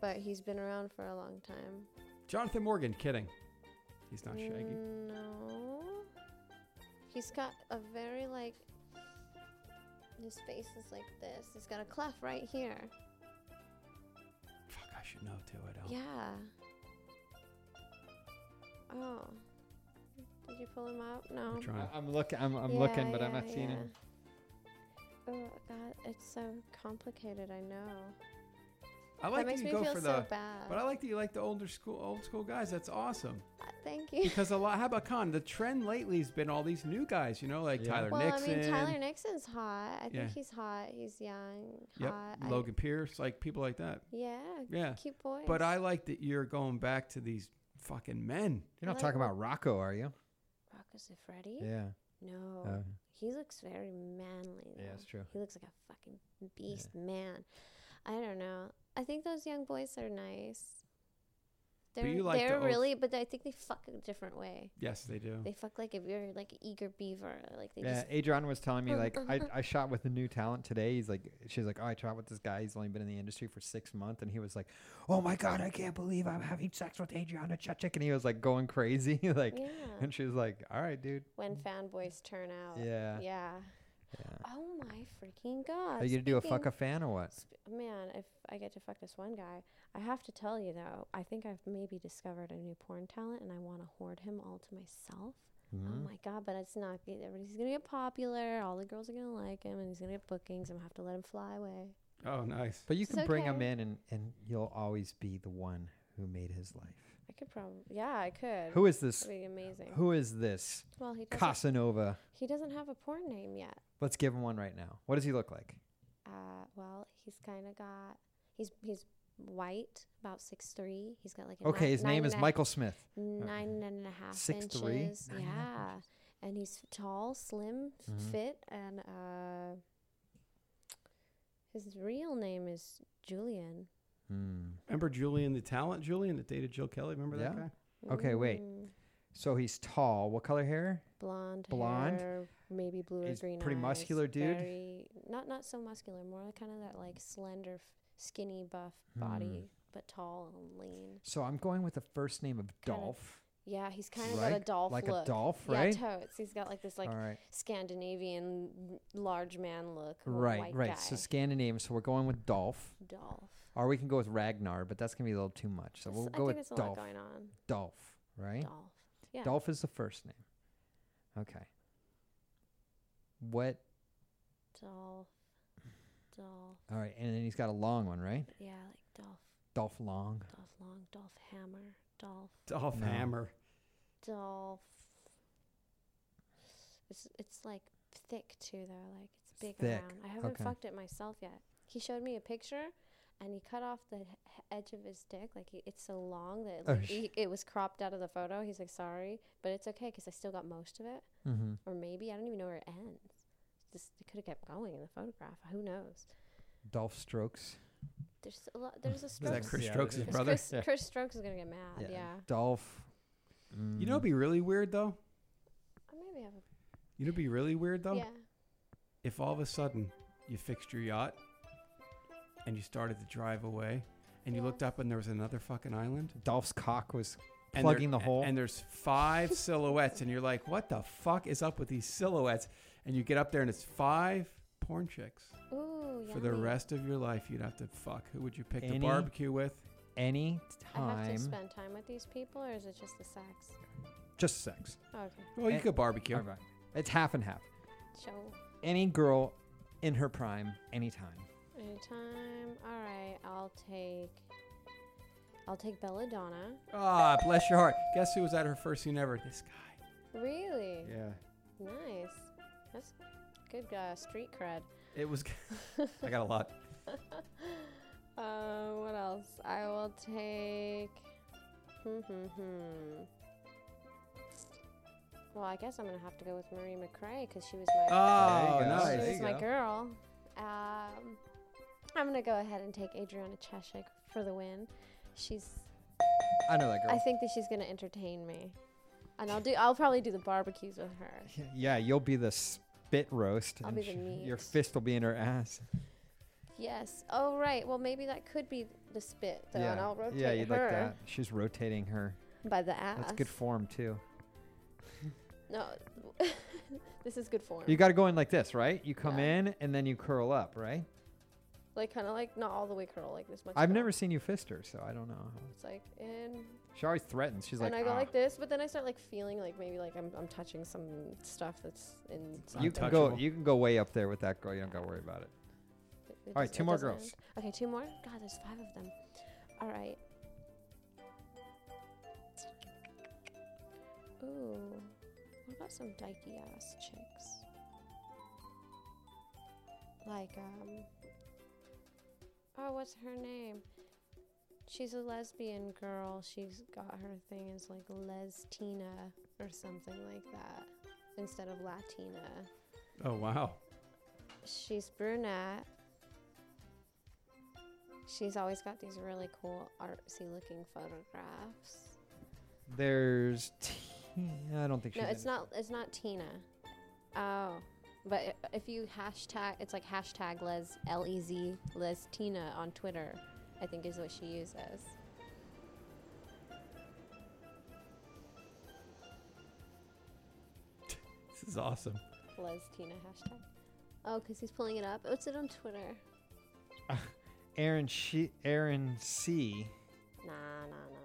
C: But he's been around for a long time.
D: Jonathan Morgan, kidding. He's not Shaggy.
C: Mm. No. He's got a very like. His face is like this. He's got a cleft right here.
D: Fuck, I should know too. I don't.
C: Yeah. Oh. Did you pull him up? No.
B: I, am looking. I'm, I'm looking, but I'm
C: yeah,
B: not seeing him.
C: yeah. Oh God, it's so complicated. I know.
D: I
C: that
D: like
C: makes
D: that
C: me
D: you go
C: feel
D: for
C: so
D: the.
C: bad. Uh,
D: But I like that you like the older school, old school guys. That's awesome.
C: Thank you.
D: because a lot. How about Con? The trend lately has been all these new guys. You know, like Tyler
C: well,
D: Nixon.
C: I mean, Tyler Nixon's hot. I think
D: Yeah.
C: he's hot. He's young.
D: Yep.
C: Hot. I-
D: Logan Pierce, like people like that.
C: yeah.
D: Yeah.
C: Cute boys.
D: But I like that you're going back to these fucking men.
C: You're not I talking like-
B: about Rocco, are you?
C: Rocco's a Freddy?
B: Yeah.
C: No.
B: Oh.
C: he looks very manly.
B: Yeah,
C: though.
B: it's true.
C: He looks like a fucking beast man. I don't know. I think those young boys are nice.
D: But
C: They're,
D: you like the
C: they're
D: old-
C: really, but I think they fuck a different way.
D: Yes, they do.
C: They fuck like if you're like an eager beaver. Like they
B: Mm. Yeah,
C: just.
B: Adrian was telling me like I, I shot with a new talent today. He's like she's like, Oh, I shot with this guy, he's only been in the industry for six months and he was like, Oh my god, I can't believe I'm having sex with Adriana Chechik and he was like going crazy. like
C: Yeah.
B: and she was like, All right, dude.
C: When fanboys turn out.
B: Yeah.
C: Yeah. Oh my freaking god.
B: Are you gonna do a fuck
C: Uh, Speaking-
B: a fan or what?
C: Man, if I get to fuck this one guy, I have to tell you though, I think I've maybe discovered a new porn talent and I want to hoard him all to myself.
D: Mhm.
B: Mm-hmm.
C: Oh my god, but it's not good. Everybody's gonna get popular, all the girls are gonna like him, and he's gonna get bookings. I'm gonna have to let him fly away.
D: Oh, nice.
B: But you
C: It's
B: can bring him
C: okay.
B: in and, and you'll always be the one who made his life.
C: I could probably, yeah, I could.
B: Who is this?
C: That'd be amazing.
B: Who is this?
C: Well, he doesn't-
B: Casanova.
C: He doesn't have a porn name yet.
B: Let's give him one right now. What does he look like?
C: Uh, well, he's kind of got he's he's white, about six three. He's got like a
B: Okay,
C: ni-
B: his name
C: nine
B: is
C: and a-
B: Michael Smith. Uh,
C: Nine and a half
B: 6'3"?
C: inches.
B: Nine and a
C: yeah, and he's tall, slim, f-
B: Mhm.
C: fit, and uh, his real name is Julian.
B: Hmm.
D: Remember Julian the talent, Julian that dated Jill Kelly. Remember that guy?
B: Okay, wait.
C: Mm,
B: So he's tall. What color hair?
C: Blonde,
B: Blonde.
C: hair, maybe blue
B: He's
C: or green.
B: pretty
C: eyes,
B: muscular dude.
C: Very, not not so muscular, more kind of that like slender, f- skinny, buff
B: Hmm.
C: body, but tall and lean.
B: So I'm going with the first name of Dolph.
C: Yeah, he's kind of got
B: Right?
C: a Dolph
B: Like a
C: look.
B: Dolph,
C: yeah,
B: right?
C: totes. He's got like this like
B: All right.
C: Scandinavian m- large man look. of a
B: Right,
C: white
B: right.
C: Guy.
B: So Scandinavian. So we're going with Dolph.
C: Dolph.
B: Or we can go with Ragnar, but that's gonna be a little too much. So
C: That's-
B: we'll go
C: I think
B: with
C: that's a lot
B: Dolph.
C: going on.
B: Dolph, right?
C: Dolph. Yeah.
B: Dolph is the first name. Okay. What?
C: Dolph. Dolph.
B: All right, and then he's got a long one, right?
C: Yeah, like Dolph.
B: Dolph Long.
C: Dolph Long. Dolph Hammer. Dolph.
D: Dolph
B: No.
D: Hammer.
C: Dolph. It's it's like thick too though. Like it's big
D: thick.
C: around. I haven't
D: Okay.
C: fucked it myself yet. He showed me a picture. And he cut off the h- h- edge of his dick, like he, it's so long that
B: Oh,
C: like,
B: sh-
C: he, it was cropped out of the photo. He's like, "Sorry, but it's okay because I still got most of it."
B: Mhm.
C: or maybe I don't even know where it ends. This it could have kept going in the photograph. Who knows?
B: Dolph Strokes.
C: There's a lot. There's a
D: that
C: Strokes.
D: Chris Yeah, Strokes'
C: There's
D: brother?
C: Chris,
D: Yeah.
C: Chris Strokes is gonna get mad. Uh, Yeah.
B: Dolph.
D: You know, it'd be really weird though.
C: I maybe have a
D: You know, it'd be really weird though.
C: yeah.
D: If all of a sudden you fixed your yacht and you started to drive away, and you looked up and there was another fucking island.
B: Dolph's cock was
D: and
B: plugging
D: there-
B: the hole.
D: And there's five silhouettes, and you're like, what the fuck is up with these silhouettes? And you get up there, and it's five porn chicks.
C: Ooh,
D: For the
C: Oh, yummy.
D: rest of your life, you'd have to fuck. Who would you pick
B: Any
D: to barbecue with?
B: Any
C: I have to
B: time.
C: spend time with these people, or is it just the sex?
B: Just sex.
C: Okay.
D: Well, you
B: And-
D: could barbecue.
B: All right. It's half and half.
C: So
B: Any girl in her prime, anytime.
C: anytime. All right, I'll take. I'll take Belladonna.
D: Ah, bless your heart. Guess who was at her first scene ever? This guy.
C: Really?
D: Yeah.
C: Nice. That's good uh, street cred.
D: It was. I got a lot.
C: Uh, what else? I will take. Hmm, hmm, hmm. Well, I guess I'm gonna have to go with Marie McRae because she was my.
D: Oh,
C: she
D: nice. There
C: was
D: you
C: my
D: go.
C: girl. Um, I'm gonna go ahead and take Adriana Cheshik for the win. She's.
B: I know that girl.
C: I think that she's gonna entertain me, and I'll do. I'll probably do the barbecues with her.
B: yeah, you'll be the spit roast.
C: I'll
B: and
C: be the
B: sh-
C: meat.
B: Your fist will be in her ass.
C: Yes. Oh, right. Well, maybe that could be the spit though,
B: yeah.
C: and I'll rotate
B: yeah, you'd
C: her
B: like that. She's rotating her.
C: by the ass.
B: That's good form too.
C: No, this is good form.
B: You got to go in like this, right? You come in and then you curl up, right?
C: like kind of like not all the way curl, like this much.
B: I've
C: curl.
B: never seen you fist her, so I don't know.
C: It's like in.
B: She always threatens. She's
C: and
B: like,
C: I go
B: "Ah."
C: like this, but then I start like feeling like maybe like I'm, I'm touching some stuff that's in.
B: you can go.
D: untouchable.
B: You can go way up there with that girl. You don't got to worry about it.
C: It- it
B: All right,
C: just-
B: two
C: it
B: more
C: doesn't
B: girls.
C: end. Okay, two more. God, there's five of them. All right. Ooh, what about some dykey ass chicks? Like um. Oh, what's her name? She's a lesbian girl. She's got her thing as like Lestina or something like that instead of Latina.
D: Oh wow.
C: She's brunette. She's always got these really cool artsy looking photographs.
B: There's. T- I don't think she's.
C: no, it's
B: in it.
C: not it's not Tina. Oh. But i- if you hashtag it's like hashtag Les L E Z Les Tina on Twitter, I think is what she uses.
D: This is awesome.
C: Les Tina hashtag. Oh, because he's pulling it up. Oh, it's it on Twitter.
B: Aaron. She. Aaron C.
C: Nah,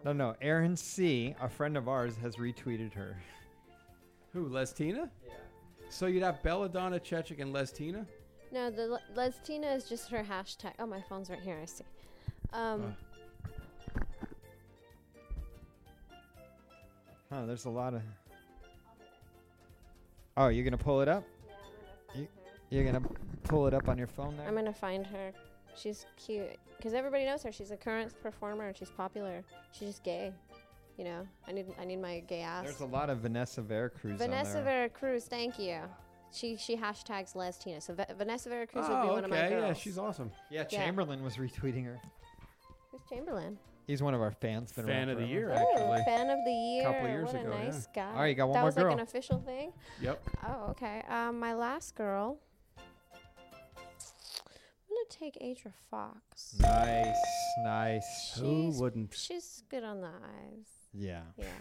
B: No, no. Aaron C. A friend of ours has retweeted her.
D: Who? Lestina? Yeah. So you'd have Belladonna, Chechik, and Lestina.
C: No, the Le- Les Tina is just her hashtag. Oh, my phone's right here. I see. Um,
B: Huh? There's a lot of. Oh, you're gonna pull it up. You, you're gonna pull it up on your phone there.
C: I'm gonna find her. She's cute because everybody knows her. She's a current performer. and She's popular. She's just gay. You know, I need I need my gay ass.
B: There's a lot of Vanessa Vera Cruz.
C: Vanessa
B: on there.
C: Vera Cruz, thank you. She she hashtags Les Tina. So Va- Vanessa Vera Cruz would be
D: Oh,
C: one of my
D: okay, yeah,
C: girls.
D: she's awesome.
B: Yeah, Chamberlain was retweeting her.
C: Who's Chamberlain?
B: He's one of our fans. Been
D: Fan
B: around
D: of the
B: forever.
D: year,
C: Ooh, fan of the year.
D: Couple years
C: what
D: ago,
C: a nice
D: yeah.
C: guy.
B: All right, you got one
C: that
B: more
C: was like an
B: girl.
C: official thing.
D: Yep.
C: Oh, okay. Um, my last girl. I'm gonna take Adra Fox.
B: Nice, nice.
C: She's- She's good on the eyes.
B: Yeah.
C: Yeah.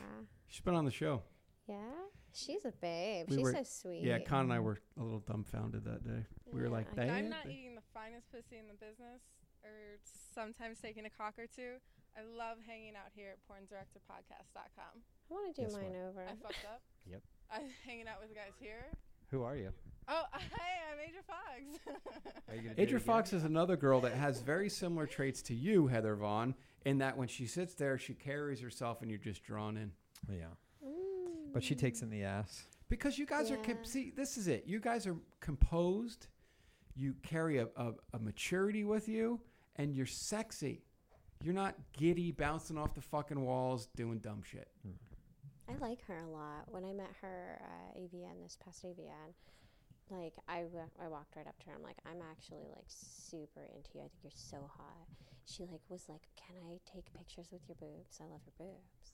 D: She's been on the show.
C: Yeah. She's a babe.
D: We
C: she's
D: were-
C: so sweet.
D: Yeah, Con and I were a little dumbfounded that day. We were like,
S: Like, I'm
D: "Damn,
S: not
D: they-
S: eating the finest pussy in the business, or sometimes taking a cock or two. I love hanging out here at PornDirectorPodcast.com.
C: I want to do
B: Guess
C: mine
B: what?
C: over.
S: I fucked up.
B: Yep.
S: I'm hanging out with guys here.
B: Who are you?
S: Oh, hey, I'm Major Fox.
B: Are you gonna do it
D: Adria
B: again?
D: Fox is another girl that has very similar traits to you, Heather Vaughn, in that when she sits there, she carries herself and you're just drawn in.
B: Yeah.
C: Mm.
B: But she takes in the ass.
D: Because you guys are, com- see, this is it. You guys are composed, you carry a, a, a maturity with you, and you're sexy. You're not giddy, bouncing off the fucking walls, doing dumb shit.
C: I like her a lot. When I met her at AVN this past AVN, like I, wa- I walked right up to her. I'm like, I'm actually like super into you. I think you're so hot. She like was like, can I take pictures with your boobs? I love your boobs.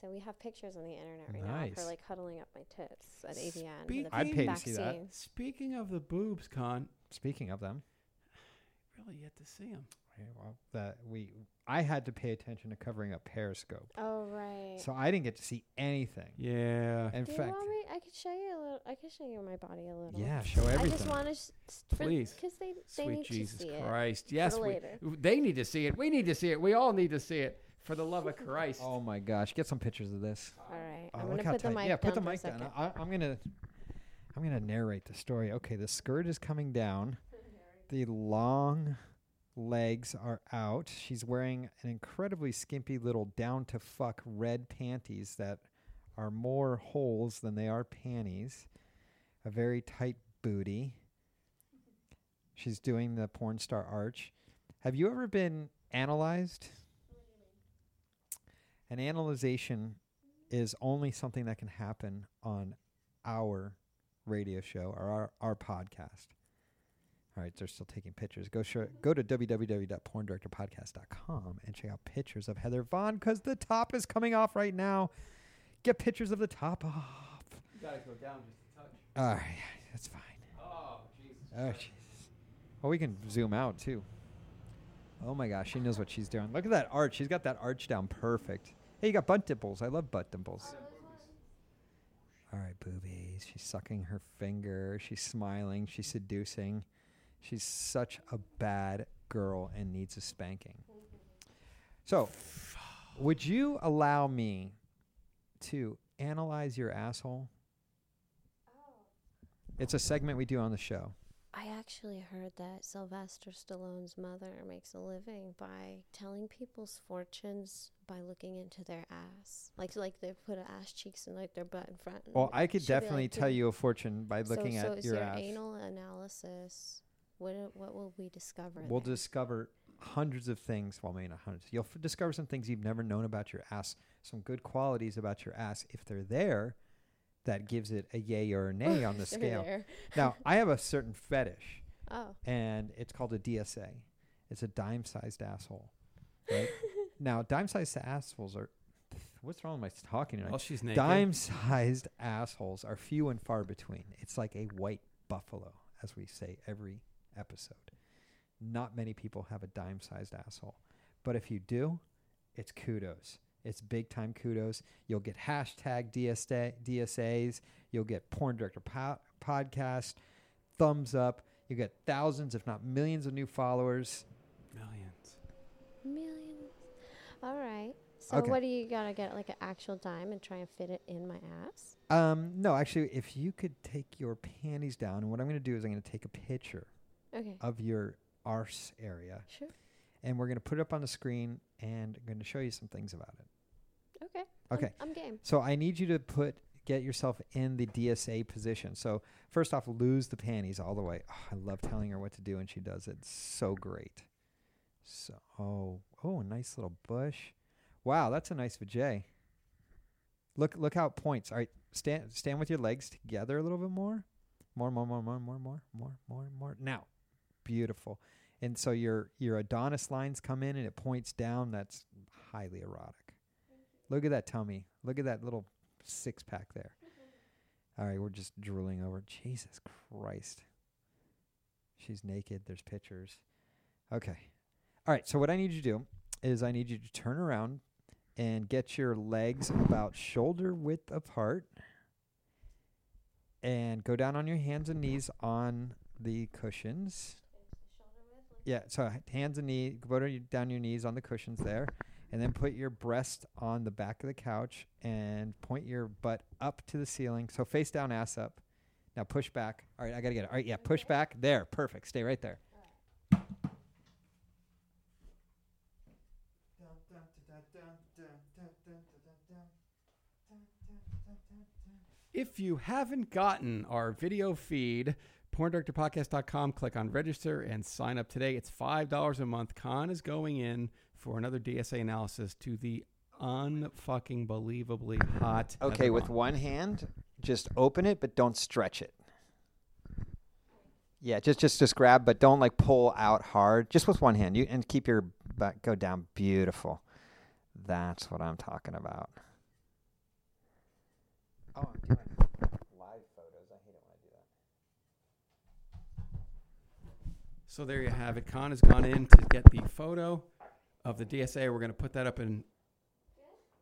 C: So we have pictures on the internet right now of her
D: Nice.
C: like cuddling up my tits at AVN. with
D: Speaking-
C: a big back scene.
D: Speaking of the boobs, Con,
B: Speaking of them,
D: really yet to see them.
B: okay, well, that we I had to pay attention to covering up Periscope.
C: Oh right.
B: So I didn't get to see anything.
D: Yeah.
B: In
C: Do you
B: fact,
C: want me? I could show you a little. I could show you my body a little.
B: Yeah, show
C: I just
B: everything.
C: want to, s- s- for-
D: Please.
C: 'cause they they
D: Sweet
C: need
D: Jesus
C: to see
D: Christ.
C: It
D: Yes,
C: for
D: we-
C: later.
D: they need to see it. We need to see it. We all need to see it. For the love of Christ.
B: oh my gosh, get some pictures of this.
C: All right,
B: Oh,
C: I'm
B: look
C: gonna
B: how
C: put the
B: tight-
C: mic
B: Yeah,
C: down
B: put the
C: for a
B: mic down.
C: second.
B: I, I'm gonna, I'm gonna narrate the story. Okay, the skirt is coming down. The long legs are out. She's wearing an incredibly skimpy little down to fuck red panties that are more holes than they are panties. A very tight booty. She's doing the porn star arch. Have you ever been analyzed? An analyzation is only something that can happen on our radio show or our, our podcast. All right, they're still taking pictures. Go show, go to www.porndirectorpodcast.com and check out pictures of Heather Vaughn because the top is coming off right now. Get pictures of the top off.
D: You gotta go down just a touch.
B: All right, that's fine.
D: Oh Jesus.
B: Oh Jesus! Well, we can zoom out too. Oh my gosh, she knows what she's doing. Look at that arch. She's got that arch down perfect. Hey, you got butt dimples. I love butt dimples. All right, boobies. She's sucking her finger. She's smiling. She's seducing. She's such a bad girl and needs a spanking. So, would you allow me to analyze your asshole?
C: Oh.
B: It's a segment we do on the show.
C: I actually heard that Sylvester Stallone's mother makes a living by telling people's fortunes by looking into their ass, like like they put ass cheeks and like their butt in front. and
B: Well, I could
C: she'll be like,
B: definitely
C: "Did-
B: tell you a fortune by
C: So-
B: looking
C: so
B: at
C: is
B: your
C: there
B: ass.
C: anal analysis. What do- what will we discover?
B: We'll
C: there?
B: discover hundreds of things. Well, maybe not hundreds. You'll f- discover some things you've never known about your ass. Some good qualities about your ass, if they're there, that gives it a yay or a nay on the
C: If they're
B: scale.
C: there.
B: now, I have a certain fetish.
C: Oh.
B: And it's called a DSA. It's a dime-sized asshole. Right? now, dime-sized assholes are. What's wrong with my talking tonight?
D: Well, she's naked.
B: Dime-sized assholes are few and far between. It's like a white buffalo, as we say every episode. Not many people have a dime-sized asshole, but if you do, it's kudos. It's big time kudos. You'll get hashtag DSA, DSAs. You'll get porn director po- podcast thumbs up. You get thousands, if not millions, of new followers.
D: Millions.
C: Millions. All right. So
B: Okay.
C: what do you gotta get? Like an actual dime and try and fit it in my ass.
B: Um, no, actually, if you could take your panties down, and what I'm going to do is I'm going to take a picture
C: Okay.
B: of your arse area.
C: Sure.
B: And we're going to put it up on the screen and I'm going to show you some things about it.
C: Okay. I'm-
B: Okay.
C: I'm, game.
B: So I need you to put get yourself in the DSA position. So first off, lose the panties all the way. Oh, I love telling her what to do and she does it so great. So oh, oh, a nice little bush. Wow, that's a nice vajay. Look look how it points. All right, stand stand with your legs together a little bit more. More, more, more, more, more, more, more, more, more. Now. Beautiful. And so your your Adonis lines come in and it points down. That's highly erotic. Look at that tummy. Look at that little six pack there. All right, we're just drooling over. Jesus Christ. She's naked. There's pictures. Okay. All right, so what I need you to do is I need you to turn around and get your legs about shoulder width apart and go down on your hands and knees on the cushions. Yeah, so h- hands and knees, go to your- down your knees on the cushions there, and then put your breast on the back of the couch and point your butt up to the ceiling. So face down, ass up. Now push back. All right, I gotta get it. All right, yeah, push back. There, perfect. Stay right there.
D: If you haven't gotten our video feed, porndirectorpodcast.com, click on register and sign up today. It's $5 a month. Khan is going in for another DSA analysis to the unfucking believably hot.
B: Okay,
D: Heather
B: with
D: Vaughn.
B: one hand, just open it, but don't stretch it. Yeah, just just just grab, but don't like pull out hard. Just with one hand, you and keep your butt go down. Beautiful. That's what I'm talking about. Oh, I'm doing live photos. I hate it when I do that.
D: So there you have it. Khan has gone in to get the photo of the DSA. We're going to put that up in.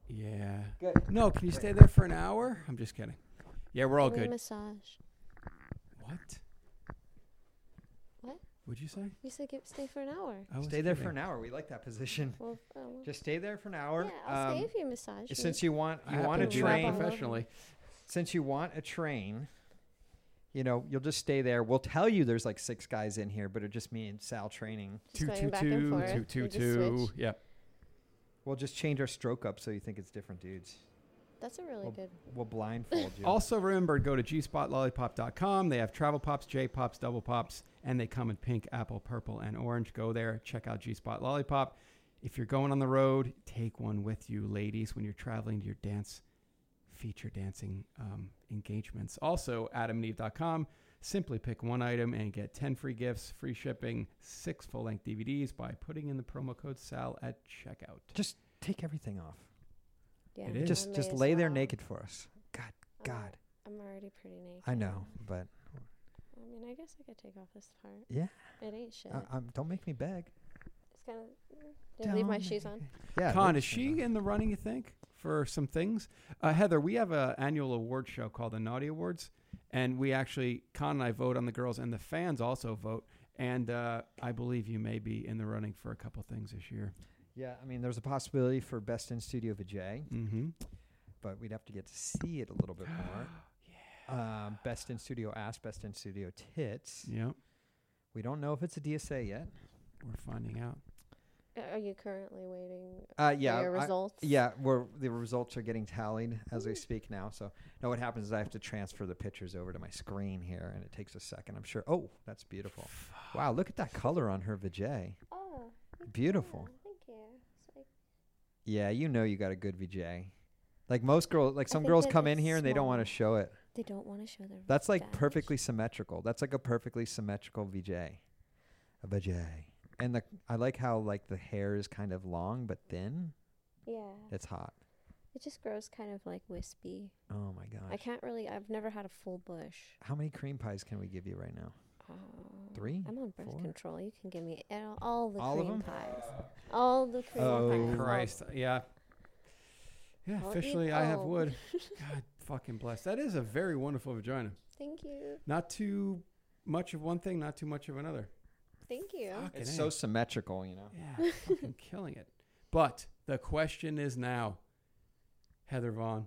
D: Yeah. No, can you stay there for an hour? I'm just kidding. Yeah, we're all
C: Give me a
D: good.
C: Massage.
D: What?
C: What?
D: Would you say?
C: You said give, stay for an hour.
D: I was
B: stay there for
D: kidding.
B: an hour. We like that position.
C: Well, oh, well.
B: Just stay there for an hour.
C: Yeah, I'll stay
B: Um,
C: if you massage me.
B: Since you want,
D: I
B: you
D: happen
B: want a
D: to do that
B: train
D: professionally.
B: Since you want a train, you know you'll just stay there. We'll tell you there's like six guys in here, but it just me and Sal training.
C: Just Two, going two, back and two, forth. two, two, We just two. switch.
D: Yep.
B: We'll just change our stroke up so you think it's different dudes.
C: That's a really
B: we'll,
C: good.
B: We'll blindfold you.
D: Also, remember go to gspotlollipop.com. They have travel pops, J pops, double pops, and they come in pink, apple, purple, and orange. Go there, check out G Spot Lollipop. If you're going on the road, take one with you, ladies, when you're traveling to your dance feature dancing um, engagements. Also, adamandeve.com. Simply pick one item and get 10 free gifts, free shipping, six full length DVDs by putting in the promo code SAL at checkout.
B: Just take everything off.
C: Yeah,
D: It is.
B: Just
C: I
B: just
C: may as
B: lay there
C: well.
B: naked for us. God,
C: I'm al-
B: God.
C: I'm already pretty naked.
B: I know, but
C: I mean, I guess I could take off this part.
B: Yeah.
C: It ain't shit.
B: uh, um, don't make me beg.
C: it's kind of. Did I leave my
B: Don't
C: shoes on?
B: Yeah,
D: Con,
B: leave
D: is she in the running, you think, for some things? Uh, Heather, we have an annual award show called the Naughty Awards, and we actually, Con and I vote on the girls, and the fans also vote. And uh, I believe you may be in the running for a couple things this year.
B: Yeah, I mean, there's a possibility for best in studio vajay,
D: mm-hmm.
B: but we'd have to get to see it a little bit more. yeah. Um, best in studio ass, best in studio tits.
D: Yep.
B: We don't know if it's a DSA yet.
D: We're finding out.
C: A- Are you currently waiting
B: Uh, yeah,
C: for your
B: I-
C: results?
B: yeah, we're, the results are getting tallied as we speak now. So now what happens is I have to transfer the pictures over to my screen here, and it takes a second. I'm sure. Oh, that's beautiful. Wow, look at that color on her vajay.
C: Oh,
B: Beautiful.
C: yeah, thank you. It's like,
B: Yeah, you know you got a good vajay. Like most girls, like
C: I
B: some
C: think
B: girls
C: that
B: come in
C: it's
B: here and they don't
C: small.
B: want to show it.
C: they don't want to show their.
B: That's like
C: vag.
B: perfectly symmetrical. That's like a perfectly symmetrical VJ. A VJ. And the I like how like the hair is kind of long but thin.
C: Yeah.
B: It's hot.
C: It just grows kind of like wispy.
B: Oh my gosh.
C: I can't really. I've never had a full bush.
B: How many cream pies can we give you right now?
C: Oh,
B: Three?
C: I'm on birth
B: Four?
C: control. You can give me it all- all the
B: All of
C: cream
B: 'em?
C: pies. All the cream
B: Oh.
C: pies.
D: Christ. uh, Yeah. Yeah,
C: I'll eat
D: officially, I have
C: all.
D: wood. God fucking bless. That is a very wonderful vagina.
C: Thank you.
D: Not too much of one thing, not too much of another.
C: Thank you.
D: Fucking
B: It's
D: A.
B: so symmetrical, you know.
D: Yeah, fucking killing it. But the question is now, Heather Vaughn,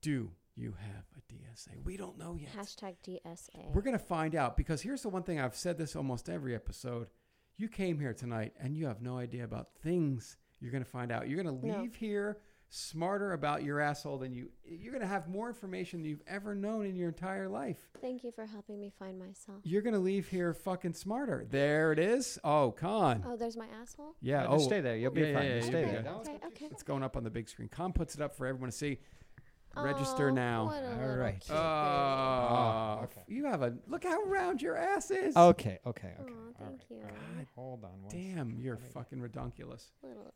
D: do you have a DSA? We don't know yet.
C: Hashtag DSA.
D: We're going to find out because here's the one thing I've said this almost every episode. You came here tonight and you have no idea about things you're going to find out. You're going to
C: No.
D: leave here smarter about your asshole than you. You're going to have more information than you've ever known in your entire life.
C: Thank you for helping me find myself.
D: You're going to leave here fucking smarter. There it is. Oh, con.
C: Oh, there's my asshole.
D: Yeah.
B: No,
D: oh,
B: just stay there. You'll be
D: yeah,
B: fine.
D: Yeah, yeah,
B: Just stay
D: yeah,
B: there.
D: yeah.
C: Okay, okay.
D: It's going up on the big screen. Com puts it up for everyone to see. Register
C: Oh,
D: now.
C: what a
B: All
C: little
B: right.
C: cute
D: Oh,
C: baby.
B: Ah, okay. Oh,
D: you have a look how round your ass is.
B: Okay, okay, okay.
C: Aw,
B: All
C: thank
B: right.
C: you.
B: God, Hold on one
D: damn, you're fucking redonkulous.
C: Little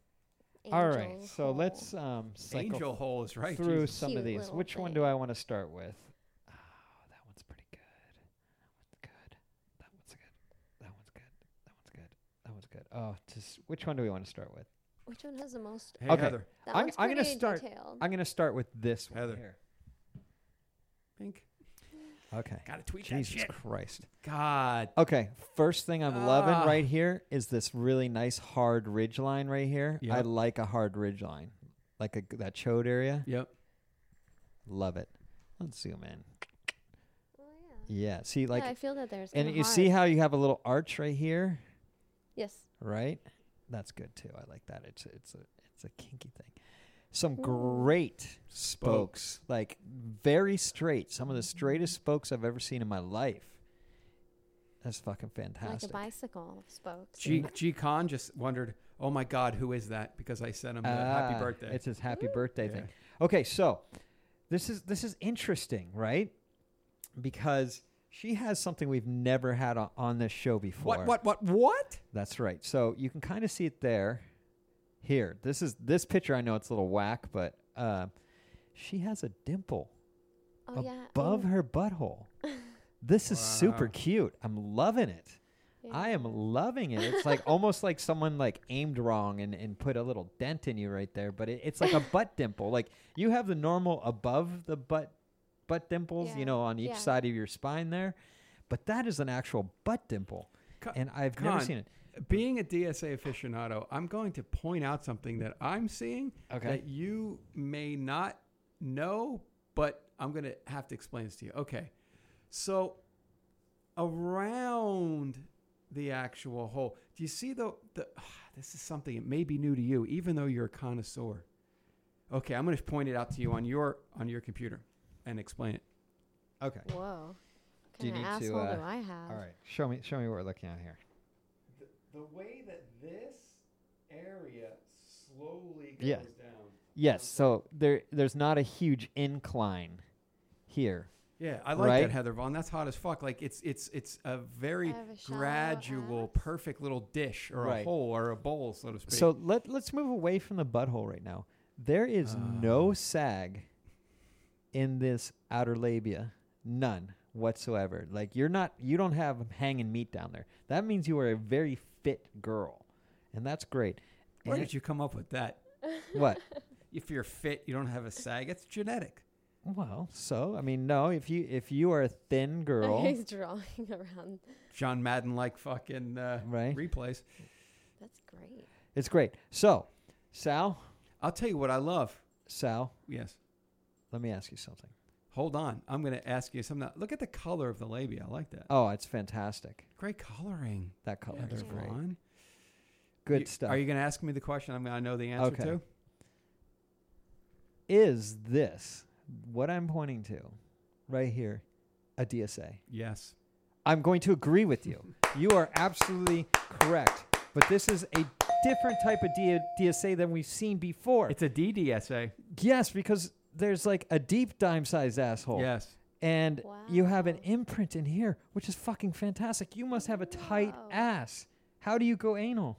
B: All right.
C: angel
B: So let's
C: hole.
B: um cycle
D: Angel hole is right,
B: through
D: Jesus.
B: some of
C: Cute
B: these.
C: little
B: Which one do
C: thing.
B: I want to start with? Oh, that one's pretty good. That one's good. That one's good. That one's good. That one's good. That one's good. Oh, just which one do we want to start with?
C: Which one has the most?
D: Hey
B: Okay.
D: Heather,
C: That
B: I'm,
C: one's
B: I'm gonna
C: pretty
B: start.
C: detailed.
B: I'm gonna start with this one
D: Heather.
B: here.
D: pink.
B: Okay.
D: Gotta tweet that
B: Jesus
D: shit.
B: Christ.
D: God,
B: Okay, first thing I'm
D: Ah.
B: loving right here is this really nice hard ridge line right here. I
D: Yep.
B: like a hard ridge line, like a g that chode area.
D: yep.
B: Love it. Let's zoom in.
C: Oh, yeah.
B: Yeah, see, like
C: yeah, I feel that there's.
B: And
C: kinda
B: you see
C: hard.
B: how you have a little arch right here,
C: Yes.
B: right? That's good too. I like that. It's it's a it's a kinky thing.
C: Hmm.
B: Some great spokes, like very straight. Some of the straightest spokes I've ever seen in my life. That's fucking fantastic.
C: Like a bicycle of spokes.
D: G G Con just wondered. Oh my God, who is that? Because I sent him the
B: Ah,
D: happy birthday.
B: It's his happy birthday thing.
D: Yeah.
B: Okay, so this is this is interesting, right? Because she has something we've never had on, on this show before.
D: what? What? What? What?
B: That's right. So you can kind of see it there. Here, this is this picture. I know it's a little whack, but uh, she has a dimple
C: oh yeah.
B: above
C: oh.
B: her butthole. this is super
D: Wow.
B: cute. I'm loving it. I am loving it. It's like almost like someone like aimed wrong and, and put a little dent in you right there, but it, it's like a butt dimple. Like you have the normal above the butt butt dimples,
D: Yeah.
B: you know, on each
D: Yeah.
B: side of your spine there, but that is an actual butt dimple, and I've never
D: Con,
B: seen it.
D: Being a DSA aficionado, I'm going to point out something that I'm seeing
B: Okay.
D: that you may not know, but I'm going to have to explain this to you. Okay. So around the actual hole, do you see the the this is something it may be new to you even though you're a connoisseur. Okay, I'm going to point it out to you on your on your computer and explain it.
B: Okay.
C: Whoa. What
B: Do you
C: kind of
B: need to,
C: asshole do
B: uh,
C: I have?
B: All right, show me show me what we're looking at here.
D: The way that this area slowly
B: Yeah. Yes, so there there's not a huge incline here.
D: Yeah, I like
B: right?
D: that Heather Vaughn. That's hot as fuck. Like it's it's it's a very
C: have a shallow
D: gradual, perfect little dish or a
B: Right.
D: hole or a bowl, so to speak.
B: So let let's move away from the butthole right now. There is
D: Ah.
B: no sag in this outer labia, none whatsoever. Like you're not you don't have hanging meat down there. That means you are a very fit girl, and that's great.
D: where
B: And
D: did you come up with that?
B: What?
D: If you're fit, you don't have a sag. It's genetic.
B: Well, so I mean, no. If you if you are a thin girl,
C: He's drawing around.
D: John Madden like fucking uh,
B: Right.
D: replays.
C: That's great.
B: it's great. So, Sal,
D: I'll tell you what I love.
B: Sal,
D: Yes.
B: let me ask you something.
D: Hold on. I'm going to ask you something. Look at the color of the labia. I like that.
B: Oh, it's fantastic.
D: Great coloring.
B: That color
D: Heather
B: is great.
D: Vaughn.
B: Good
D: You-
B: stuff.
D: Are you going to ask me the question? I'm going to know the answer
B: Okay.
D: to.
B: is this what I'm pointing to right here a DSA?
D: Yes.
B: I'm going to agree with you. you are absolutely correct. But this is a different type of D- DSA than we've seen before.
D: It's a DDSA.
B: Yes, because there's like a deep dime sized asshole.
D: Yes.
B: And you have an imprint in here, which is fucking fantastic. You must have a tight ass. How do you go anal?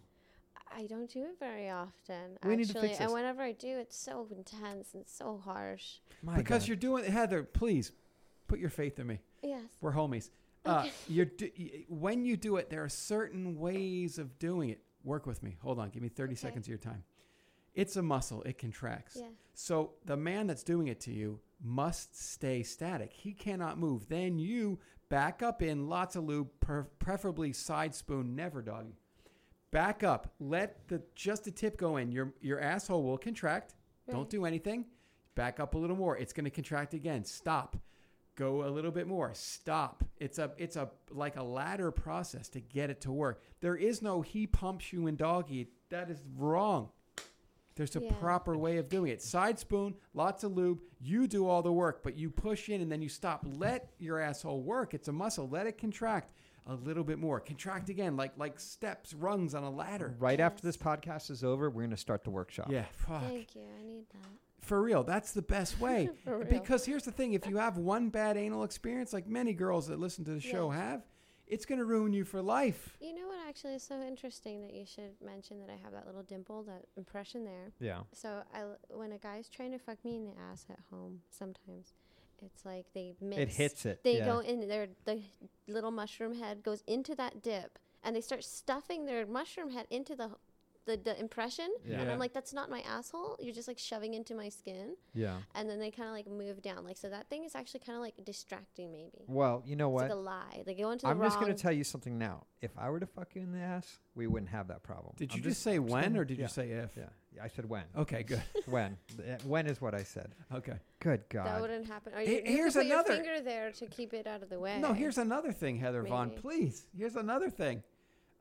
C: I don't do it very often.
B: We
C: actually,
B: need to fix
C: and
B: this.
C: whenever I do, it's so intense and so harsh.
D: because you're doing Heather, please put your faith in me.
C: Yes.
D: We're homies. Uh, you're do, y- when you do it, there are certain ways of doing it. Work with me. Hold on. Give me 30 seconds of your time. It's a muscle. It contracts.
C: Yeah.
D: So the man that's doing it to you must stay static. He cannot move. Then you back up in lots of lube, per, preferably side spoon, never doggy. Back up. Let the just the tip go in. Your your asshole will contract. Don't
C: Right.
D: do anything. Back up a little more. It's going to contract again. Stop. Go a little bit more. Stop. It's a it's a like a ladder process to get it to work. There is no he pumps you in doggy. That is wrong. There's a
C: Yeah.
D: proper way of doing it. Side spoon, lots of lube. You do all the work, but you push in and then you stop. Let your asshole work. It's a muscle. Let it contract a little bit more. Contract again, like like steps, rungs on a ladder.
B: Right after this podcast is over, we're going to start the workshop.
D: Yeah, fuck.
C: Thank you. I need that.
D: For real, that's the best way.
C: For real.
D: because here's the thing: if you have one bad anal experience, like many girls that listen to the show
C: Yeah.
D: have, it's going to ruin you for life.
C: You know what? Actually, is so interesting that you should mention that I have that little dimple, that impression there.
B: Yeah.
C: So I, l- when a guy's trying to fuck me in the ass at home, sometimes it's like they mix.
B: hits it,
C: They
B: yeah.
C: go in their the little mushroom head goes into that dip, and they start stuffing their mushroom head into the. The, the impression and
B: Yeah.
C: i'm like that's not my asshole you're just like shoving into my skin
B: Yeah.
C: and then they kind of like move down like so that thing is actually kind of like distracting maybe
B: Well, you know
C: it's
B: what?
C: like a lie they go into the
B: I'm just
C: wrong
B: going to tell you something now. If I were to fuck you in the ass, we wouldn't have that problem.
D: Did
B: I'm
D: you just say
B: I'm
D: when
B: gonna-
D: or did you
B: yeah,
D: say if? Oh.
B: Yeah, Yeah, I said when.
D: Okay, good.
B: when? Th- When is what I said.
D: Okay.
B: Good God.
C: That wouldn't happen. Or you,
D: He-
C: you have to
D: here's
C: put
D: another-
C: your finger there to keep it out of the way.
D: No, here's another thing, Heather Vaughn.
C: Maybe.
D: Please, here's another thing.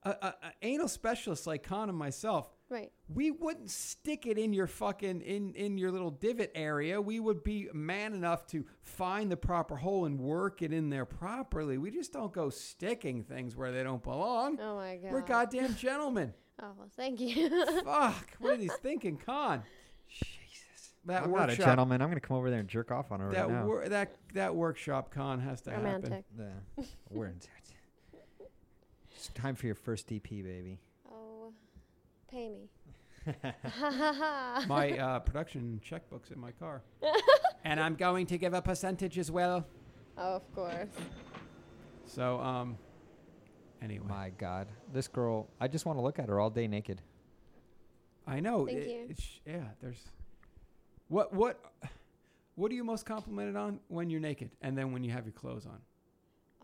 D: A, a, a anal specialist like Con and myself,
C: right.
D: we wouldn't stick it in your fucking in in your little divot area. We would be man enough to find the proper hole and work it in there properly. We just don't go sticking things where they don't belong.
C: Oh my god.
D: We're goddamn gentlemen.
C: Oh, well, thank you.
D: Fuck, what are these thinking, Con? Jesus, that
B: I'm
D: workshop.
B: not a gentleman. I'm going to come over there and jerk off on her
D: That
B: right now.
D: wor- that that workshop con has to happen.
C: Romantic.
B: Yeah. We're in It's time for your first DP, baby.
C: oh, pay me.
D: my uh, production checkbook's in my car. and I'm going to give a percentage as well.
C: Oh, of course.
D: So, um, anyway.
B: My God, this girl! I just want to look at her all day naked.
D: I know.
C: Thank
D: it-
C: you.
D: it's- yeah, there's. What what what are you most complimented on when you're naked, and then when you have your clothes on?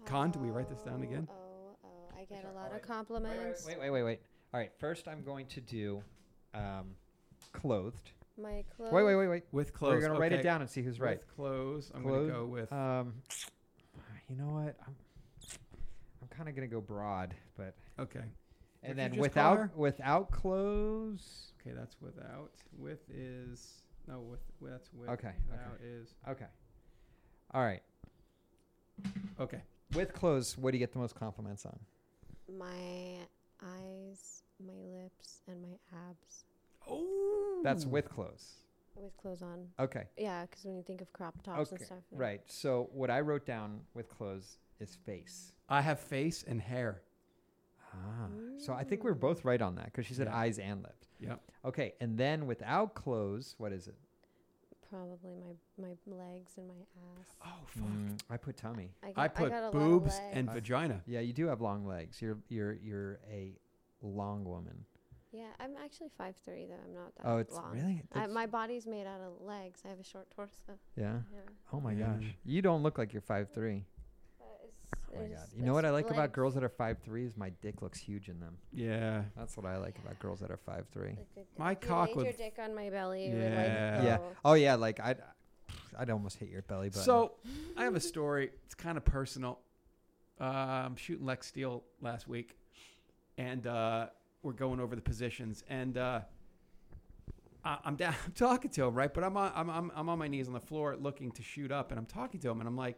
D: Con, do we write this down again?
C: Oh, I get a lot of compliments.
B: Wait, wait, wait, wait. All right, first I'm going to do um, clothed.
C: My clothes.
B: Wait, wait, wait, wait.
D: With
B: We're
D: clothes,
B: gonna write it
D: okay.
B: down and see who's right.
D: With clothes, I'm gonna
B: Clothed,
D: go with-
B: Um, you know what? I'm, I'm kind of gonna go broad, but
D: Okay.
B: And
D: Did you
B: then
D: just call her?
B: without without clothes.
D: Okay, that's without. With is no with. with that's with.
B: Okay, okay.
D: Without is
B: Okay. All right.
D: Okay.
B: With clothes, what do you get the most compliments on?
C: My eyes, my lips, and my abs
D: Oh.
B: That's with clothes.
C: with clothes on.
B: Okay.
C: Yeah, because when you think of crop tops and stuff. yeah.
B: Right. So what I wrote down with clothes is face.
D: I have face and hair.
B: Ah. So I think we were both right on that because she said
D: Yeah.
B: eyes and lips.
D: Yep.
B: Okay. And then without clothes, what is it?
C: Probably my my legs and my ass.
D: Oh
B: Mm, I put tummy.
C: I, got,
D: I
C: I
D: put
C: got a lot of
D: boobs and
C: legs.
D: vagina.
B: Yeah, you do have long legs. You're you're you're a long woman.
C: Yeah, I'm actually five three though. I'm not that
B: Oh, it's-
C: long.
B: really?
C: I,
B: That's-
C: my body's made out of legs. I have a short torso.
B: Yeah.
C: Yeah.
B: Oh my
D: Mm.
B: gosh. You don't look like you're five three.
C: But it's,
B: Oh my
C: it's-
B: god. You know what
C: it's
B: I like about
C: legs.
B: girls that are five three is my dick looks huge in them.
D: Yeah.
B: That's what I like about girls that are five three.
C: Like the-
D: My
C: if you
D: cock
C: laid
D: would-
C: your dick on my belly. It would
D: Yeah.
C: like
B: Yeah.
C: go.
B: Oh yeah. Like I'd I'd almost hit your belly button.
D: So I have a story. It's kind of personal. Uh, I'm shooting Lex Steele last week, and uh, we're going over the positions. And uh, I, I'm down. I'm talking to him, right? But I'm on. I'm, I'm I'm on my knees on the floor, looking to shoot up, and I'm talking to him, and I'm like,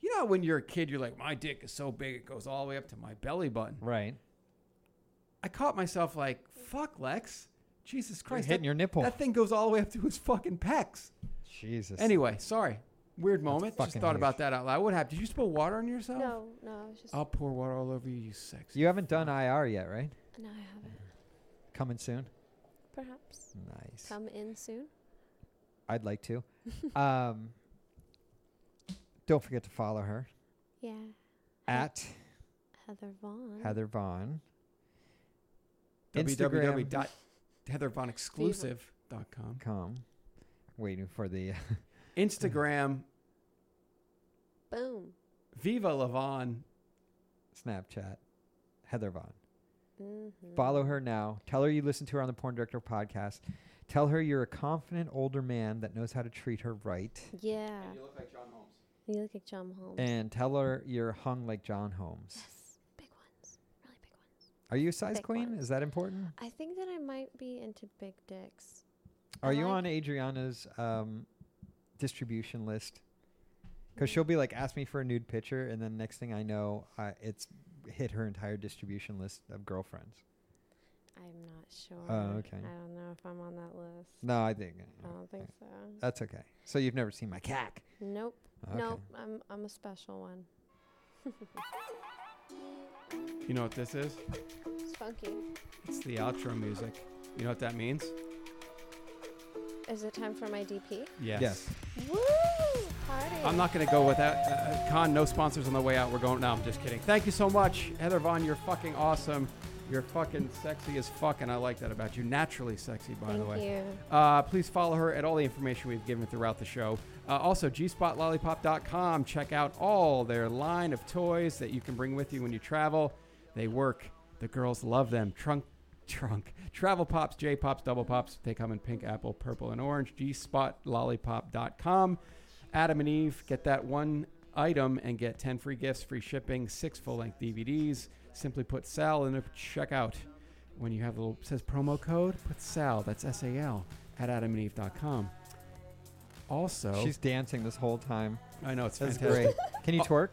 D: you know, when you're a kid, you're like, my dick is so big it goes all the way up to my belly button.
B: right.
D: I caught myself like, fuck, Lex. Jesus Christ.
B: hitting
D: that-
B: your nipple.
D: That thing goes all the way up to his fucking pecs.
B: Jesus.
D: Anyway, sorry. Weird moment. Just
B: fucking
D: thought
B: huge.
D: about that out loud. What happened? Did you spill water on yourself?
C: No, no, I was just.
D: I'll pour water all over you, you sex.
B: You haven't done uh, IR yet, right?
C: No, I haven't.
B: Coming soon.
C: Perhaps
B: Nice.
C: come in soon.
B: I'd like to. um, don't forget to follow her
C: Yeah,
B: at
C: Heather Vaughn.
B: Heather Vaughn. Instagram
D: www.heathervonexclusive.com.
B: com. Waiting for the
D: Instagram,
C: Boom.
D: Viva Lavon.
B: Snapchat. Heather Vaughn.
C: Mm-hmm.
B: Follow her now. Tell her you listen to her on the Porn Director podcast. Tell her you're a confident older man that knows how to treat her right.
C: Mm-hmm. Yeah,
D: You look like John Holmes.
C: you look like John Holmes.
B: And tell her you're hung like John Holmes.
C: yes, big ones, really big ones.
B: Are you a size
C: Big
B: queen?
C: ones.
B: Is that important?
C: I think that I might be into big dicks.
B: Are
C: I
B: you
C: like-
B: on Adriana's um, distribution list? Because she'll be like, ask me for a nude picture, and then next thing I know, I, it's hit her entire distribution list of girlfriends.
C: I'm not sure.
B: Oh, okay.
C: I don't know if I'm on that list.
B: No, I think uh,
C: I don't think so.
B: that's okay. So you've never seen my cack.
C: Nope.
B: Okay.
C: Nope. I'm I'm a special one.
D: You know what this is?
C: It's funky.
D: It's the outro music. You know what that means?
C: Is it time for my DP?
D: Yes.
B: Yes.
C: Woo! Party.
D: I'm not going to go without uh, con. No sponsors on the way out. We're going. No, I'm just kidding. Thank you so much, Heather Vaughn. You're fucking awesome. You're fucking sexy as fuck, and I like that about you. Naturally sexy, by the
C: Thank
D: way.
C: you.
D: Uh, please follow her at all the information we've given throughout the show. Uh, also, gspotlollypop.com. Check out all their line of toys that you can bring with you when you travel. They work. The girls love them. Trunk, trunk. Travel pops, J pops, double pops. They come in pink, apple, purple, and orange. gspotlollypop.com. Adam and Eve, get that one item and get 10 free gifts, free shipping, six full length DVDs. Simply put Sal in the checkout. When you have the little, it says promo code, put Sal, that's S A L, at adamandeve.com. Also,
B: She's dancing this whole time.
D: I know it's
B: That's
D: Oh. fantastic.
B: great. Can you
D: Oh.
B: twerk?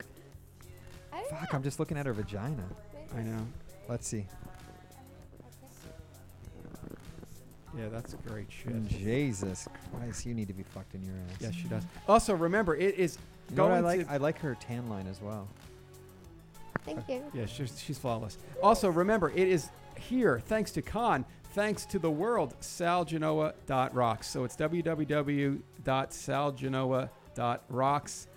C: I don't
B: Fuck, I'm just looking at her vagina.
D: I know.
B: Let's see.
D: Yeah, that's great shit.
B: Jesus Christ, you need to be fucked in your ass.
D: Yes, she does. Also, remember, it is
B: You know
D: going
B: what I like?
D: to.
B: I like her tan line as well.
C: Thank you.
D: Yeah, she's, she's flawless. Also, remember, it is here thanks to Khan, thanks to the world, salgenoa.rocks. So it's www.salgenoa.rocks.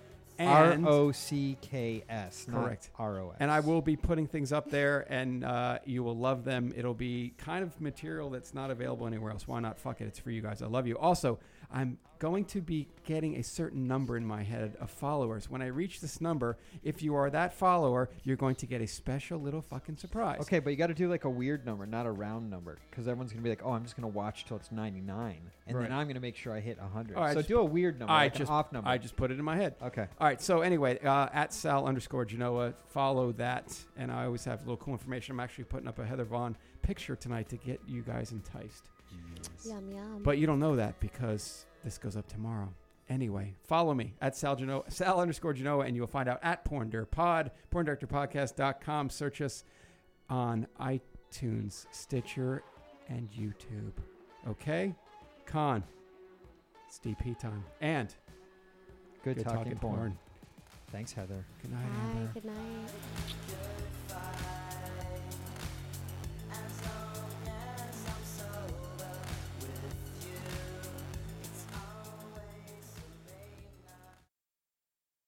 B: R
D: And-
B: O C K S, not
D: Correct.
B: R O S.
D: And I will be putting things up there, and uh, you will love them. It'll be kind of material that's not available anywhere else. Why not? Fuck it. It's for you guys. I love you. Also, I'm going to be getting a certain number in my head of followers. When I reach this number, if you are that follower, you're going to get a special little fucking surprise.
B: Okay, but you got to do like a weird number, not a round number, because everyone's gonna be like, "Oh, I'm just gonna watch till it's 99, and
D: Right.
B: then I'm gonna make sure I hit 100."
D: All right,
B: so
D: just-
B: do a weird number,
D: I
B: like
D: just,
B: an off number.
D: I just put it in my head.
B: Okay.
D: All right. So anyway, uh, at Sal underscore Genoa, follow that, and I always have little cool information. I'm actually putting up a Heather Vaughn picture tonight to get you guys enticed.
C: Yum yum.
D: But you don't know that because this goes up tomorrow. Anyway, follow me at Sal Genoa, Sal underscore Genoa, and you will find out at Porn Dir Pod, PornDirectorPodcast.com. Search us on iTunes, Stitcher, and YouTube. Okay? Con. It's DP time. And
B: Good, talking,
D: porn.
B: Thanks, Heather.
D: Good night,
C: Bye.
D: Amber.
C: Good night.